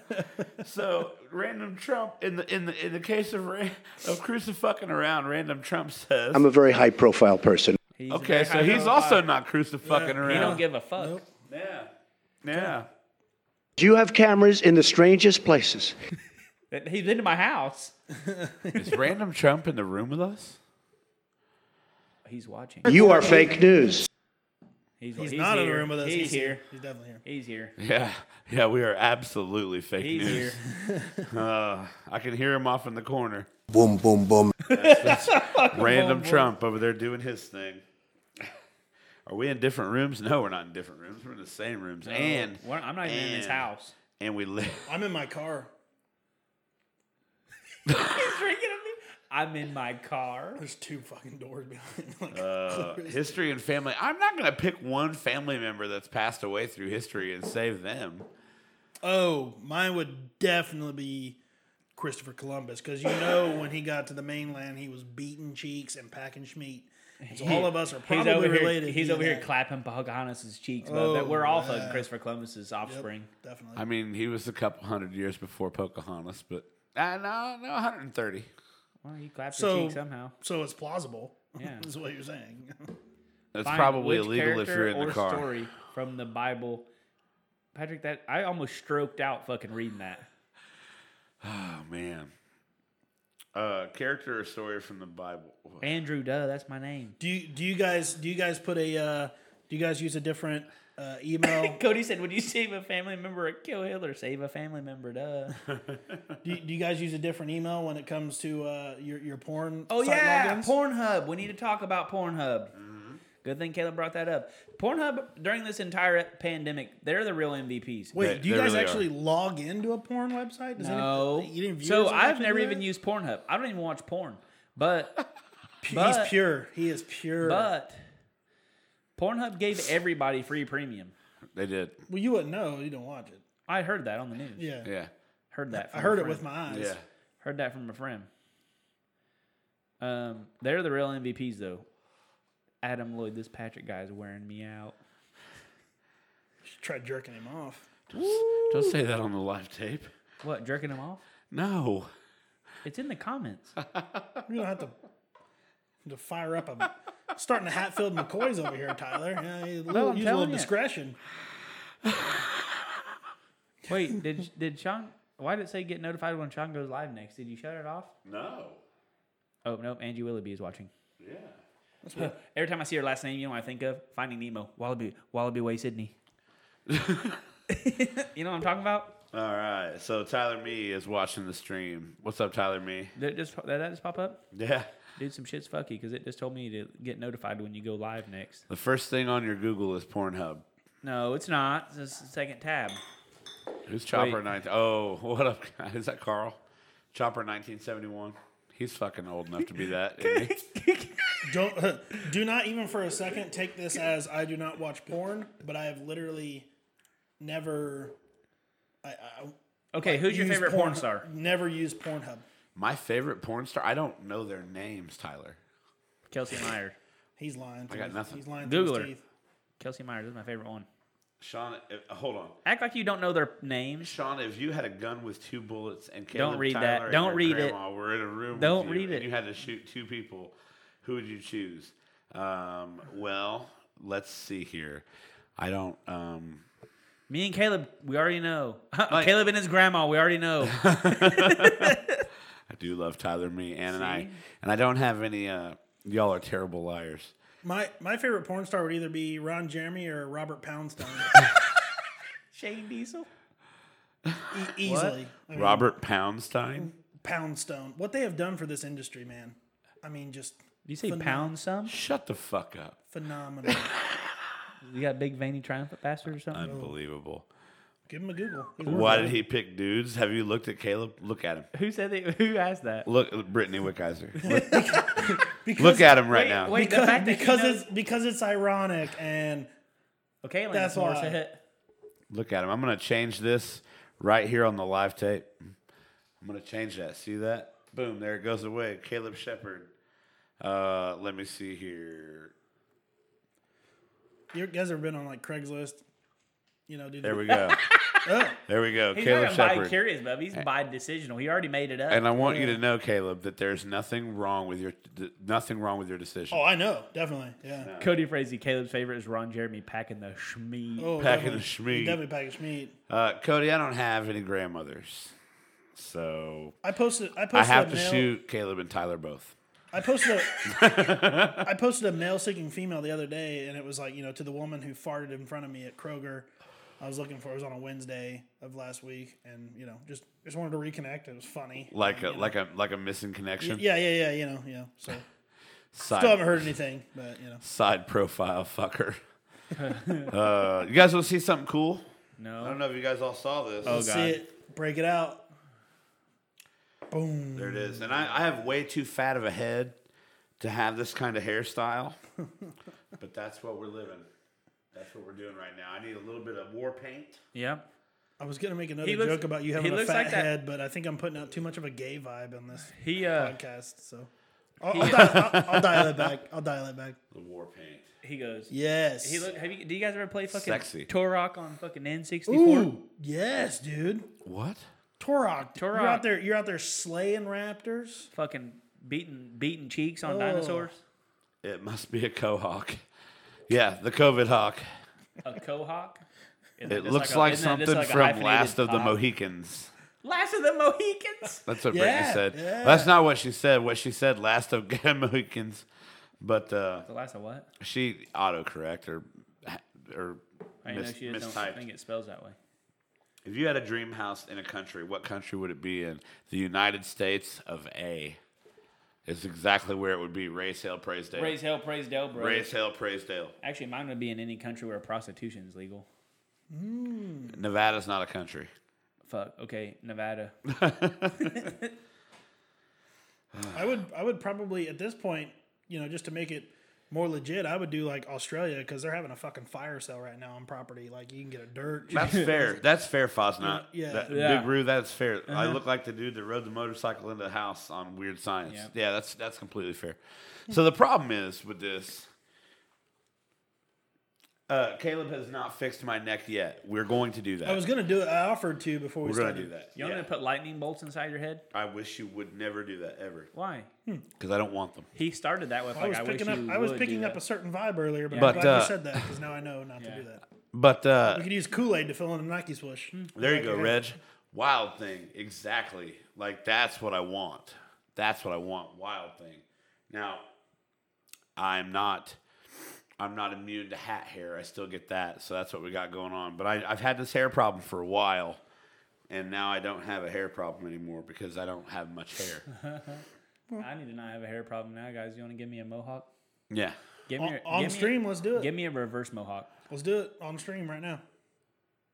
Speaker 3: so random Trump in the in the in the case of ra- of crucifying around, random Trump says.
Speaker 5: I'm a very high profile person.
Speaker 1: He's
Speaker 3: okay,
Speaker 1: very
Speaker 3: so
Speaker 1: high
Speaker 3: he's
Speaker 1: profile.
Speaker 3: also not crucifying
Speaker 2: Yeah.
Speaker 3: around.
Speaker 1: Oh, He don't give a fuck.
Speaker 2: Nope.
Speaker 3: yeah, yeah.
Speaker 5: Do you have cameras in the strangest places?
Speaker 1: That- He's into my house.
Speaker 3: Is random Trump in the room with us?
Speaker 1: He's watching.
Speaker 5: You are fake news.
Speaker 1: He's,
Speaker 2: He's, not in the
Speaker 1: here.
Speaker 2: room with us.
Speaker 1: He's, here.
Speaker 2: He's definitely here.
Speaker 1: He's here.
Speaker 3: Yeah, yeah. We are absolutely fake (laughs)
Speaker 1: He's here.
Speaker 3: news. Uh, I can hear him off in the corner.
Speaker 6: boom, boom,
Speaker 3: (laughs)
Speaker 6: boom.
Speaker 1: (laughs)
Speaker 3: Random Trump over there doing his thing. (laughs) Are we in different rooms? No, we're not in different rooms. We're in the same rooms. and
Speaker 1: We're- I'm not even in his
Speaker 3: and-
Speaker 1: house. (laughs)
Speaker 3: and we live.
Speaker 2: I'm in my car.
Speaker 1: He's drinking. I'm in my car.
Speaker 2: There's two fucking doors behind. (laughs)
Speaker 1: (laughs)
Speaker 2: Like,
Speaker 3: Uh, history and family. I'm not going to pick one family member that's passed away through history and save them.
Speaker 2: oh, mine would definitely be Christopher Columbus because you
Speaker 1: (laughs)
Speaker 2: know when he got to the mainland, he was beating cheeks and packing schmeat. And So all of us are
Speaker 1: He's
Speaker 2: probably
Speaker 1: over
Speaker 2: related.
Speaker 1: here. He's
Speaker 2: via
Speaker 1: over here
Speaker 2: that.
Speaker 1: clapping Pocahontas' cheeks, but
Speaker 2: Oh,
Speaker 1: that we're all fucking
Speaker 2: yeah.
Speaker 1: Christopher Columbus's offspring.
Speaker 2: definitely.
Speaker 3: I mean, he was a couple hundred years before Pocahontas, but uh, no, no, 130.
Speaker 1: Well, you clapped
Speaker 2: So-
Speaker 1: your cheek somehow.
Speaker 2: so it's plausible. (laughs)
Speaker 1: Yeah.
Speaker 2: is what you're saying.
Speaker 3: That's
Speaker 1: Find
Speaker 3: probably
Speaker 1: which
Speaker 3: illegal if
Speaker 1: character
Speaker 3: you're in
Speaker 1: or
Speaker 3: the car.
Speaker 1: Story from the Bible, Patrick. That I almost stroked out fucking reading that.
Speaker 3: (sighs) Oh man. Uh, character or story from the Bible.
Speaker 1: Andrew, duh, that's my name.
Speaker 2: Do you do you guys do you guys put a uh, do you guys use a different uh,
Speaker 1: (laughs)
Speaker 2: email?
Speaker 1: Cody said, "Would you save a family member or kill Hitler? Save a family member, (laughs) duh."
Speaker 2: do, you, do you guys use a different email when it comes to uh, your your porn?
Speaker 1: Oh
Speaker 2: site
Speaker 1: yeah,
Speaker 2: logins?
Speaker 1: Pornhub. We need to talk about Pornhub.
Speaker 2: Mm-hmm.
Speaker 1: Good thing Caleb brought that up. Pornhub during this entire pandemic, they're the real MVPs.
Speaker 2: Wait,
Speaker 3: They-
Speaker 2: do you
Speaker 3: they
Speaker 2: guys
Speaker 3: really
Speaker 2: actually log into a porn website? Does
Speaker 1: no,
Speaker 2: any, you didn't view
Speaker 1: so
Speaker 2: yours
Speaker 1: I've
Speaker 2: actually
Speaker 1: never
Speaker 2: do
Speaker 1: even
Speaker 2: that?
Speaker 1: used Pornhub. I don't even watch porn,
Speaker 2: (laughs)
Speaker 1: but
Speaker 2: He's
Speaker 1: but-
Speaker 2: pure. He is pure.
Speaker 1: but Pornhub gave everybody free premium.
Speaker 3: They did.
Speaker 2: well, you wouldn't know. You don't watch it.
Speaker 1: I heard that on the news.
Speaker 2: Yeah,
Speaker 3: Yeah.
Speaker 1: heard that. From
Speaker 2: I
Speaker 1: a
Speaker 2: heard it
Speaker 1: friend.
Speaker 2: with my eyes.
Speaker 3: Yeah.
Speaker 1: Heard that from a friend. Um, they're the real MVPs though. Adam Lloyd, this Patrick guy is wearing me out.
Speaker 2: Try jerking him off.
Speaker 3: Don't say that on the live tape.
Speaker 1: What jerking him off?
Speaker 3: No.
Speaker 1: It's in the comments.
Speaker 2: You don't have to to fire up a starting to Hatfield McCoy's over here, Tyler. Yeah, you
Speaker 1: I'm
Speaker 2: use a little
Speaker 1: telling you.
Speaker 2: discretion.
Speaker 1: Wait, did did Sean? Why did it say get notified when Sean goes live next? Did you shut it off?
Speaker 3: No.
Speaker 1: Oh no, Angie Willoughby is watching.
Speaker 3: Yeah.
Speaker 1: (laughs) Every time I see her last name, you know what I think of Finding Nemo, Wallaby, Wallaby Way, Sydney. you know what I'm talking about?
Speaker 3: All right. So Tyler Me is watching the stream. What's up, Tyler Me?
Speaker 1: Did it just did that just pop up?
Speaker 3: Yeah.
Speaker 1: Dude, some shit's fucky because it just told me to get notified when you go live next.
Speaker 3: The first thing on your Google is Pornhub.
Speaker 1: No, it's not. It's just the second tab.
Speaker 3: Who's Chopper
Speaker 1: Wait.
Speaker 3: 19? Oh, (laughs) what up, guys? Is that Carl? Chopper 1971. He's fucking old enough to be
Speaker 1: (laughs)
Speaker 3: that. isn't he?
Speaker 2: Don't (laughs) do not even for a second take this as I do not watch porn, but I have literally never. I, I
Speaker 1: Okay, who's your
Speaker 2: use
Speaker 1: favorite porn (laughs) star?
Speaker 2: Never used Pornhub.
Speaker 3: My favorite porn star. I don't know their names, Tyler.
Speaker 1: Kelsey Myers.
Speaker 2: He's lying. I
Speaker 3: got nothing.
Speaker 2: He's lying.
Speaker 1: Google
Speaker 2: through
Speaker 1: her.
Speaker 2: his teeth.
Speaker 1: Kelsey Myers is my favorite one.
Speaker 3: Sean, uh, hold on.
Speaker 1: Act like you don't know their names.
Speaker 3: Sean, if you had a gun with two bullets and Caleb
Speaker 1: read
Speaker 3: Tyler
Speaker 1: that.
Speaker 3: and
Speaker 1: Don't
Speaker 3: your
Speaker 1: read it.
Speaker 3: grandma We're in a room. with
Speaker 1: Don't
Speaker 3: you
Speaker 1: read
Speaker 3: And
Speaker 1: it.
Speaker 3: you had to shoot two people. Who would you choose? Um, well, let's see here. I don't. Um,
Speaker 1: Me and Caleb, we already know. (laughs) Caleb and his grandma, we already (laughs) know.
Speaker 3: I do love Tyler, me, Ann, and I, and I don't have any. Uh, y'all are terrible liars.
Speaker 2: My my favorite porn star would either be Ron Jeremy or Robert
Speaker 3: (laughs)
Speaker 2: Poundstone.
Speaker 1: Shane Diesel.
Speaker 2: E- easily. I mean,
Speaker 3: Robert Poundstein.
Speaker 2: Poundstone. What they have done for this industry, man. I mean, just
Speaker 1: Did you say pound some?
Speaker 3: Shut the fuck up.
Speaker 2: phenomenal.
Speaker 1: You got a big veiny triumphant bastard or something?
Speaker 3: Unbelievable.
Speaker 2: Give him a Google. He's worth
Speaker 3: Why
Speaker 2: it.
Speaker 3: did he pick dudes? Have you looked at Caleb? Look at him.
Speaker 1: who said that? (laughs) Who asked that?
Speaker 3: Look, Brittany Wickheiser. Look, look at him right now.
Speaker 1: Wait, the
Speaker 2: because,
Speaker 1: fact that
Speaker 2: because
Speaker 1: you know,
Speaker 2: it's because it's ironic and
Speaker 1: okay, Alanis
Speaker 2: that's why.
Speaker 1: Morissette.
Speaker 3: Look at him. I'm going to change this right here on the live tape. I'm going to change that. See that? Boom. There it goes away. Caleb Shepard. Uh, let me see here.
Speaker 2: you guys ever been on like Craigslist? You know, dude.
Speaker 3: There we go. there we go.
Speaker 1: He's
Speaker 3: Caleb
Speaker 1: not even
Speaker 3: Shepard.
Speaker 1: curious, bub. He's by decisional. He already made it up.
Speaker 3: And I want you to know, Caleb, that there's nothing wrong with your th- nothing wrong with your decision.
Speaker 2: oh, I know, definitely. Yeah.
Speaker 1: Cody Frazee, Caleb's favorite is Ron Jeremy packing the shmee.
Speaker 2: Oh,
Speaker 3: Packing the
Speaker 2: definitely.
Speaker 3: schmeat.
Speaker 2: Definitely packaged meat.
Speaker 3: Uh, Cody, I don't have any grandmothers, so
Speaker 2: I posted. I posted.
Speaker 3: I have
Speaker 2: a
Speaker 3: to
Speaker 2: male,
Speaker 3: shoot Caleb and Tyler both.
Speaker 2: I posted. A,
Speaker 3: (laughs)
Speaker 2: I posted a male-seeking female the other day, and it was like you know to the woman who farted in front of me at Kroger. I was looking for. It was on a Wednesday of last week, and you know just just wanted to reconnect. It was funny.
Speaker 3: Like a like a like a missing connection.
Speaker 2: Yeah, yeah, yeah. You know, yeah. So
Speaker 3: Side,
Speaker 2: still haven't heard anything, but you know.
Speaker 3: side
Speaker 2: (laughs)
Speaker 3: profile fucker. uh, you guys want to see something cool? I
Speaker 1: No.
Speaker 3: don't know if you guys all saw this.
Speaker 1: Oh,
Speaker 2: Let's
Speaker 1: God.
Speaker 2: see it. Break it out. Boom.
Speaker 3: There it is. And I, I have way too fat of a head to have this kind of
Speaker 2: (laughs)
Speaker 3: hairstyle. but that's what we're living. That's what we're doing right now. I need a little bit of war paint.
Speaker 1: Yep.
Speaker 2: I was gonna make another
Speaker 1: He looks-
Speaker 2: joke about you
Speaker 1: he
Speaker 2: having a
Speaker 1: looks
Speaker 2: fat
Speaker 1: like that-
Speaker 2: head, but I think I'm putting out too much of a gay vibe on
Speaker 1: (laughs)
Speaker 2: this
Speaker 1: He uh
Speaker 2: podcast. So I'll,
Speaker 1: (laughs)
Speaker 2: I'll, dial, I'll, I'll dial it back. I'll dial it back.
Speaker 3: The war paint.
Speaker 1: uh, he goes.
Speaker 2: Yes.
Speaker 1: He look. Have you? Do you guys ever play fucking
Speaker 3: Sexy.
Speaker 1: Torok on fucking N sixty four?
Speaker 2: Ooh, yes, dude.
Speaker 3: What?
Speaker 2: Torok, Torok, you're
Speaker 1: Turok.
Speaker 2: out there. You're out there slaying raptors.
Speaker 1: Fucking beating beating cheeks
Speaker 2: Oh.
Speaker 1: on dinosaurs.
Speaker 3: It must be a cohawk. Yeah, the COVID hawk.
Speaker 1: A cohawk. Isn't
Speaker 3: It
Speaker 1: just
Speaker 3: looks
Speaker 1: a-
Speaker 3: like,
Speaker 1: isn't that just
Speaker 3: something
Speaker 1: like a
Speaker 3: from
Speaker 1: hyphenated
Speaker 3: Last of the
Speaker 1: hawk?
Speaker 3: Mohicans.
Speaker 1: Last of the
Speaker 2: (laughs)
Speaker 1: Mohicans.
Speaker 3: That's what
Speaker 2: Yeah,
Speaker 3: Brittany said.
Speaker 2: yeah.
Speaker 3: That's not what she said. What she said, Last of (laughs) the Mohicans. But uh,
Speaker 1: the last of what?
Speaker 3: she autocorrect or or
Speaker 1: I know
Speaker 3: mis-
Speaker 1: she just don't
Speaker 3: mistyped.
Speaker 1: think it spells that way.
Speaker 3: If you had a dream house in a country, what country would it be in? The United States of A. It's exactly where it would be. Raise hell, praise Dale.
Speaker 1: Praise
Speaker 3: Raise,
Speaker 1: hell, praise Del, bro.
Speaker 3: hell, praise Dale.
Speaker 1: Actually, mine would be in any country where prostitution's legal.
Speaker 3: Nevada's not a country.
Speaker 1: Fuck. Okay,
Speaker 3: (laughs)
Speaker 1: Nevada.
Speaker 2: I would I would probably at this point, you know, just to make it more legit, I would do like Australia because they're having a fucking fire sale right now on property. Like you can get a dirt.
Speaker 3: That's fair. That's fair, Fosnot.
Speaker 2: Yeah.
Speaker 3: That,
Speaker 1: Yeah.
Speaker 3: Big Roo, that's fair. I look like the dude that rode the motorcycle into the house on Weird Science.
Speaker 1: Yep.
Speaker 3: Yeah, that's that's completely fair. So the problem is with this. Uh, Caleb has not fixed my neck yet. We're going to do that.
Speaker 2: I was gonna do it. I offered to before we
Speaker 3: We're going
Speaker 2: started.
Speaker 3: to do that.
Speaker 1: You want
Speaker 3: Yeah.
Speaker 1: me to put lightning bolts inside your head?
Speaker 3: I wish you would never do that ever
Speaker 1: Why?
Speaker 3: because I don't want them.
Speaker 1: He started that with
Speaker 2: I
Speaker 1: like
Speaker 2: was
Speaker 1: I, wish
Speaker 2: picking up.
Speaker 1: you
Speaker 2: I was
Speaker 1: would
Speaker 2: picking
Speaker 1: do
Speaker 2: up a
Speaker 1: that.
Speaker 2: certain vibe earlier, but,
Speaker 3: But,
Speaker 2: I'm glad
Speaker 3: uh,
Speaker 2: you said that because now I know not
Speaker 1: Yeah. Hmm.
Speaker 2: to do that.
Speaker 3: But uh,
Speaker 2: We could use Kool Aid to fill in a Nike swoosh.
Speaker 3: there you
Speaker 1: (laughs)
Speaker 3: go, Reg. Wild thing, exactly. Like that's what I want. That's what I want. Wild thing. Now, I'm not. I'm not immune to hat hair. I still get that, so that's what we got going on. But I, I've had this hair problem for a while, and now I don't have a hair problem anymore because I don't have much
Speaker 1: (laughs)
Speaker 3: hair.
Speaker 1: I need to not have a hair problem now, guys. You want to give me a mohawk?
Speaker 3: yeah,
Speaker 1: Give me
Speaker 2: On,
Speaker 1: a-
Speaker 2: on
Speaker 1: give me a-
Speaker 2: stream, let's do it.
Speaker 1: Give me a reverse mohawk.
Speaker 2: let's do it on stream right now.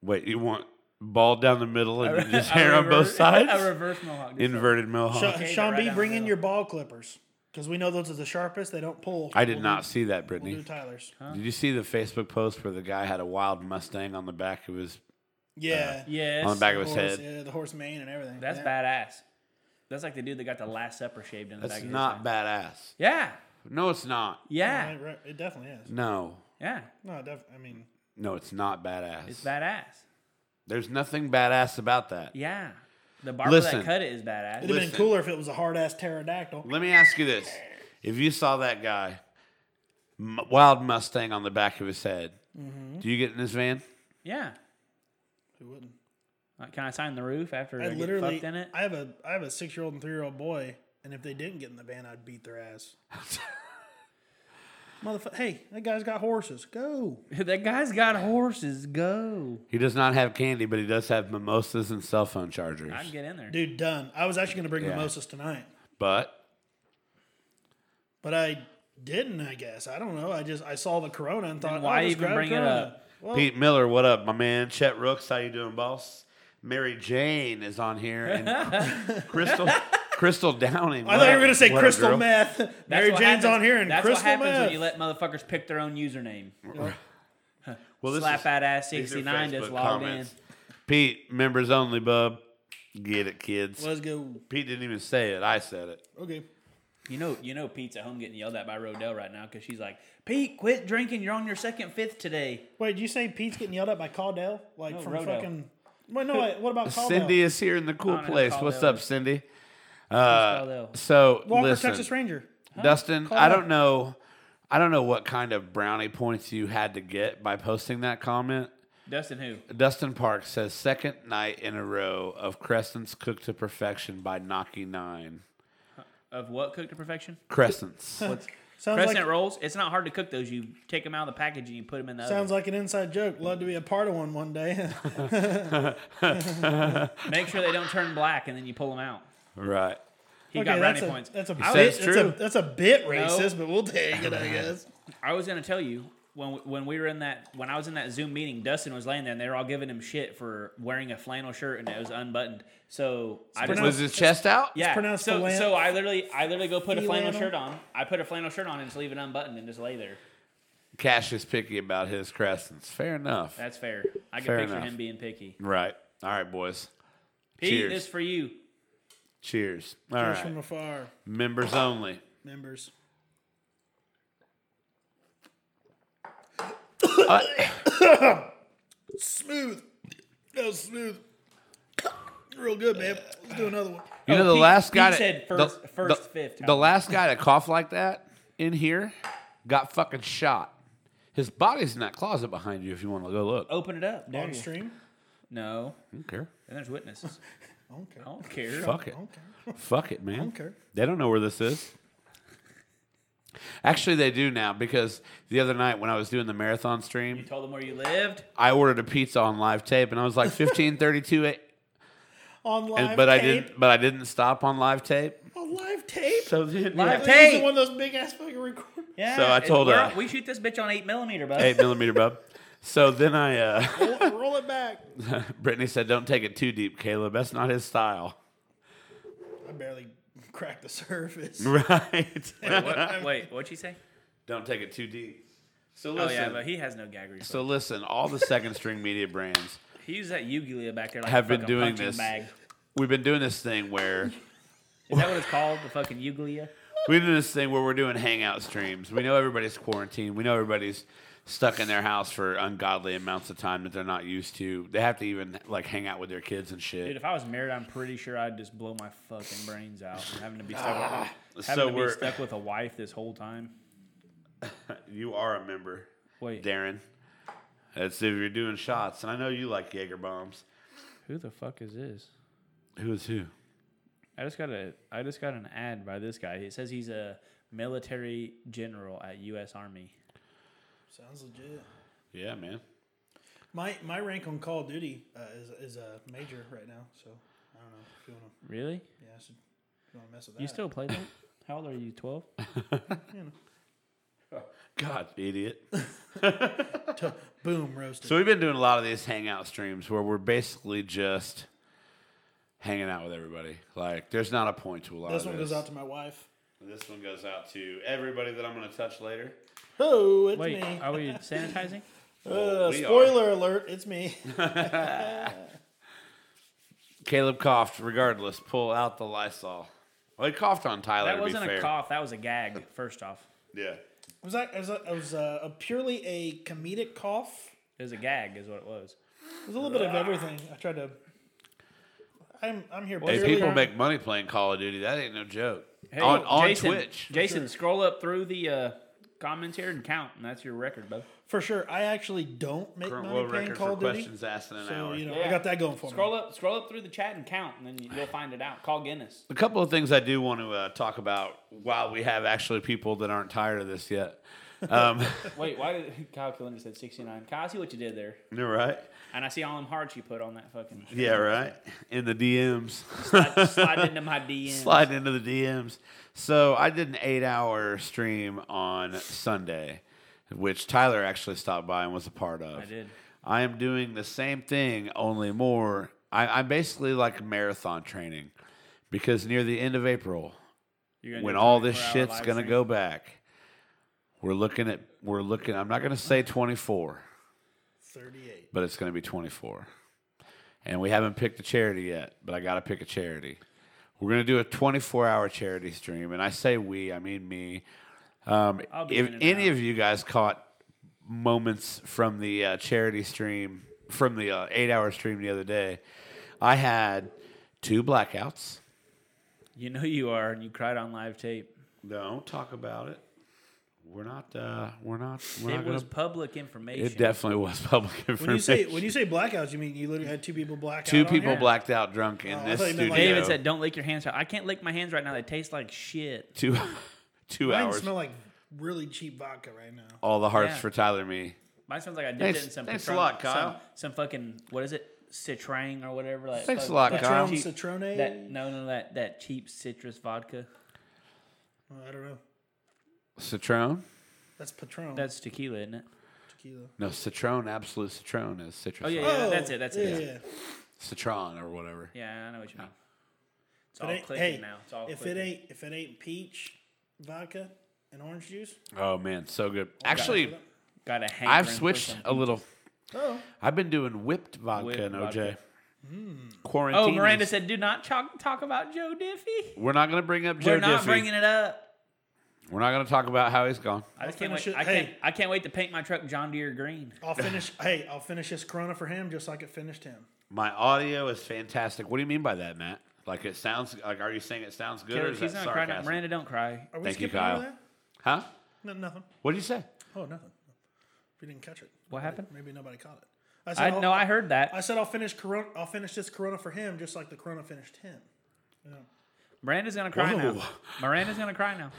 Speaker 3: Wait, you want bald down the middle and then (laughs) just
Speaker 1: A
Speaker 3: hair on both
Speaker 1: rever- (laughs)
Speaker 3: sides?
Speaker 1: A reverse mohawk.
Speaker 3: Inverted mohawk.
Speaker 2: Sha-
Speaker 1: they're
Speaker 2: Sean
Speaker 1: right
Speaker 2: B,
Speaker 1: down
Speaker 2: bring
Speaker 1: the
Speaker 2: in
Speaker 1: middle.
Speaker 2: your ball clippers because we know those are the sharpest. They don't pull.
Speaker 3: I did not see that, Brittany.
Speaker 2: We'll do Tyler's.
Speaker 3: Did you see the Facebook post where the guy had a wild Mustang on the back of his
Speaker 2: Yeah.
Speaker 1: Yes.
Speaker 3: on the Uh, back of his
Speaker 2: horse,
Speaker 3: head?
Speaker 2: yeah, the horse mane and everything.
Speaker 1: That's
Speaker 2: yeah.
Speaker 1: badass. That's like the dude that got the Last Supper shaved in the
Speaker 3: That's
Speaker 1: back.
Speaker 3: not
Speaker 1: Of
Speaker 3: badass.
Speaker 1: his head.
Speaker 3: No, it's not.
Speaker 1: yeah. Yeah.
Speaker 2: Right, right, It definitely is.
Speaker 3: No,
Speaker 1: Yeah.
Speaker 2: No, it def- I mean,
Speaker 3: no, it's not badass.
Speaker 1: It's badass.
Speaker 3: There's nothing badass about that.
Speaker 1: Yeah. The barber
Speaker 3: Listen.
Speaker 1: that cut it is badass.
Speaker 2: it'd have been
Speaker 3: Listen.
Speaker 2: cooler if it was a hard ass pterodactyl.
Speaker 3: Let me ask you this: If you saw that guy, m- wild Mustang on the back of his head, do you get in his van?
Speaker 1: Yeah.
Speaker 2: Who wouldn't?
Speaker 1: Like, can I sign the roof after I,
Speaker 2: I literally,
Speaker 1: get fucked in it? (laughs)
Speaker 2: I have a, I have a six year old and three year old boy, and if they didn't get in the van, I'd beat their ass.
Speaker 3: (laughs)
Speaker 2: Motherfucker! Hey, that guy's got horses. Go.
Speaker 1: that guy's got horses. Go.
Speaker 3: He does not have candy, but he does have mimosas and cell phone chargers.
Speaker 1: I'd get in there.
Speaker 2: Dude, done. I was actually gonna bring
Speaker 3: Yeah.
Speaker 2: mimosas tonight,
Speaker 3: but
Speaker 2: but I didn't. I guess I don't know. I just I saw the Corona and thought,
Speaker 1: why
Speaker 2: oh, just
Speaker 1: even
Speaker 2: grab
Speaker 1: bring it
Speaker 2: Corona.
Speaker 1: up?
Speaker 2: Well,
Speaker 3: Pete Miller, what up, my man? Chet Rooks, how you doing, boss? Mary Jane is on here, and
Speaker 2: (laughs)
Speaker 3: Crystal Crystal Downing.
Speaker 2: I thought you were gonna say crystal meth. Mary
Speaker 1: what happens-
Speaker 2: Jane's on here and
Speaker 1: That's
Speaker 2: crystal
Speaker 1: what happens
Speaker 2: meth.
Speaker 1: when you let motherfuckers pick their own username.
Speaker 3: Well, this
Speaker 1: Slap
Speaker 3: is-
Speaker 1: that ass
Speaker 3: these are
Speaker 1: 69 just
Speaker 3: Facebook
Speaker 1: logged
Speaker 3: comments. Pete, members only, bub. Get it, kids.
Speaker 2: Let's go.
Speaker 3: Pete didn't even say it. I said it.
Speaker 2: Okay.
Speaker 1: in. You know, you know, Pete's at home getting yelled at by Rodell right now because she's like, "Pete, quit drinking. You're on your second fifth today."
Speaker 2: Wait, did you say Pete's getting yelled at by Caudell? Like
Speaker 1: No,
Speaker 2: from
Speaker 1: Rodell.
Speaker 2: fucking. Wait, no, wait, what about Caudell?
Speaker 3: Cindy is here in the cool
Speaker 1: I know
Speaker 3: place.
Speaker 1: Caldwell
Speaker 3: What's up,
Speaker 1: is.
Speaker 3: Cindy? Uh,
Speaker 1: Caldwell?
Speaker 3: so
Speaker 2: Walker,
Speaker 3: listen,
Speaker 2: Texas Ranger.
Speaker 3: Dustin, I
Speaker 2: Caldwell.
Speaker 3: don't know. I don't know what kind of brownie points you had to get by posting that comment.
Speaker 1: Dustin, who?
Speaker 3: Dustin Park says second night in a row of crescents cooked to perfection by Naki Nine.
Speaker 1: Of what cooked to perfection? (laughs)
Speaker 3: Crescents.
Speaker 2: Sounds
Speaker 1: Crescent
Speaker 2: like
Speaker 1: rolls. It's not hard to cook those. You take them out of the package and you put them in the
Speaker 2: sounds like an inside joke. Love to be a part of one one day. (laughs)
Speaker 1: oven. Make sure they don't turn black and then you pull them out.
Speaker 3: right.
Speaker 1: He
Speaker 2: okay,
Speaker 1: got
Speaker 2: that's
Speaker 1: brownie
Speaker 2: a,
Speaker 1: points.
Speaker 2: That's a bit.
Speaker 3: says
Speaker 2: That's
Speaker 3: true. (laughs)
Speaker 2: a, that's a bit racist, but we'll take it, I guess.
Speaker 1: I was gonna tell you when when we were in that when I was in that Zoom meeting, Dustin was laying there and they were all giving him shit for wearing a flannel shirt and it was unbuttoned. So I just
Speaker 3: Was his chest out?
Speaker 1: yeah.
Speaker 2: pronounced
Speaker 1: so
Speaker 2: Philan-
Speaker 1: so I literally I literally go put a flannel
Speaker 2: Flannel?
Speaker 1: shirt on. I put a flannel shirt on and just leave it unbuttoned and just lay there.
Speaker 3: Cash is picky about his crescents. Fair enough.
Speaker 1: That's fair. I can
Speaker 3: Fair
Speaker 1: picture
Speaker 3: enough.
Speaker 1: him being picky.
Speaker 3: right. All right, boys.
Speaker 1: Pete,
Speaker 3: Cheers.
Speaker 1: this for you.
Speaker 3: Cheers. All right.
Speaker 2: Fresh from afar,
Speaker 3: Members
Speaker 1: (coughs)
Speaker 3: only.
Speaker 2: members.
Speaker 3: Uh,
Speaker 2: Smooth. That was smooth. Real good, man. Let's do another one.
Speaker 3: you know the
Speaker 1: Oh, Pete-
Speaker 3: last guy
Speaker 1: Pete
Speaker 3: that-
Speaker 1: said
Speaker 3: the-
Speaker 1: first- first
Speaker 3: the-
Speaker 1: fifth
Speaker 3: The
Speaker 1: time.
Speaker 3: last
Speaker 1: (laughs)
Speaker 3: guy to cough like that in here got fucking shot. His body's in that closet behind you if you want to go look.
Speaker 1: Open it up. dare
Speaker 2: On
Speaker 1: you.
Speaker 2: stream?
Speaker 1: No.
Speaker 3: I don't care.
Speaker 1: And there's witnesses. (laughs)
Speaker 2: Okay.
Speaker 1: I don't care.
Speaker 3: Fuck it. Fuck it, man.
Speaker 2: care.
Speaker 3: They don't know where this is. Actually, they do now because the other night when I was doing the marathon
Speaker 1: You
Speaker 3: stream,
Speaker 1: told them where you lived.
Speaker 3: I ordered a pizza on live tape, and I was like fifteen thirty-two.
Speaker 2: On live
Speaker 3: And, but I
Speaker 2: tape.
Speaker 3: didn't. But I didn't stop on live tape.
Speaker 2: On live tape.
Speaker 3: So then,
Speaker 1: Live
Speaker 2: They're using
Speaker 1: tape.
Speaker 2: One of those big ass fucking record.
Speaker 1: Yeah.
Speaker 3: So I
Speaker 1: it-
Speaker 3: told
Speaker 1: we're-
Speaker 3: her-
Speaker 1: we shoot this bitch on eight millimeter, bud.
Speaker 3: eight millimeter, bub. So then I, uh, (laughs)
Speaker 2: Roll, roll it back.
Speaker 3: Brittany said, "Don't take it too deep, Caleb. That's not his style." (laughs)
Speaker 2: I barely cracked the surface.
Speaker 3: Right.
Speaker 1: (laughs) What- wait, what'd she say?
Speaker 3: Don't take it too deep. So
Speaker 1: Oh
Speaker 3: listen.
Speaker 1: yeah, but he has no gag reflex.
Speaker 3: so listen. All the second string media brands.
Speaker 1: He used that Yu-Gi-Oh back there like
Speaker 3: Have
Speaker 1: a
Speaker 3: been
Speaker 1: fucking
Speaker 3: doing
Speaker 1: punching
Speaker 3: this.
Speaker 1: Bag.
Speaker 3: We've been doing this thing where
Speaker 1: Is that what it's called? The fucking Yu-Gi-Oh.
Speaker 3: we do this thing where we're doing hangout streams. We know everybody's quarantined. We know everybody's stuck in their house for ungodly amounts of time that they're not used to. They have to even like hang out with their kids and shit.
Speaker 1: Dude, if I was married, I'm pretty sure I'd just blow my fucking brains out from having to be stuck. With, having
Speaker 3: Ah,
Speaker 1: to
Speaker 3: so
Speaker 1: be
Speaker 3: we're-
Speaker 1: stuck with a wife this whole time.
Speaker 3: you are a member,
Speaker 1: Wait,
Speaker 3: Darren. That's if you're doing shots, and I know you like Jaeger bombs.
Speaker 1: who the fuck is this?
Speaker 3: Who is who?
Speaker 1: I just got a I just got an ad by this guy. It says he's a military general at U.S. Army.
Speaker 2: Sounds legit.
Speaker 3: Yeah, man.
Speaker 2: My my rank on Call of Duty uh, is is a major right now. So I don't know if you want to.
Speaker 1: Really?
Speaker 2: Yeah, I should. If you want to mess with that?
Speaker 1: You still play
Speaker 3: (laughs)
Speaker 1: that? How old are you? Twelve?
Speaker 3: God, idiot.
Speaker 2: boom roasted.
Speaker 3: So we've been doing a lot of these hangout streams where we're basically just hanging out with everybody. Like, there's not a point to a lot
Speaker 2: this
Speaker 3: of
Speaker 2: one
Speaker 3: this.
Speaker 2: goes out to my wife.
Speaker 3: This one goes out to everybody that I'm going to touch later.
Speaker 2: Oh, it's
Speaker 1: Wait,
Speaker 2: me.
Speaker 1: are we
Speaker 3: (laughs)
Speaker 1: sanitizing?
Speaker 2: Uh,
Speaker 3: we are.
Speaker 2: spoiler alert! It's me.
Speaker 3: Caleb coughed. Regardless, pull out the Lysol. Well, he coughed on Tyler.
Speaker 1: That
Speaker 3: to
Speaker 1: wasn't
Speaker 3: be fair.
Speaker 1: a cough. That was a gag. First off,
Speaker 3: Yeah.
Speaker 2: Was that was, that, was uh, a purely a comedic cough?
Speaker 1: it was a gag, is what it was.
Speaker 2: It was a little bit of everything. I tried to. I'm I'm here.
Speaker 3: Hey,
Speaker 2: purely-
Speaker 3: people make money playing Call of Duty. That ain't no joke.
Speaker 1: Hey,
Speaker 3: on on
Speaker 1: Jason,
Speaker 3: Twitch.
Speaker 1: Jason, scroll up through the uh, comments here and count, and that's your record, bud.
Speaker 2: for sure. I actually don't make
Speaker 3: Current
Speaker 2: money
Speaker 3: world
Speaker 2: playing
Speaker 3: record for
Speaker 2: Call of Duty.
Speaker 3: questions asked in an
Speaker 2: So
Speaker 3: hour.
Speaker 2: you know,
Speaker 1: Yeah.
Speaker 2: I got that going for
Speaker 1: Scroll
Speaker 2: me.
Speaker 1: up, scroll up through the chat and count, and then you- you'll find it out. Call Guinness.
Speaker 3: A couple of things I do want to uh, talk about while we have actually people that aren't tired of this yet. Um, (laughs)
Speaker 1: Wait, why did Kyle Kalender said sixty nine? Kyle, I see what you did there,
Speaker 3: you're right.
Speaker 1: and I see all them hearts you put on that fucking.
Speaker 3: (laughs) Yeah, right. In the DMs,
Speaker 1: Slide, slide into my DM.
Speaker 3: slide into the DMs. So I did an eight-hour stream on Sunday, which Tyler actually stopped by and was a part of.
Speaker 1: I did.
Speaker 3: I am doing the same thing, only more. I, I'm basically like marathon training because near the end of April,
Speaker 1: You're gonna do
Speaker 3: when
Speaker 1: a
Speaker 3: all this
Speaker 1: 24 hour
Speaker 3: shit's
Speaker 1: live
Speaker 3: gonna
Speaker 1: stream?
Speaker 3: go back, we're looking at we're looking. I'm not gonna say 24,
Speaker 2: Thirty-eight.
Speaker 3: but it's gonna be 24. And we haven't picked a charity yet, but I gotta pick a charity. We're gonna do a 24 hour charity stream, and I say we, I mean me. Um,
Speaker 1: I'll be
Speaker 3: if
Speaker 1: in and
Speaker 3: any
Speaker 1: out.
Speaker 3: of you guys caught moments from the uh, charity stream, from the uh, eight hour stream the other day, I had two blackouts.
Speaker 1: You know you are, and you cried on live tape.
Speaker 3: Don't talk about it. We're not. Uh, we're not. We're
Speaker 1: It
Speaker 3: not
Speaker 1: was
Speaker 3: gonna,
Speaker 1: public information.
Speaker 3: It definitely was public information.
Speaker 2: When you say when you say blackouts, you mean you literally had two people black out on
Speaker 3: two people
Speaker 2: here?
Speaker 3: blacked out drunk in
Speaker 2: Oh, I
Speaker 3: this
Speaker 2: thought you meant
Speaker 3: studio,
Speaker 2: like-
Speaker 1: David said, "Don't lick your hands right." I can't lick my hands right now. They taste like shit.
Speaker 3: two (laughs) two
Speaker 2: Mine
Speaker 3: hours.
Speaker 2: smell like really cheap vodka right now.
Speaker 3: all the hearts
Speaker 1: Yeah.
Speaker 3: for Tyler and me.
Speaker 1: Mine smells like I dipped
Speaker 3: Thanks-
Speaker 1: it in some.
Speaker 3: thanks a
Speaker 1: Patron-
Speaker 3: lot, Kyle.
Speaker 1: Some, some fucking what is it? Citrang or whatever. Like
Speaker 3: Thanks a
Speaker 1: fuck-
Speaker 3: lot,
Speaker 1: that
Speaker 3: Kyle.
Speaker 2: Patron
Speaker 1: cheap-
Speaker 2: Citrone.
Speaker 1: That no, no, that that cheap citrus vodka.
Speaker 2: Oh, I don't know.
Speaker 3: Citron.
Speaker 2: That's Patron.
Speaker 1: That's tequila, isn't it?
Speaker 2: tequila.
Speaker 3: No, Citron, absolute Citron is citrus.
Speaker 1: Oh yeah,
Speaker 3: on it.
Speaker 1: yeah, that's it. That's it.
Speaker 2: Yeah,
Speaker 1: that's it.
Speaker 2: yeah.
Speaker 3: Citron or whatever.
Speaker 1: Yeah, I know what you mean. It's
Speaker 2: But
Speaker 1: all
Speaker 2: ain't-
Speaker 1: clicking
Speaker 2: hey,
Speaker 1: now. It's all
Speaker 2: if
Speaker 1: clicking.
Speaker 2: it ain't if it ain't peach vodka and orange juice,
Speaker 3: Oh man, so good. Actually,
Speaker 1: got a hankering
Speaker 3: I've
Speaker 1: for
Speaker 3: switched
Speaker 1: some-
Speaker 3: a little.
Speaker 2: oh,
Speaker 3: I've been doing whipped vodka
Speaker 1: Whipped
Speaker 3: and OJ.
Speaker 1: vodka.
Speaker 3: Quarantine.
Speaker 1: Oh, Miranda
Speaker 3: is-
Speaker 1: said, "Do not talk, talk about Joe Diffie."
Speaker 3: "We're not going to bring up Joe
Speaker 1: We're not
Speaker 3: Diffie.
Speaker 1: bringing it up.
Speaker 3: We're not going to talk about how he's gone."
Speaker 1: I just
Speaker 2: I'll
Speaker 1: can't wait.
Speaker 2: finish it.
Speaker 1: I can't.
Speaker 2: Hey.
Speaker 1: I can't wait to paint my truck John Deere green.
Speaker 2: I'll finish. hey, I'll finish this Corona for him just like it finished him.
Speaker 3: My audio is fantastic. What do you mean by that, Matt? Like it sounds like? Are you saying it sounds good or is
Speaker 1: She's
Speaker 3: that
Speaker 1: not crying.
Speaker 3: sarcasm?
Speaker 1: Miranda, don't cry.
Speaker 2: Are we
Speaker 3: Thank you,
Speaker 2: skipping over
Speaker 3: Kyle.
Speaker 2: that?
Speaker 3: Huh?
Speaker 2: No, nothing.
Speaker 3: What did you say?
Speaker 2: Oh, nothing. We didn't catch it.
Speaker 1: What happened?
Speaker 2: Maybe nobody caught it. I said,
Speaker 1: I
Speaker 2: I'll-
Speaker 1: no, I heard
Speaker 2: I
Speaker 1: that.
Speaker 2: said I'll finish Corona. I'll finish this Corona for him, just like the Corona finished him.
Speaker 1: Miranda's gonna cry now.
Speaker 3: Whoa.
Speaker 1: Miranda's gonna cry (laughs) now.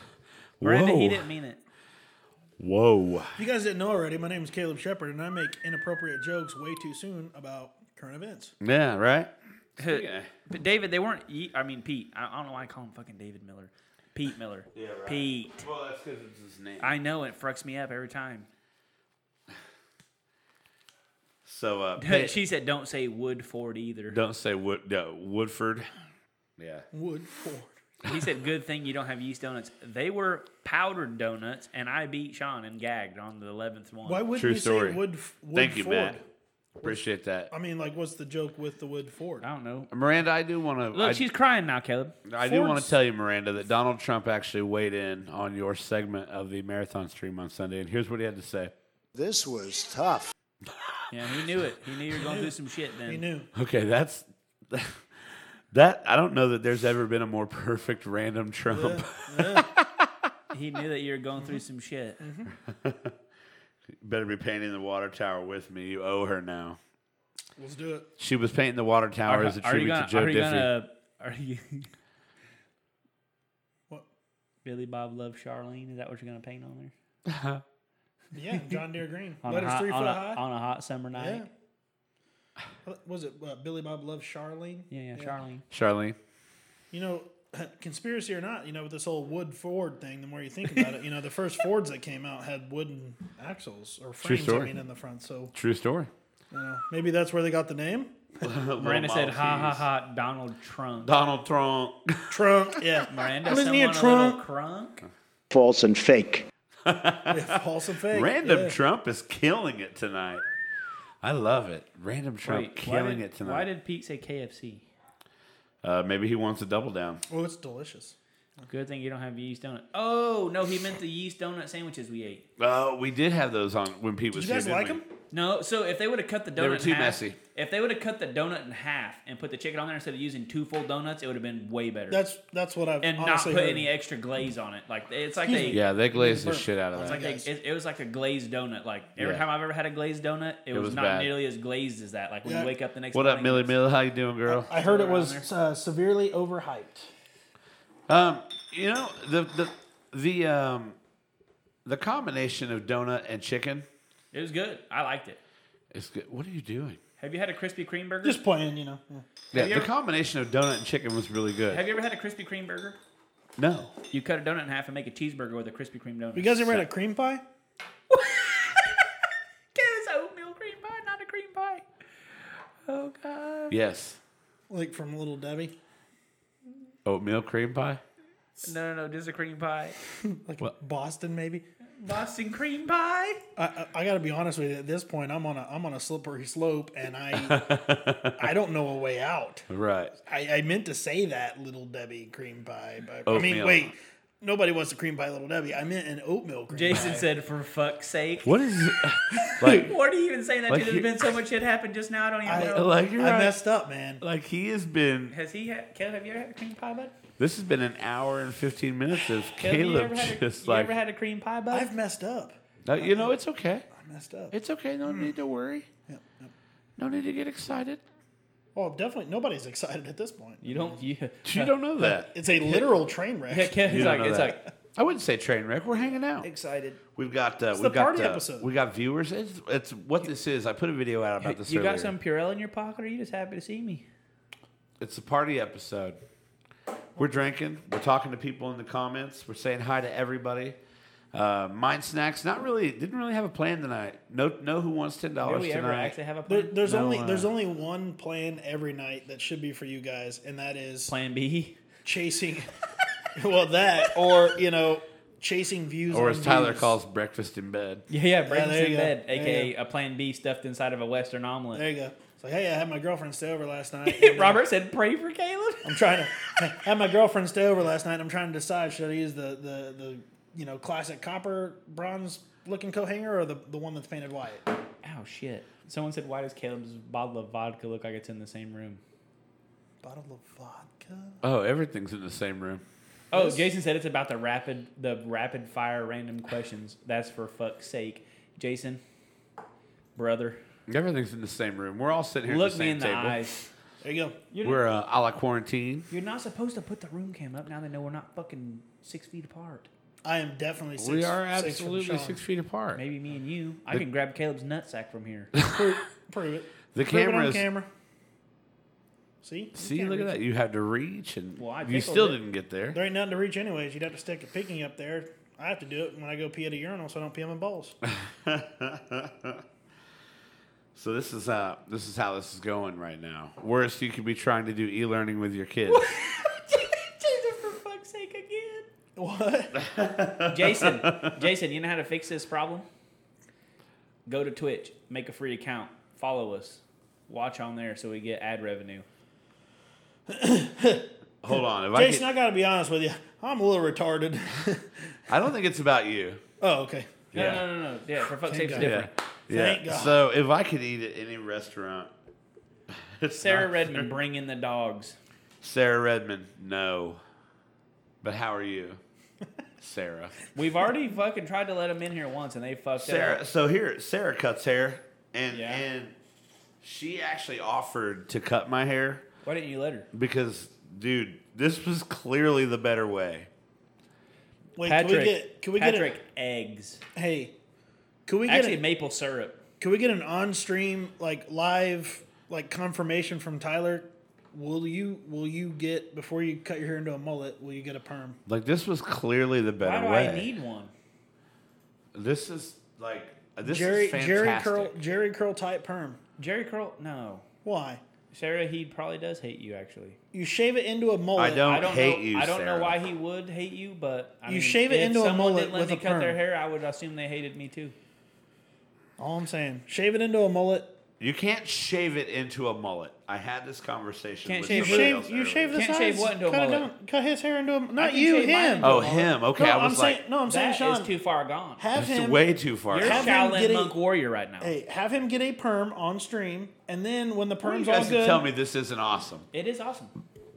Speaker 1: Miranda, he
Speaker 3: Whoa.
Speaker 1: didn't mean it.
Speaker 3: Whoa.
Speaker 2: If you guys didn't know already, my name is Caleb Shepard, and I make inappropriate jokes way too soon about current events.
Speaker 3: Yeah.
Speaker 1: (laughs)
Speaker 3: Right.
Speaker 1: But David, they weren't. ye- I mean, Pete. I, I don't know why I call him fucking David Miller. Pete Miller. Yeah,
Speaker 3: right.
Speaker 1: Pete.
Speaker 3: Well, that's because it's his name.
Speaker 1: I know it fucks me up every time. (laughs) (laughs)
Speaker 3: so uh, Pete-
Speaker 1: she said, "Don't say Wood Ford either."
Speaker 3: don't say Wood. No, Woodford. Yeah.
Speaker 2: Wood Ford.
Speaker 1: He said, "Good thing you don't have yeast donuts. They were powdered donuts, and I beat Sean and gagged on the eleventh one.
Speaker 2: Why wouldn't
Speaker 3: True
Speaker 2: you
Speaker 3: story.
Speaker 2: say Wood, F- Wood
Speaker 3: Thank you,
Speaker 2: Ford?
Speaker 3: Matt. Appreciate that.
Speaker 2: I mean, like, what's the joke with the Wood Ford?
Speaker 1: I don't know.
Speaker 3: Miranda, I do want to.
Speaker 1: Look, she's crying now, Caleb.
Speaker 3: I do want to
Speaker 2: Ford's-
Speaker 3: tell you, Miranda, that Donald Trump actually weighed in on your segment of the marathon stream on Sunday, and here's what he had to say.
Speaker 6: This was tough.
Speaker 1: Yeah, he knew it. He knew you were going through some shit. Then
Speaker 2: He knew.
Speaker 3: Okay, that's (laughs) that. I don't know that there's ever been a more perfect random Trump.
Speaker 1: He knew that you were going through some
Speaker 3: (laughs)
Speaker 1: shit.
Speaker 3: (laughs) Better be painting the water tower with me. You owe her now.
Speaker 2: Let's do it.
Speaker 3: She was painting the water tower as a
Speaker 1: are you
Speaker 3: tribute
Speaker 1: gonna?
Speaker 3: to Joe
Speaker 1: are you
Speaker 3: Diffie.
Speaker 1: gonna? Are you? (laughs)
Speaker 2: What?
Speaker 1: Billy Bob loves Charlene. Is that what you're gonna paint on there?
Speaker 2: Yeah, John Deere Green.
Speaker 1: On
Speaker 2: Letters
Speaker 1: a hot,
Speaker 2: three
Speaker 1: on
Speaker 2: foot
Speaker 1: a,
Speaker 2: high.
Speaker 1: on a hot summer night.
Speaker 2: yeah. Was it uh, Billy Bob Love Charlene?
Speaker 1: Yeah, yeah, Charlene.
Speaker 3: Charlene.
Speaker 2: You know, (laughs) conspiracy or not, you know, with this whole wood Ford thing, the more you think about it, you know, the first Fords that came out had wooden axles or frames, I
Speaker 3: story.
Speaker 2: mean, in the front. So
Speaker 1: (laughs)
Speaker 3: True story.
Speaker 2: you know, maybe that's where they got the name.
Speaker 1: Miranda said, "Ha ha ha, Donald Trump."
Speaker 3: Donald Trump. (laughs)
Speaker 2: Trump. (laughs) Yeah.
Speaker 1: Miranda,
Speaker 2: Wasn't
Speaker 1: someone
Speaker 2: he
Speaker 1: a
Speaker 2: a
Speaker 1: little crunk.
Speaker 5: False and fake.
Speaker 2: yeah, false and fake.
Speaker 3: Random
Speaker 2: yeah.
Speaker 3: Trump is killing it tonight. I love it. Random Trump
Speaker 1: Wait, why
Speaker 3: killing
Speaker 1: did-
Speaker 3: it tonight.
Speaker 1: Why did Pete say KFC?
Speaker 3: uh, maybe he wants a double down.
Speaker 2: Oh, it's delicious.
Speaker 1: Good thing you don't have yeast donut. Oh no, he meant the yeast donut sandwiches we ate.
Speaker 3: Oh, we did have those on when Pete was
Speaker 2: Did you guys
Speaker 3: here.
Speaker 2: like
Speaker 3: didn't
Speaker 2: them?
Speaker 3: we?
Speaker 1: No, so if they would have cut the donut,
Speaker 3: were
Speaker 1: in
Speaker 3: too
Speaker 1: half-
Speaker 3: messy.
Speaker 1: If they would have cut the donut in half and put the chicken on there instead of using two full donuts, it would have been way better.
Speaker 2: That's that's what I've
Speaker 1: and not
Speaker 2: honestly
Speaker 1: put
Speaker 2: heard.
Speaker 1: any extra glaze on it. Like it's like they,
Speaker 3: Yeah, they glazed the shit out of
Speaker 1: it's
Speaker 3: that.
Speaker 1: like they,
Speaker 2: Guys.
Speaker 1: it, it was like a glazed donut. Like every
Speaker 3: Yeah.
Speaker 1: time I've ever had a glazed donut, it, was,
Speaker 3: was
Speaker 1: not
Speaker 3: bad.
Speaker 1: nearly as glazed as that. Like when
Speaker 2: Yeah.
Speaker 1: you wake up the next.
Speaker 3: What up,
Speaker 1: morning,
Speaker 3: Millie
Speaker 1: it's-
Speaker 3: Mill? How you doing, girl?
Speaker 1: (laughs)
Speaker 2: I heard it was uh, severely overhyped.
Speaker 3: Um, you know the the the um the combination of donut and chicken
Speaker 1: It was good. I liked it.
Speaker 3: is good. What are you doing?
Speaker 1: Have you had a Krispy Kreme burger?
Speaker 2: Just playing, you know. yeah.
Speaker 3: Yeah,
Speaker 1: you
Speaker 3: the
Speaker 1: ever-
Speaker 3: combination of donut and chicken was really good.
Speaker 1: have you ever had a Krispy Kreme burger?
Speaker 3: No,
Speaker 1: You cut a donut in half and make a cheeseburger with a Krispy Kreme donut.
Speaker 2: You guys ever had a cream pie?
Speaker 1: It's oatmeal cream pie, not a cream pie. Oh god.
Speaker 3: yes,
Speaker 2: Like from Little Debbie?
Speaker 3: oatmeal cream pie.
Speaker 1: No, no, no, just a cream pie.
Speaker 2: Like
Speaker 3: What?
Speaker 2: Boston, maybe?
Speaker 1: Boston cream pie.
Speaker 2: I, I, I got to be honest with you. At this point, I'm on a I'm on a slippery slope, and
Speaker 3: (laughs)
Speaker 2: I I don't know a way out.
Speaker 3: Right.
Speaker 2: I, I meant to say that little Debbie cream pie, but I mean,
Speaker 3: Oatmeal.
Speaker 2: wait, nobody wants a cream pie, little Debbie. I meant an oatmeal cream.
Speaker 1: Jason
Speaker 2: pie.
Speaker 1: said, "For fuck's sake."
Speaker 3: What is
Speaker 1: (laughs)
Speaker 3: like
Speaker 1: What are you even saying that
Speaker 3: Like
Speaker 1: dude? There's
Speaker 3: you-
Speaker 1: been so much shit happened just now. I don't even (laughs)
Speaker 2: I-
Speaker 1: know.
Speaker 3: like you're
Speaker 2: I
Speaker 3: right.
Speaker 2: messed up, man.
Speaker 3: like he has been.
Speaker 1: Has he had, Caleb, have you ever had a cream pie, bud?
Speaker 3: This has been an hour and fifteen minutes (laughs) of
Speaker 1: Caleb, you
Speaker 3: Caleb
Speaker 1: ever had a-
Speaker 3: just
Speaker 1: you
Speaker 3: like
Speaker 1: ever had a cream pie, bud?
Speaker 2: I've messed up.
Speaker 3: No, you know it's okay.
Speaker 2: I messed up.
Speaker 3: It's okay. No need to worry.
Speaker 2: Yep, yep.
Speaker 3: No need to get excited.
Speaker 2: Well, Oh, definitely nobody's excited at this point.
Speaker 1: you don't. You, (laughs)
Speaker 3: You don't know that.
Speaker 2: It's a literal train wreck.
Speaker 1: yeah, Caleb's
Speaker 3: You don't
Speaker 1: like,
Speaker 3: know
Speaker 1: it's
Speaker 3: that.
Speaker 1: like,
Speaker 3: I wouldn't say train wreck. We're hanging out.
Speaker 2: Excited.
Speaker 3: We've got uh, we've
Speaker 2: the
Speaker 3: got
Speaker 2: party
Speaker 3: uh,
Speaker 2: episode.
Speaker 3: we got viewers. It's, it's what this is. I put a video out about this.
Speaker 1: you
Speaker 3: earlier.
Speaker 1: got some Purell in your pocket, or you just happy to see me?
Speaker 3: It's a party episode. We're drinking. We're talking to people in the comments. We're saying hi to everybody. Uh, Mind Snacks, not really, didn't really have a plan tonight. No, no, who wants ten
Speaker 1: Do
Speaker 3: dollars
Speaker 1: we ever
Speaker 3: tonight?
Speaker 1: actually have a
Speaker 2: There,
Speaker 1: plan?
Speaker 2: there's
Speaker 3: No,
Speaker 2: only
Speaker 3: uh,
Speaker 2: there's only one plan every night that should be for you guys, and that is
Speaker 1: plan B. (laughs)
Speaker 2: chasing. (laughs) well, that or you know chasing views.
Speaker 3: or
Speaker 2: on
Speaker 3: as Tyler
Speaker 2: views.
Speaker 3: calls breakfast in bed.
Speaker 1: Yeah, yeah, breakfast
Speaker 2: there
Speaker 1: in
Speaker 2: you go.
Speaker 1: bed,
Speaker 2: There you
Speaker 1: aka a plan B stuffed inside of a Western omelet.
Speaker 2: There you go. It's like, hey, I had my girlfriend stay over last
Speaker 3: (laughs)
Speaker 2: night.
Speaker 1: (laughs)
Speaker 2: and, uh,
Speaker 1: Robert said, "Pray for Caleb."
Speaker 2: I'm trying to (laughs) I had my girlfriend stay over last night. and I'm trying to decide should I use the the the you know classic copper bronze looking cohanger or the the one that's painted white.
Speaker 1: Oh shit! Someone said, "Why does Caleb's bottle of vodka look like it's in the same room?"
Speaker 2: Bottle of vodka.
Speaker 3: Oh, everything's in the same room.
Speaker 1: Oh, Jason said it's about the rapid, the rapid fire random questions. That's for fuck's sake, Jason, brother.
Speaker 3: Everything's in the same room. We're all sitting here. at
Speaker 1: Look
Speaker 3: the
Speaker 1: me
Speaker 3: same
Speaker 1: in the
Speaker 3: table.
Speaker 1: eyes.
Speaker 2: There you go.
Speaker 3: We're uh, a la quarantine.
Speaker 1: You're not supposed to put the room cam up now. They know we're not fucking six feet apart.
Speaker 2: I am definitely six.
Speaker 3: we are
Speaker 2: six from
Speaker 3: absolutely
Speaker 2: Sean.
Speaker 3: six feet apart.
Speaker 1: Maybe me and you. I can grab Caleb's nutsack from
Speaker 2: (laughs)
Speaker 1: here.
Speaker 2: Prove, prove it.
Speaker 3: The
Speaker 2: Prove it on
Speaker 3: cameras.
Speaker 2: camera. See?
Speaker 3: See, look at that. You had to reach, and
Speaker 1: Well, I
Speaker 3: you
Speaker 1: tickled
Speaker 3: still
Speaker 1: it.
Speaker 3: didn't get there.
Speaker 2: There ain't nothing to reach anyways. You'd have to stick a picking up there. I have to do it when I go pee at a urinal, so I don't pee on my
Speaker 3: (laughs)
Speaker 2: balls. (laughs)
Speaker 3: So this is uh this is how this is going right now. Worst you could be trying to do e-learning with your kids.
Speaker 1: Jason, for fuck's sake, again.
Speaker 2: what?
Speaker 1: Jason, Jason, you know how to fix this problem? Go to Twitch, make a free account, follow us, watch on there so we get ad revenue.
Speaker 3: Hold on, if
Speaker 2: Jason,
Speaker 3: I,
Speaker 2: I gotta be honest with you. I'm a little retarded. (laughs)
Speaker 3: could, I don't think it's about you.
Speaker 2: oh, okay.
Speaker 1: No,
Speaker 3: Yeah.
Speaker 1: no, no, no. Yeah, for fuck's sake, it's
Speaker 2: God.
Speaker 1: different.
Speaker 3: Yeah.
Speaker 2: Thank
Speaker 3: yeah.
Speaker 2: God.
Speaker 3: So if I could eat at any restaurant, (laughs) it's
Speaker 1: Sarah
Speaker 3: not-
Speaker 1: Redmond, bring in the dogs.
Speaker 3: Sarah Redmond, no. But how are you,
Speaker 1: (laughs)
Speaker 3: Sarah?
Speaker 1: We've already fucking tried to let them in here once, and they fucked
Speaker 3: Sarah.
Speaker 1: up.
Speaker 3: So here, Sarah cuts hair, and
Speaker 1: Yeah.
Speaker 3: and she actually offered to cut my hair.
Speaker 1: Why didn't you let her?
Speaker 3: because dude this was clearly the better way
Speaker 2: Wait,
Speaker 1: Patrick,
Speaker 2: can we get can we
Speaker 1: Patrick
Speaker 2: get
Speaker 1: eggs.
Speaker 2: a, hey? Can we get
Speaker 1: Actually,
Speaker 2: a,
Speaker 1: maple syrup.
Speaker 2: can we get an on stream like live like confirmation from Tyler? Will you will you get before you cut your hair into a mullet? Will you get a perm?
Speaker 3: like this was clearly the
Speaker 1: Why
Speaker 3: better
Speaker 1: do
Speaker 3: way
Speaker 1: I need one?
Speaker 3: this is like this
Speaker 2: Jerry
Speaker 3: is fantastic.
Speaker 2: Jerry curl Jerry curl type perm.
Speaker 1: Jerry curl? No.
Speaker 2: Why?
Speaker 1: Sarah, he probably does hate you. Actually,
Speaker 2: You shave it into a mullet.
Speaker 3: I don't,
Speaker 1: I don't
Speaker 3: hate
Speaker 1: know.
Speaker 3: you
Speaker 1: I don't
Speaker 3: Sarah.
Speaker 1: know why he would hate you, but I
Speaker 2: You
Speaker 1: mean,
Speaker 2: shave it
Speaker 1: if
Speaker 2: into a
Speaker 1: someone
Speaker 2: mullet
Speaker 1: didn't let
Speaker 2: with
Speaker 1: me
Speaker 2: a
Speaker 1: cut their
Speaker 2: perm.
Speaker 1: hair, I would assume they hated me too.
Speaker 2: All I'm saying, shave it into a mullet.
Speaker 3: you can't shave it into a mullet i had this conversation
Speaker 1: Can't
Speaker 3: with
Speaker 1: shave
Speaker 3: somebody
Speaker 1: it.
Speaker 2: Shave,
Speaker 3: else
Speaker 2: you
Speaker 3: earlier.
Speaker 2: shave the
Speaker 1: Can't
Speaker 2: sides.
Speaker 1: shave what into a
Speaker 2: cut it
Speaker 1: mullet?
Speaker 2: down- cut his hair into a not
Speaker 1: can
Speaker 2: you
Speaker 1: shave mine
Speaker 2: him.
Speaker 1: into a
Speaker 3: oh him okay
Speaker 2: no,
Speaker 3: i was
Speaker 2: am
Speaker 3: like
Speaker 2: saying no. I'm saying
Speaker 1: That
Speaker 2: Sean.
Speaker 1: is too far gone.
Speaker 2: have
Speaker 3: that's
Speaker 2: him
Speaker 3: way too far
Speaker 1: You're
Speaker 2: have him
Speaker 1: Shaolin
Speaker 2: get a-
Speaker 1: monk warrior right now.
Speaker 2: Hey, have him get a perm on stream, and then when the
Speaker 3: you
Speaker 2: perm's all
Speaker 3: guys can
Speaker 2: good,
Speaker 3: tell me this isn't awesome
Speaker 1: It is awesome.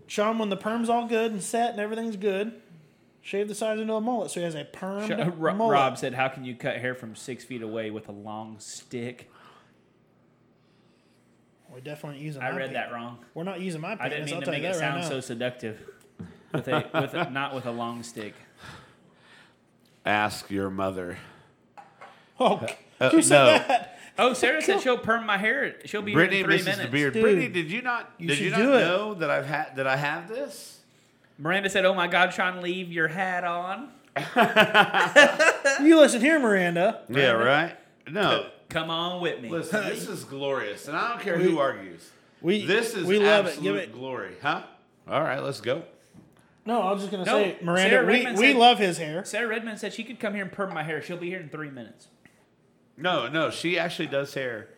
Speaker 2: Sean, when the perm's all good and set and everything's good, shave the sides into a mullet so he has a perm
Speaker 1: Sh- Ro-
Speaker 2: mullet.
Speaker 1: Rob said, "How can you cut hair from six feet away with a long stick?"
Speaker 2: We're definitely not using.
Speaker 1: I
Speaker 2: my
Speaker 1: read
Speaker 2: pe-
Speaker 1: that wrong.
Speaker 2: We're not using my penis.
Speaker 1: I didn't mean
Speaker 2: will
Speaker 1: to
Speaker 2: tell
Speaker 1: make
Speaker 2: you
Speaker 1: it
Speaker 2: that right
Speaker 1: sound
Speaker 2: now. (laughs)
Speaker 1: so seductive. With a, with a, not with a long stick.
Speaker 3: ask your mother
Speaker 2: Oh,
Speaker 3: (laughs) Uh,
Speaker 2: who said
Speaker 3: no.
Speaker 2: that?
Speaker 1: Oh, Sarah said she'll perm my hair. She'll be
Speaker 3: brittany
Speaker 1: here in three
Speaker 3: misses
Speaker 1: minutes.
Speaker 3: the beard
Speaker 2: Dude,
Speaker 3: brittany did you not
Speaker 2: you
Speaker 3: did you
Speaker 2: should
Speaker 3: not
Speaker 2: do it.
Speaker 3: know that i've had that i have this
Speaker 1: Miranda said, "Oh my God, Sean, leave your hat on.
Speaker 2: You listen here, Miranda.
Speaker 3: yeah right no
Speaker 1: Come on with me."
Speaker 3: Listen, this is glorious, and I don't care who argues.
Speaker 2: We
Speaker 3: This is
Speaker 2: we love it.
Speaker 3: absolute
Speaker 2: Give it.
Speaker 3: glory, huh? All right, let's go.
Speaker 2: No, I was just gonna
Speaker 1: No,
Speaker 2: say, Miranda.
Speaker 1: Sarah
Speaker 2: we
Speaker 1: Raymond
Speaker 2: we
Speaker 1: said-
Speaker 2: love his hair.
Speaker 1: Sarah Redmond said she could come here and perm my hair. She'll be here in three minutes.
Speaker 3: No, no, she actually does hair.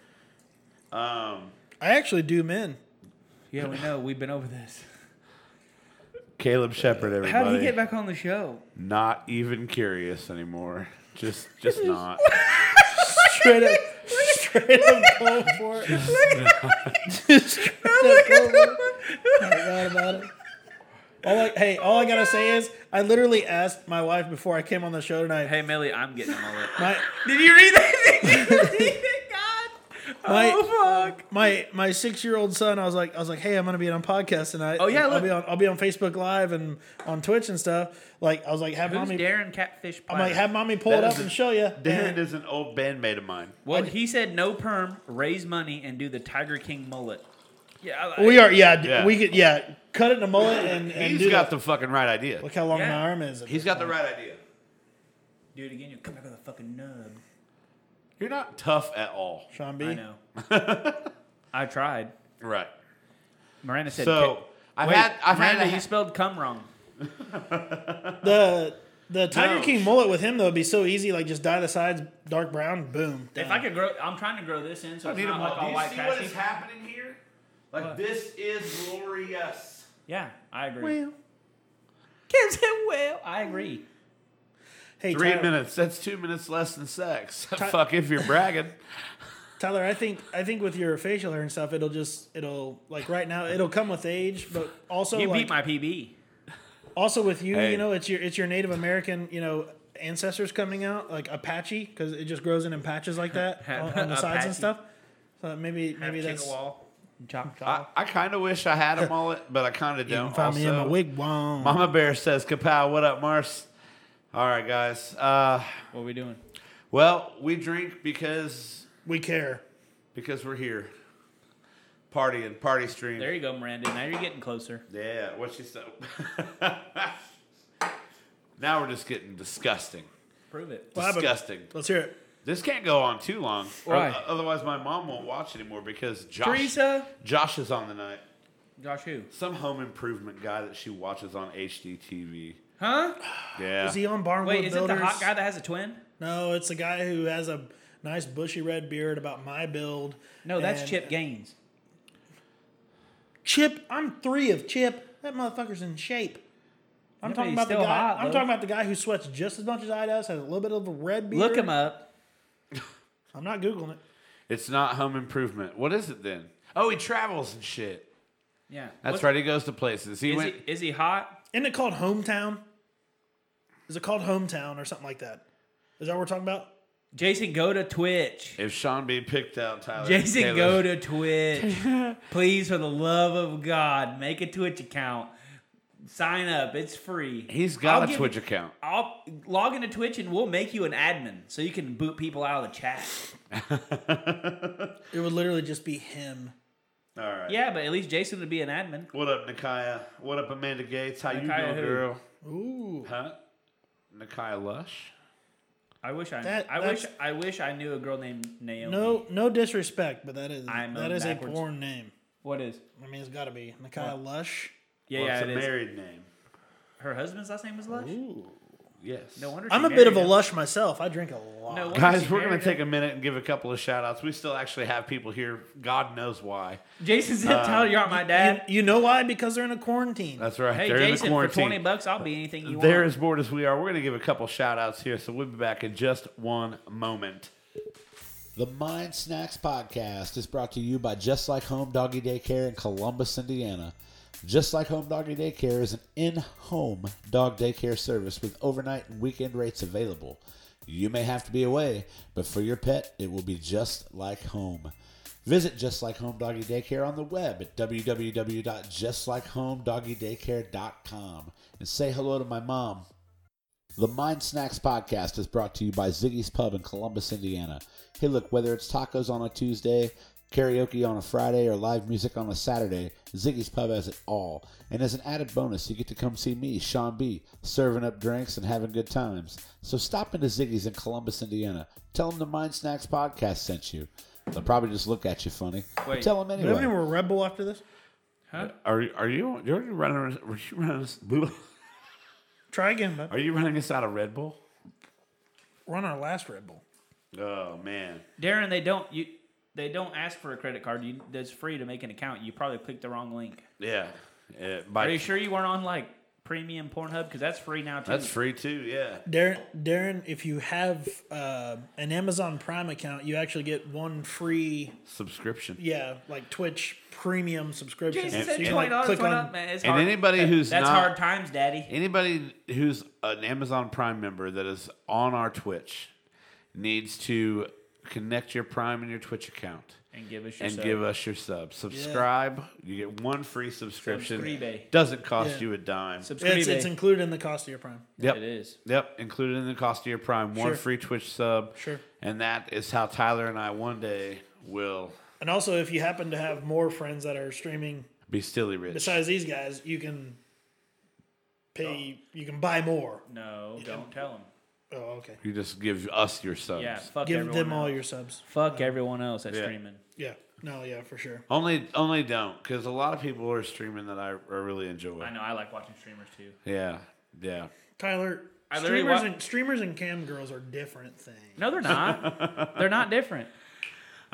Speaker 3: Um,
Speaker 2: I actually do men.
Speaker 1: Yeah, we know. We've been over this.
Speaker 3: Caleb Shepard, everybody.
Speaker 1: How did he get back on the show?
Speaker 3: Not even curious anymore. (laughs) Just, just not.
Speaker 2: Straight up, straight up, go for it. forgot about it. All I, hey, all I gotta say is I literally asked my wife before I came on the show tonight.
Speaker 1: (laughs) Hey, Millie, I'm getting a mullet.
Speaker 2: My
Speaker 1: Did you read that? Did you read it? God. oh fuck.
Speaker 2: my my six year old son, I was like I was like, hey, I'm gonna be on podcast tonight.
Speaker 1: Oh, yeah,
Speaker 2: I'll
Speaker 1: look.
Speaker 2: be on I'll be on Facebook Live and on Twitch and stuff. Like I was like, have
Speaker 1: Who's
Speaker 2: mommy,
Speaker 1: Darren Catfish?
Speaker 2: I'm like
Speaker 1: Platter?
Speaker 2: have mommy pull it
Speaker 3: That
Speaker 2: up
Speaker 3: is a-
Speaker 2: and show you.
Speaker 3: Darren is an old bandmate of mine.
Speaker 1: Well, he said no perm, raise money, and do the Tiger King mullet. Yeah, I-
Speaker 2: we are yeah, d-
Speaker 3: Yeah.
Speaker 2: we could yeah cut it in a mullet and and
Speaker 3: He's
Speaker 2: do
Speaker 3: got
Speaker 2: that.
Speaker 3: the fucking right idea.
Speaker 2: Look how long
Speaker 1: Yeah.
Speaker 2: my arm is.
Speaker 3: He's got the right idea.
Speaker 1: Do it again, you'll come back with a fucking nub.
Speaker 3: You're not tough at all.
Speaker 2: Sean B.
Speaker 1: I know. I tried.
Speaker 3: Right.
Speaker 1: Miranda said.
Speaker 3: So, I've had- I've had
Speaker 1: Miranda,
Speaker 3: a-
Speaker 1: you
Speaker 3: (laughs)
Speaker 1: spelled cum wrong. Oh.
Speaker 2: The the Tiger
Speaker 3: No.
Speaker 2: King mullet with him though would be so easy. Like just dye the sides dark brown, boom.
Speaker 1: If I could grow, I'm trying to grow this in, so it's
Speaker 3: Need
Speaker 1: not
Speaker 3: them
Speaker 1: like
Speaker 3: all. Do
Speaker 1: all
Speaker 3: you
Speaker 1: white
Speaker 3: see what
Speaker 1: trashy.
Speaker 3: is happening here? Like this is glorious.
Speaker 1: Yeah, I agree.
Speaker 2: Well.
Speaker 1: Kim said, "Well, I agree."
Speaker 2: Hey,
Speaker 3: Three
Speaker 2: Tyler,
Speaker 3: minutes. That's two minutes less than sex. (laughs) Fuck if you're bragging.
Speaker 2: Tyler, I think I think with your facial hair and stuff, it'll just it'll like right now it'll come with age, but also
Speaker 1: You
Speaker 2: like,
Speaker 1: beat my PB.
Speaker 2: also with you,
Speaker 3: Hey.
Speaker 2: you know, it's your it's your Native American, you know, ancestors coming out like Apache because it just grows in in patches
Speaker 1: (laughs)
Speaker 2: like that on, on the sides
Speaker 1: Apache.
Speaker 2: and stuff. So maybe maybe that's
Speaker 1: wall. Chop
Speaker 3: I,
Speaker 1: chop.
Speaker 3: I kind of wish
Speaker 2: (laughs)
Speaker 3: I had a mullet, but I kind of
Speaker 2: you can
Speaker 3: don't.
Speaker 2: find me in my
Speaker 3: Also,
Speaker 2: wigwam.
Speaker 3: Mama Bear says, "Kapow, what up, Mars?" All right, guys. Uh,
Speaker 1: what are we doing?
Speaker 3: well, we drink because
Speaker 2: We care.
Speaker 3: because we're here, partying, party stream.
Speaker 1: There you go, Miranda. Now you're getting closer.
Speaker 3: yeah, what she said. (laughs) now we're just getting disgusting.
Speaker 1: Prove it.
Speaker 2: Well, I've been-
Speaker 3: Disgusting.
Speaker 2: Let's hear it.
Speaker 3: This can't go on too long. or-
Speaker 1: Why?
Speaker 3: otherwise, my mom won't watch anymore because Josh
Speaker 1: Teresa.
Speaker 3: Josh is on the night.
Speaker 1: Josh who?
Speaker 3: Some home improvement guy that she watches on HDTV.
Speaker 1: Huh?
Speaker 3: Yeah.
Speaker 2: Is he on Barnwood
Speaker 1: Wait, is it the
Speaker 2: Builders?
Speaker 1: hot guy that has a twin?
Speaker 2: No, it's the guy who has a nice bushy red beard about my build.
Speaker 1: No, that's
Speaker 2: and-
Speaker 1: Chip Gaines.
Speaker 2: Chip, I'm three of Chip. That motherfucker's in shape. I'm
Speaker 1: Yeah, but
Speaker 2: talking
Speaker 1: he's
Speaker 2: about the
Speaker 1: still
Speaker 2: guy.
Speaker 1: hot,
Speaker 2: I'm
Speaker 1: though.
Speaker 2: talking about the guy who sweats just as much as I does. Has a little bit of a red beard.
Speaker 1: Look him up.
Speaker 2: I'm not googling it.
Speaker 3: it's not home improvement. What is it then? Oh, he travels and shit.
Speaker 1: Yeah.
Speaker 3: That's
Speaker 1: What's-
Speaker 3: right. He goes to places. He
Speaker 1: Is
Speaker 3: went.
Speaker 1: he, is he hot?
Speaker 2: Isn't it called Hometown? Is it called Hometown or something like that? Is that what we're talking about?
Speaker 1: Jason, go to Twitch.
Speaker 3: If Sean B picked out Tyler,
Speaker 1: (laughs) Jason,
Speaker 3: Taylor-
Speaker 1: go to Twitch.
Speaker 2: (laughs)
Speaker 1: Please, for the love of God, make a Twitch account. Sign up. It's free.
Speaker 3: He's got
Speaker 1: I'll
Speaker 3: a
Speaker 1: give
Speaker 3: Twitch
Speaker 1: you-
Speaker 3: account. (laughs)
Speaker 1: I'll log into Twitch and we'll make you an admin so you can boot people out of the chat.
Speaker 2: It would literally just be him.
Speaker 3: All right.
Speaker 1: Yeah, but at least Jason would be an admin.
Speaker 3: What up, Nikaya? What up, Amanda Gates? How
Speaker 1: Nakia
Speaker 3: you doing,
Speaker 1: who?
Speaker 3: girl?
Speaker 2: Ooh,
Speaker 3: Huh? Nikaya Lush.
Speaker 1: I wish I
Speaker 2: That-
Speaker 1: I wish
Speaker 2: that's-
Speaker 1: I wish I knew a girl named Naomi.
Speaker 2: no, no disrespect, but that is
Speaker 1: I'm
Speaker 2: that is
Speaker 1: backwards.
Speaker 2: a porn name.
Speaker 1: What is?
Speaker 2: I mean, it's got to be Nakia Lush.
Speaker 1: Yeah,
Speaker 3: Well,
Speaker 1: yeah,
Speaker 3: it's
Speaker 1: it
Speaker 3: a
Speaker 1: is.
Speaker 3: married name.
Speaker 1: Her husband's last name was Lush.
Speaker 3: Yes.
Speaker 1: No wonder.
Speaker 2: I'm
Speaker 1: she
Speaker 2: a bit of a
Speaker 1: married him.
Speaker 2: lush myself. I drink a lot.
Speaker 1: No wonder
Speaker 3: (laughs) Guys,
Speaker 1: she
Speaker 3: we're going
Speaker 1: married
Speaker 3: to take
Speaker 1: him.
Speaker 3: a minute and give a couple of shout outs. We still actually have people here. God knows why.
Speaker 1: Jason said,
Speaker 3: uh,
Speaker 1: "Tyler, you're my
Speaker 2: You,
Speaker 1: dad."
Speaker 2: you know why? Because they're in a quarantine.
Speaker 3: That's right.
Speaker 1: hey,
Speaker 3: They're in the
Speaker 1: Jason, for
Speaker 3: quarantine.
Speaker 1: twenty bucks, I'll be anything you
Speaker 3: They're
Speaker 1: want.
Speaker 3: as bored as we are. We're going to give a couple shout outs here, so we'll be back in just one moment.
Speaker 7: The Mind Snacks podcast is brought to you by Just Like Home Doggy Daycare in Columbus, Indiana. Just Like Home Doggy Daycare is an in home dog daycare service with overnight and weekend rates available. You may have to be away, but for your pet, it will be just like home. Visit Just Like Home Doggy Daycare on the web at www.justlikehomedoggydaycare.com and say hello to my mom, the Mind Snacks podcast is brought to you by Ziggy's Pub in Columbus, Indiana. Hey, look, whether it's tacos on a Tuesday, karaoke on a Friday, or live music on a Saturday, Ziggy's Pub has it all. And as an added bonus, you get to come see me, Sean B, serving up drinks and having good times. So stop into Ziggy's in Columbus, Indiana. Tell them the Mind Snacks podcast sent you. They'll probably just look at you funny. But
Speaker 1: Wait.
Speaker 7: tell them
Speaker 2: Does that mean
Speaker 7: anyway.
Speaker 2: we're Red Bull after this?
Speaker 3: Are are you you're already running? Are you running? us- (laughs)
Speaker 2: Try again, bud.
Speaker 3: Are you running us out of Red Bull?
Speaker 2: We're on our last Red Bull.
Speaker 3: Oh man,
Speaker 1: Darren, they don't you. They don't ask for a credit card. You, it's free to make an account. You probably clicked the wrong link.
Speaker 3: yeah. yeah
Speaker 1: Are
Speaker 3: by,
Speaker 1: you sure you weren't on like premium Pornhub? Because that's free now too.
Speaker 3: (laughs) that's free too. Yeah.
Speaker 2: Darren, Darren, if you have uh, an Amazon Prime account, you actually get one free,
Speaker 3: Subscription.
Speaker 2: yeah, like Twitch premium subscription.
Speaker 1: Jason
Speaker 2: So
Speaker 1: said
Speaker 2: you
Speaker 1: twenty
Speaker 2: can, like,
Speaker 1: dollars.
Speaker 2: click
Speaker 1: Twenty
Speaker 2: on-
Speaker 1: dollars, man. It's
Speaker 3: And
Speaker 1: hard.
Speaker 3: anybody who's
Speaker 1: that's
Speaker 3: not-
Speaker 1: hard times, Daddy.
Speaker 3: Anybody who's an Amazon Prime member that is on our Twitch needs to connect your Prime and your Twitch account.
Speaker 1: And give us your
Speaker 3: and
Speaker 1: sub.
Speaker 3: give us your sub. Subscribe. You get one free subscription.
Speaker 1: Subscribe.
Speaker 3: Doesn't cost
Speaker 2: Yeah.
Speaker 3: you a dime.
Speaker 1: Subscribe.
Speaker 2: It's, it's included in the cost of your Prime.
Speaker 3: yep.
Speaker 1: It is.
Speaker 3: Yep. Included in the cost of your Prime, one
Speaker 2: Sure.
Speaker 3: free Twitch sub.
Speaker 2: Sure.
Speaker 3: And that is how Tyler and I one day will
Speaker 2: And also, if you happen to have more friends that are streaming
Speaker 3: be silly rich.
Speaker 2: besides these guys, you can pay, you can buy more.
Speaker 1: No, don't tell him.
Speaker 2: Oh, okay.
Speaker 3: You just give us your subs.
Speaker 1: Yeah, fuck
Speaker 2: Give
Speaker 1: everyone
Speaker 2: them all
Speaker 1: else.
Speaker 2: your subs.
Speaker 1: fuck everyone else that's
Speaker 3: Yeah.
Speaker 1: streaming.
Speaker 2: Yeah. No, yeah, for sure.
Speaker 3: Only, only don't, because a lot of people are streaming that I, I really enjoy.
Speaker 1: I know I like watching streamers too.
Speaker 3: Yeah, yeah.
Speaker 2: Tyler,
Speaker 1: I literally
Speaker 2: streamers
Speaker 1: wa-
Speaker 2: and streamers and cam girls are different things.
Speaker 1: No, they're
Speaker 3: (laughs)
Speaker 1: not. they're not different.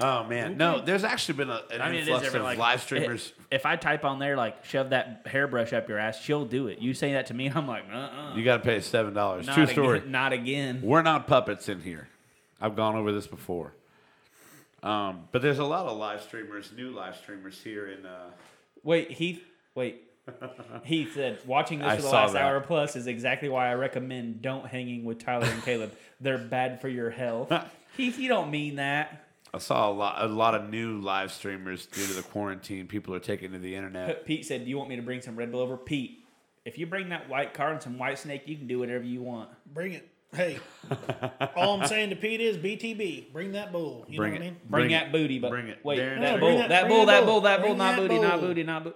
Speaker 3: Oh man, no. There's actually been a, an
Speaker 1: I mean, it is
Speaker 3: influx
Speaker 1: different.
Speaker 3: of
Speaker 1: Like (laughs)
Speaker 3: live streamers.
Speaker 1: If, if I type on there like shove that hairbrush up your ass, she'll do it. You say that to me, I'm like, uh, uh
Speaker 3: you got to pay seven dollars.
Speaker 1: Not
Speaker 3: True
Speaker 1: again-
Speaker 3: story.
Speaker 1: (laughs) Not again.
Speaker 3: We're not puppets in here. I've gone over this before. Um, but there's a lot of live streamers, new live streamers here in. Uh,
Speaker 1: Wait, Heath. Wait. Heath said, watching this
Speaker 3: I
Speaker 1: for the
Speaker 3: saw
Speaker 1: last
Speaker 3: that.
Speaker 1: hour plus is exactly why I recommend don't hanging with Tyler and Caleb. They're bad for your
Speaker 3: (laughs)
Speaker 1: health. Heath, you don't mean that.
Speaker 3: I saw a lot, a lot of new live streamers due to the quarantine. People are taking to the internet.
Speaker 1: But Pete said, "Do you want me to bring some Red Bull over?" Pete, if you bring that white car and some white snake, you can do whatever you want.
Speaker 2: Bring it.
Speaker 3: (laughs)
Speaker 2: Hey, all I'm saying to Pete is BTB. Bring that bull. You know
Speaker 3: Bring
Speaker 2: what I
Speaker 3: it.
Speaker 2: mean?
Speaker 1: Bring,
Speaker 3: Bring
Speaker 1: that
Speaker 3: it.
Speaker 1: booty, but
Speaker 3: Bring it.
Speaker 1: wait,
Speaker 3: Darren,
Speaker 1: that,
Speaker 3: Darren.
Speaker 1: bull,
Speaker 3: Bring
Speaker 1: that,
Speaker 3: that-
Speaker 2: bring
Speaker 1: bull,
Speaker 2: that
Speaker 1: that bull,
Speaker 2: bull.
Speaker 1: that bull,
Speaker 2: Bring
Speaker 1: not
Speaker 2: that
Speaker 1: booty, not
Speaker 2: bull.
Speaker 1: booty, not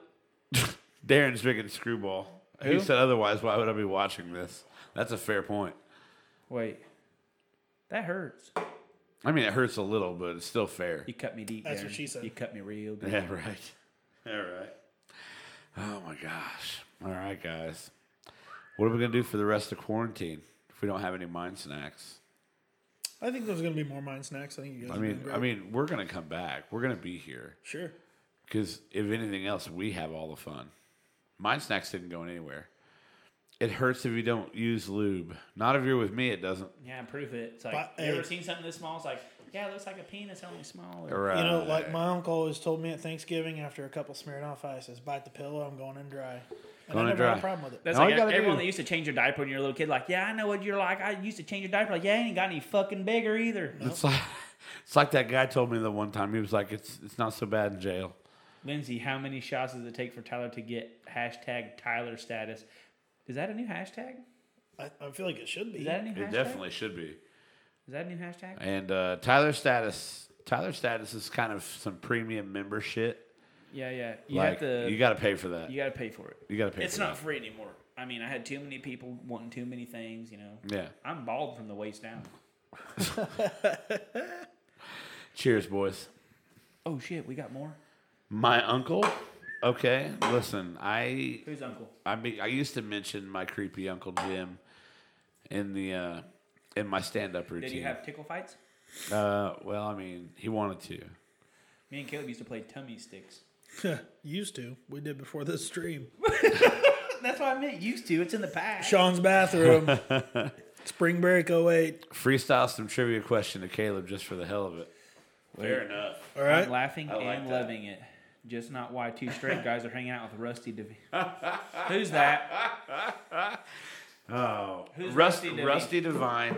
Speaker 1: booty.
Speaker 3: Darren's drinking screwball. He said otherwise. Why would I be watching this? That's a fair point.
Speaker 1: Wait, that hurts.
Speaker 3: I mean, it hurts a little, but it's still fair.
Speaker 1: You cut me deep.
Speaker 2: That's
Speaker 1: Darren.
Speaker 2: what she said.
Speaker 1: You cut me real deep.
Speaker 3: (laughs) Yeah, right. All right. Oh my gosh. All right, guys. What are we gonna do for the rest of quarantine if we don't have any mind snacks?
Speaker 2: I think there's gonna be more mind snacks. I think you guys.
Speaker 3: I
Speaker 2: are
Speaker 3: mean,
Speaker 2: doing great.
Speaker 3: I mean, we're gonna come back. We're gonna be here
Speaker 2: sure.
Speaker 3: because if anything else, we have all the fun. Mind snacks didn't go anywhere. It hurts if you don't use lube. Not if you're with me. It doesn't.
Speaker 1: Yeah, prove it. It's like
Speaker 2: But,
Speaker 1: you ever
Speaker 2: hey.
Speaker 1: seen something this small? It's like yeah, it looks like a penis, only smaller.
Speaker 3: All right.
Speaker 2: You know, like my uncle always told me at Thanksgiving after a couple smeared off ices, bite the pillow. I'm going in dry. And
Speaker 3: Going
Speaker 2: I
Speaker 3: in
Speaker 2: never had
Speaker 3: dry.
Speaker 2: a problem with it.
Speaker 1: That's
Speaker 3: All
Speaker 1: like
Speaker 3: you gotta
Speaker 1: everyone
Speaker 3: do-
Speaker 1: that used to change your diaper when you were a little kid. Like, yeah, I know what you're like. I used to change your diaper. Like, yeah, it ain't got any fucking bigger either.
Speaker 3: it's like it's like that guy told me the one time. He was like, "It's it's not so bad in jail."
Speaker 1: Lindsay, how many shots does it take for Tyler to get hashtag Tyler status? Is that a new hashtag?
Speaker 2: I, I feel like it should
Speaker 1: Is
Speaker 2: be.
Speaker 1: that a new
Speaker 3: It
Speaker 1: hashtag?
Speaker 3: definitely should be.
Speaker 1: Is that a new hashtag?
Speaker 3: And uh, Tyler status, Tyler status is kind of some premium member shit.
Speaker 1: Yeah, yeah. You
Speaker 3: like
Speaker 1: have to.
Speaker 3: you got to pay for that.
Speaker 1: you got to pay for it.
Speaker 3: You got to pay.
Speaker 1: It's
Speaker 3: for
Speaker 1: not
Speaker 3: That.
Speaker 1: free anymore. I mean, I had too many people wanting too many things. You know,
Speaker 3: Yeah.
Speaker 1: I'm bald from the waist down.
Speaker 3: Cheers, boys.
Speaker 1: Oh shit, we got more.
Speaker 3: My uncle. Okay, listen. I
Speaker 1: Who's uncle?
Speaker 3: I mean, I used to mention my creepy uncle Jim in the uh, in my stand up routine.
Speaker 1: Did you have tickle fights?
Speaker 3: uh, well, I mean, he wanted to.
Speaker 1: Me and Caleb used to play tummy sticks.
Speaker 2: (laughs) Used to. We did before this stream.
Speaker 1: That's what I meant. Used to. It's in the past.
Speaker 2: Sean's
Speaker 3: (laughs)
Speaker 2: bathroom. Spring break 08.
Speaker 3: Freestyle some trivia question to Caleb just for the hell of it. Fair enough.
Speaker 2: All
Speaker 1: I'm
Speaker 2: right.
Speaker 1: laughing
Speaker 3: I like
Speaker 1: and
Speaker 3: that.
Speaker 1: loving it. Just not why two
Speaker 3: (laughs)
Speaker 1: straight guys are hanging out with Rusty Divi. Who's that?
Speaker 3: Oh,
Speaker 1: Who's
Speaker 3: Rust,
Speaker 1: Rusty Divine?
Speaker 3: Rusty Divine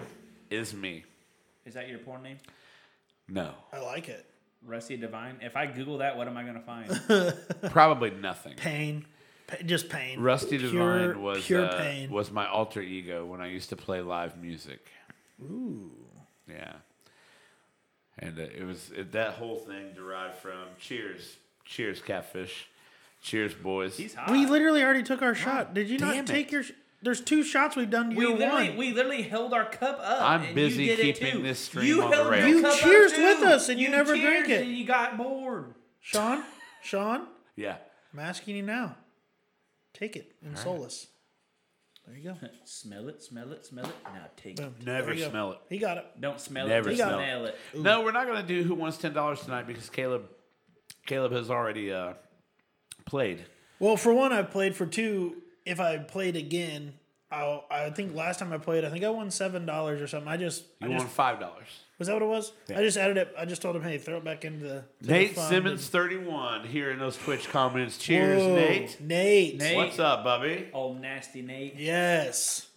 Speaker 3: is me.
Speaker 1: Is that your porn name?
Speaker 3: No.
Speaker 2: I like it.
Speaker 1: Rusty Divine. If I Google that, what am I gonna find?
Speaker 3: (laughs) Probably (laughs) nothing.
Speaker 2: Pain. Pa- just pain.
Speaker 3: Rusty
Speaker 2: Pure-
Speaker 3: Divine was
Speaker 2: pure
Speaker 3: uh,
Speaker 2: pain.
Speaker 3: was my alter ego when I used to play live music. Ooh. Yeah. And uh, it was it, that whole thing derived from Cheers, Cheers, Catfish, Cheers, boys.
Speaker 1: He's hot.
Speaker 2: We literally already took our shot. Did you
Speaker 3: damn
Speaker 2: not
Speaker 3: it.
Speaker 2: take your? Sh- There's two shots we've done. to
Speaker 1: we
Speaker 2: your
Speaker 1: literally,
Speaker 2: one.
Speaker 1: we literally held our cup up.
Speaker 3: I'm
Speaker 1: and
Speaker 3: busy
Speaker 1: you did it
Speaker 3: keeping
Speaker 1: too.
Speaker 3: this stream
Speaker 1: you
Speaker 3: on the
Speaker 1: held your
Speaker 3: rails.
Speaker 2: You
Speaker 1: cup up
Speaker 2: cheersed
Speaker 1: too.
Speaker 2: with us and you never drank
Speaker 1: cheersed
Speaker 2: it.
Speaker 1: And you got bored.
Speaker 2: Sean,
Speaker 3: (laughs)
Speaker 2: Sean,
Speaker 3: yeah.
Speaker 2: I'm asking you now. Take it in solace. There you go.
Speaker 1: Smell it, smell it, smell it. Now take it.
Speaker 2: Boom.
Speaker 3: Never
Speaker 2: There you go.
Speaker 3: smell it.
Speaker 2: He got it.
Speaker 1: Don't smell
Speaker 3: Never
Speaker 1: it. just
Speaker 3: smell
Speaker 1: Smell,
Speaker 3: it.
Speaker 1: it.
Speaker 3: No, we're not gonna do who wants ten dollars tonight because Caleb, Caleb has already uh, played.
Speaker 2: Well, for one, I played. For two, if I played again, I I think last time I played, I think I won seven dollars or something. I just, I
Speaker 3: You won
Speaker 2: just
Speaker 3: five dollars.
Speaker 2: was that what it was? I just added it. I just told him, hey, throw it back into the to
Speaker 3: Nate
Speaker 2: the fund
Speaker 3: Simmons,
Speaker 2: and-
Speaker 3: thirty-one, here in those Twitch comments. Cheers,
Speaker 2: Whoa,
Speaker 3: Nate.
Speaker 2: Nate.
Speaker 1: Nate.
Speaker 3: What's up, Bubby?
Speaker 1: Old nasty Nate.
Speaker 2: Yes.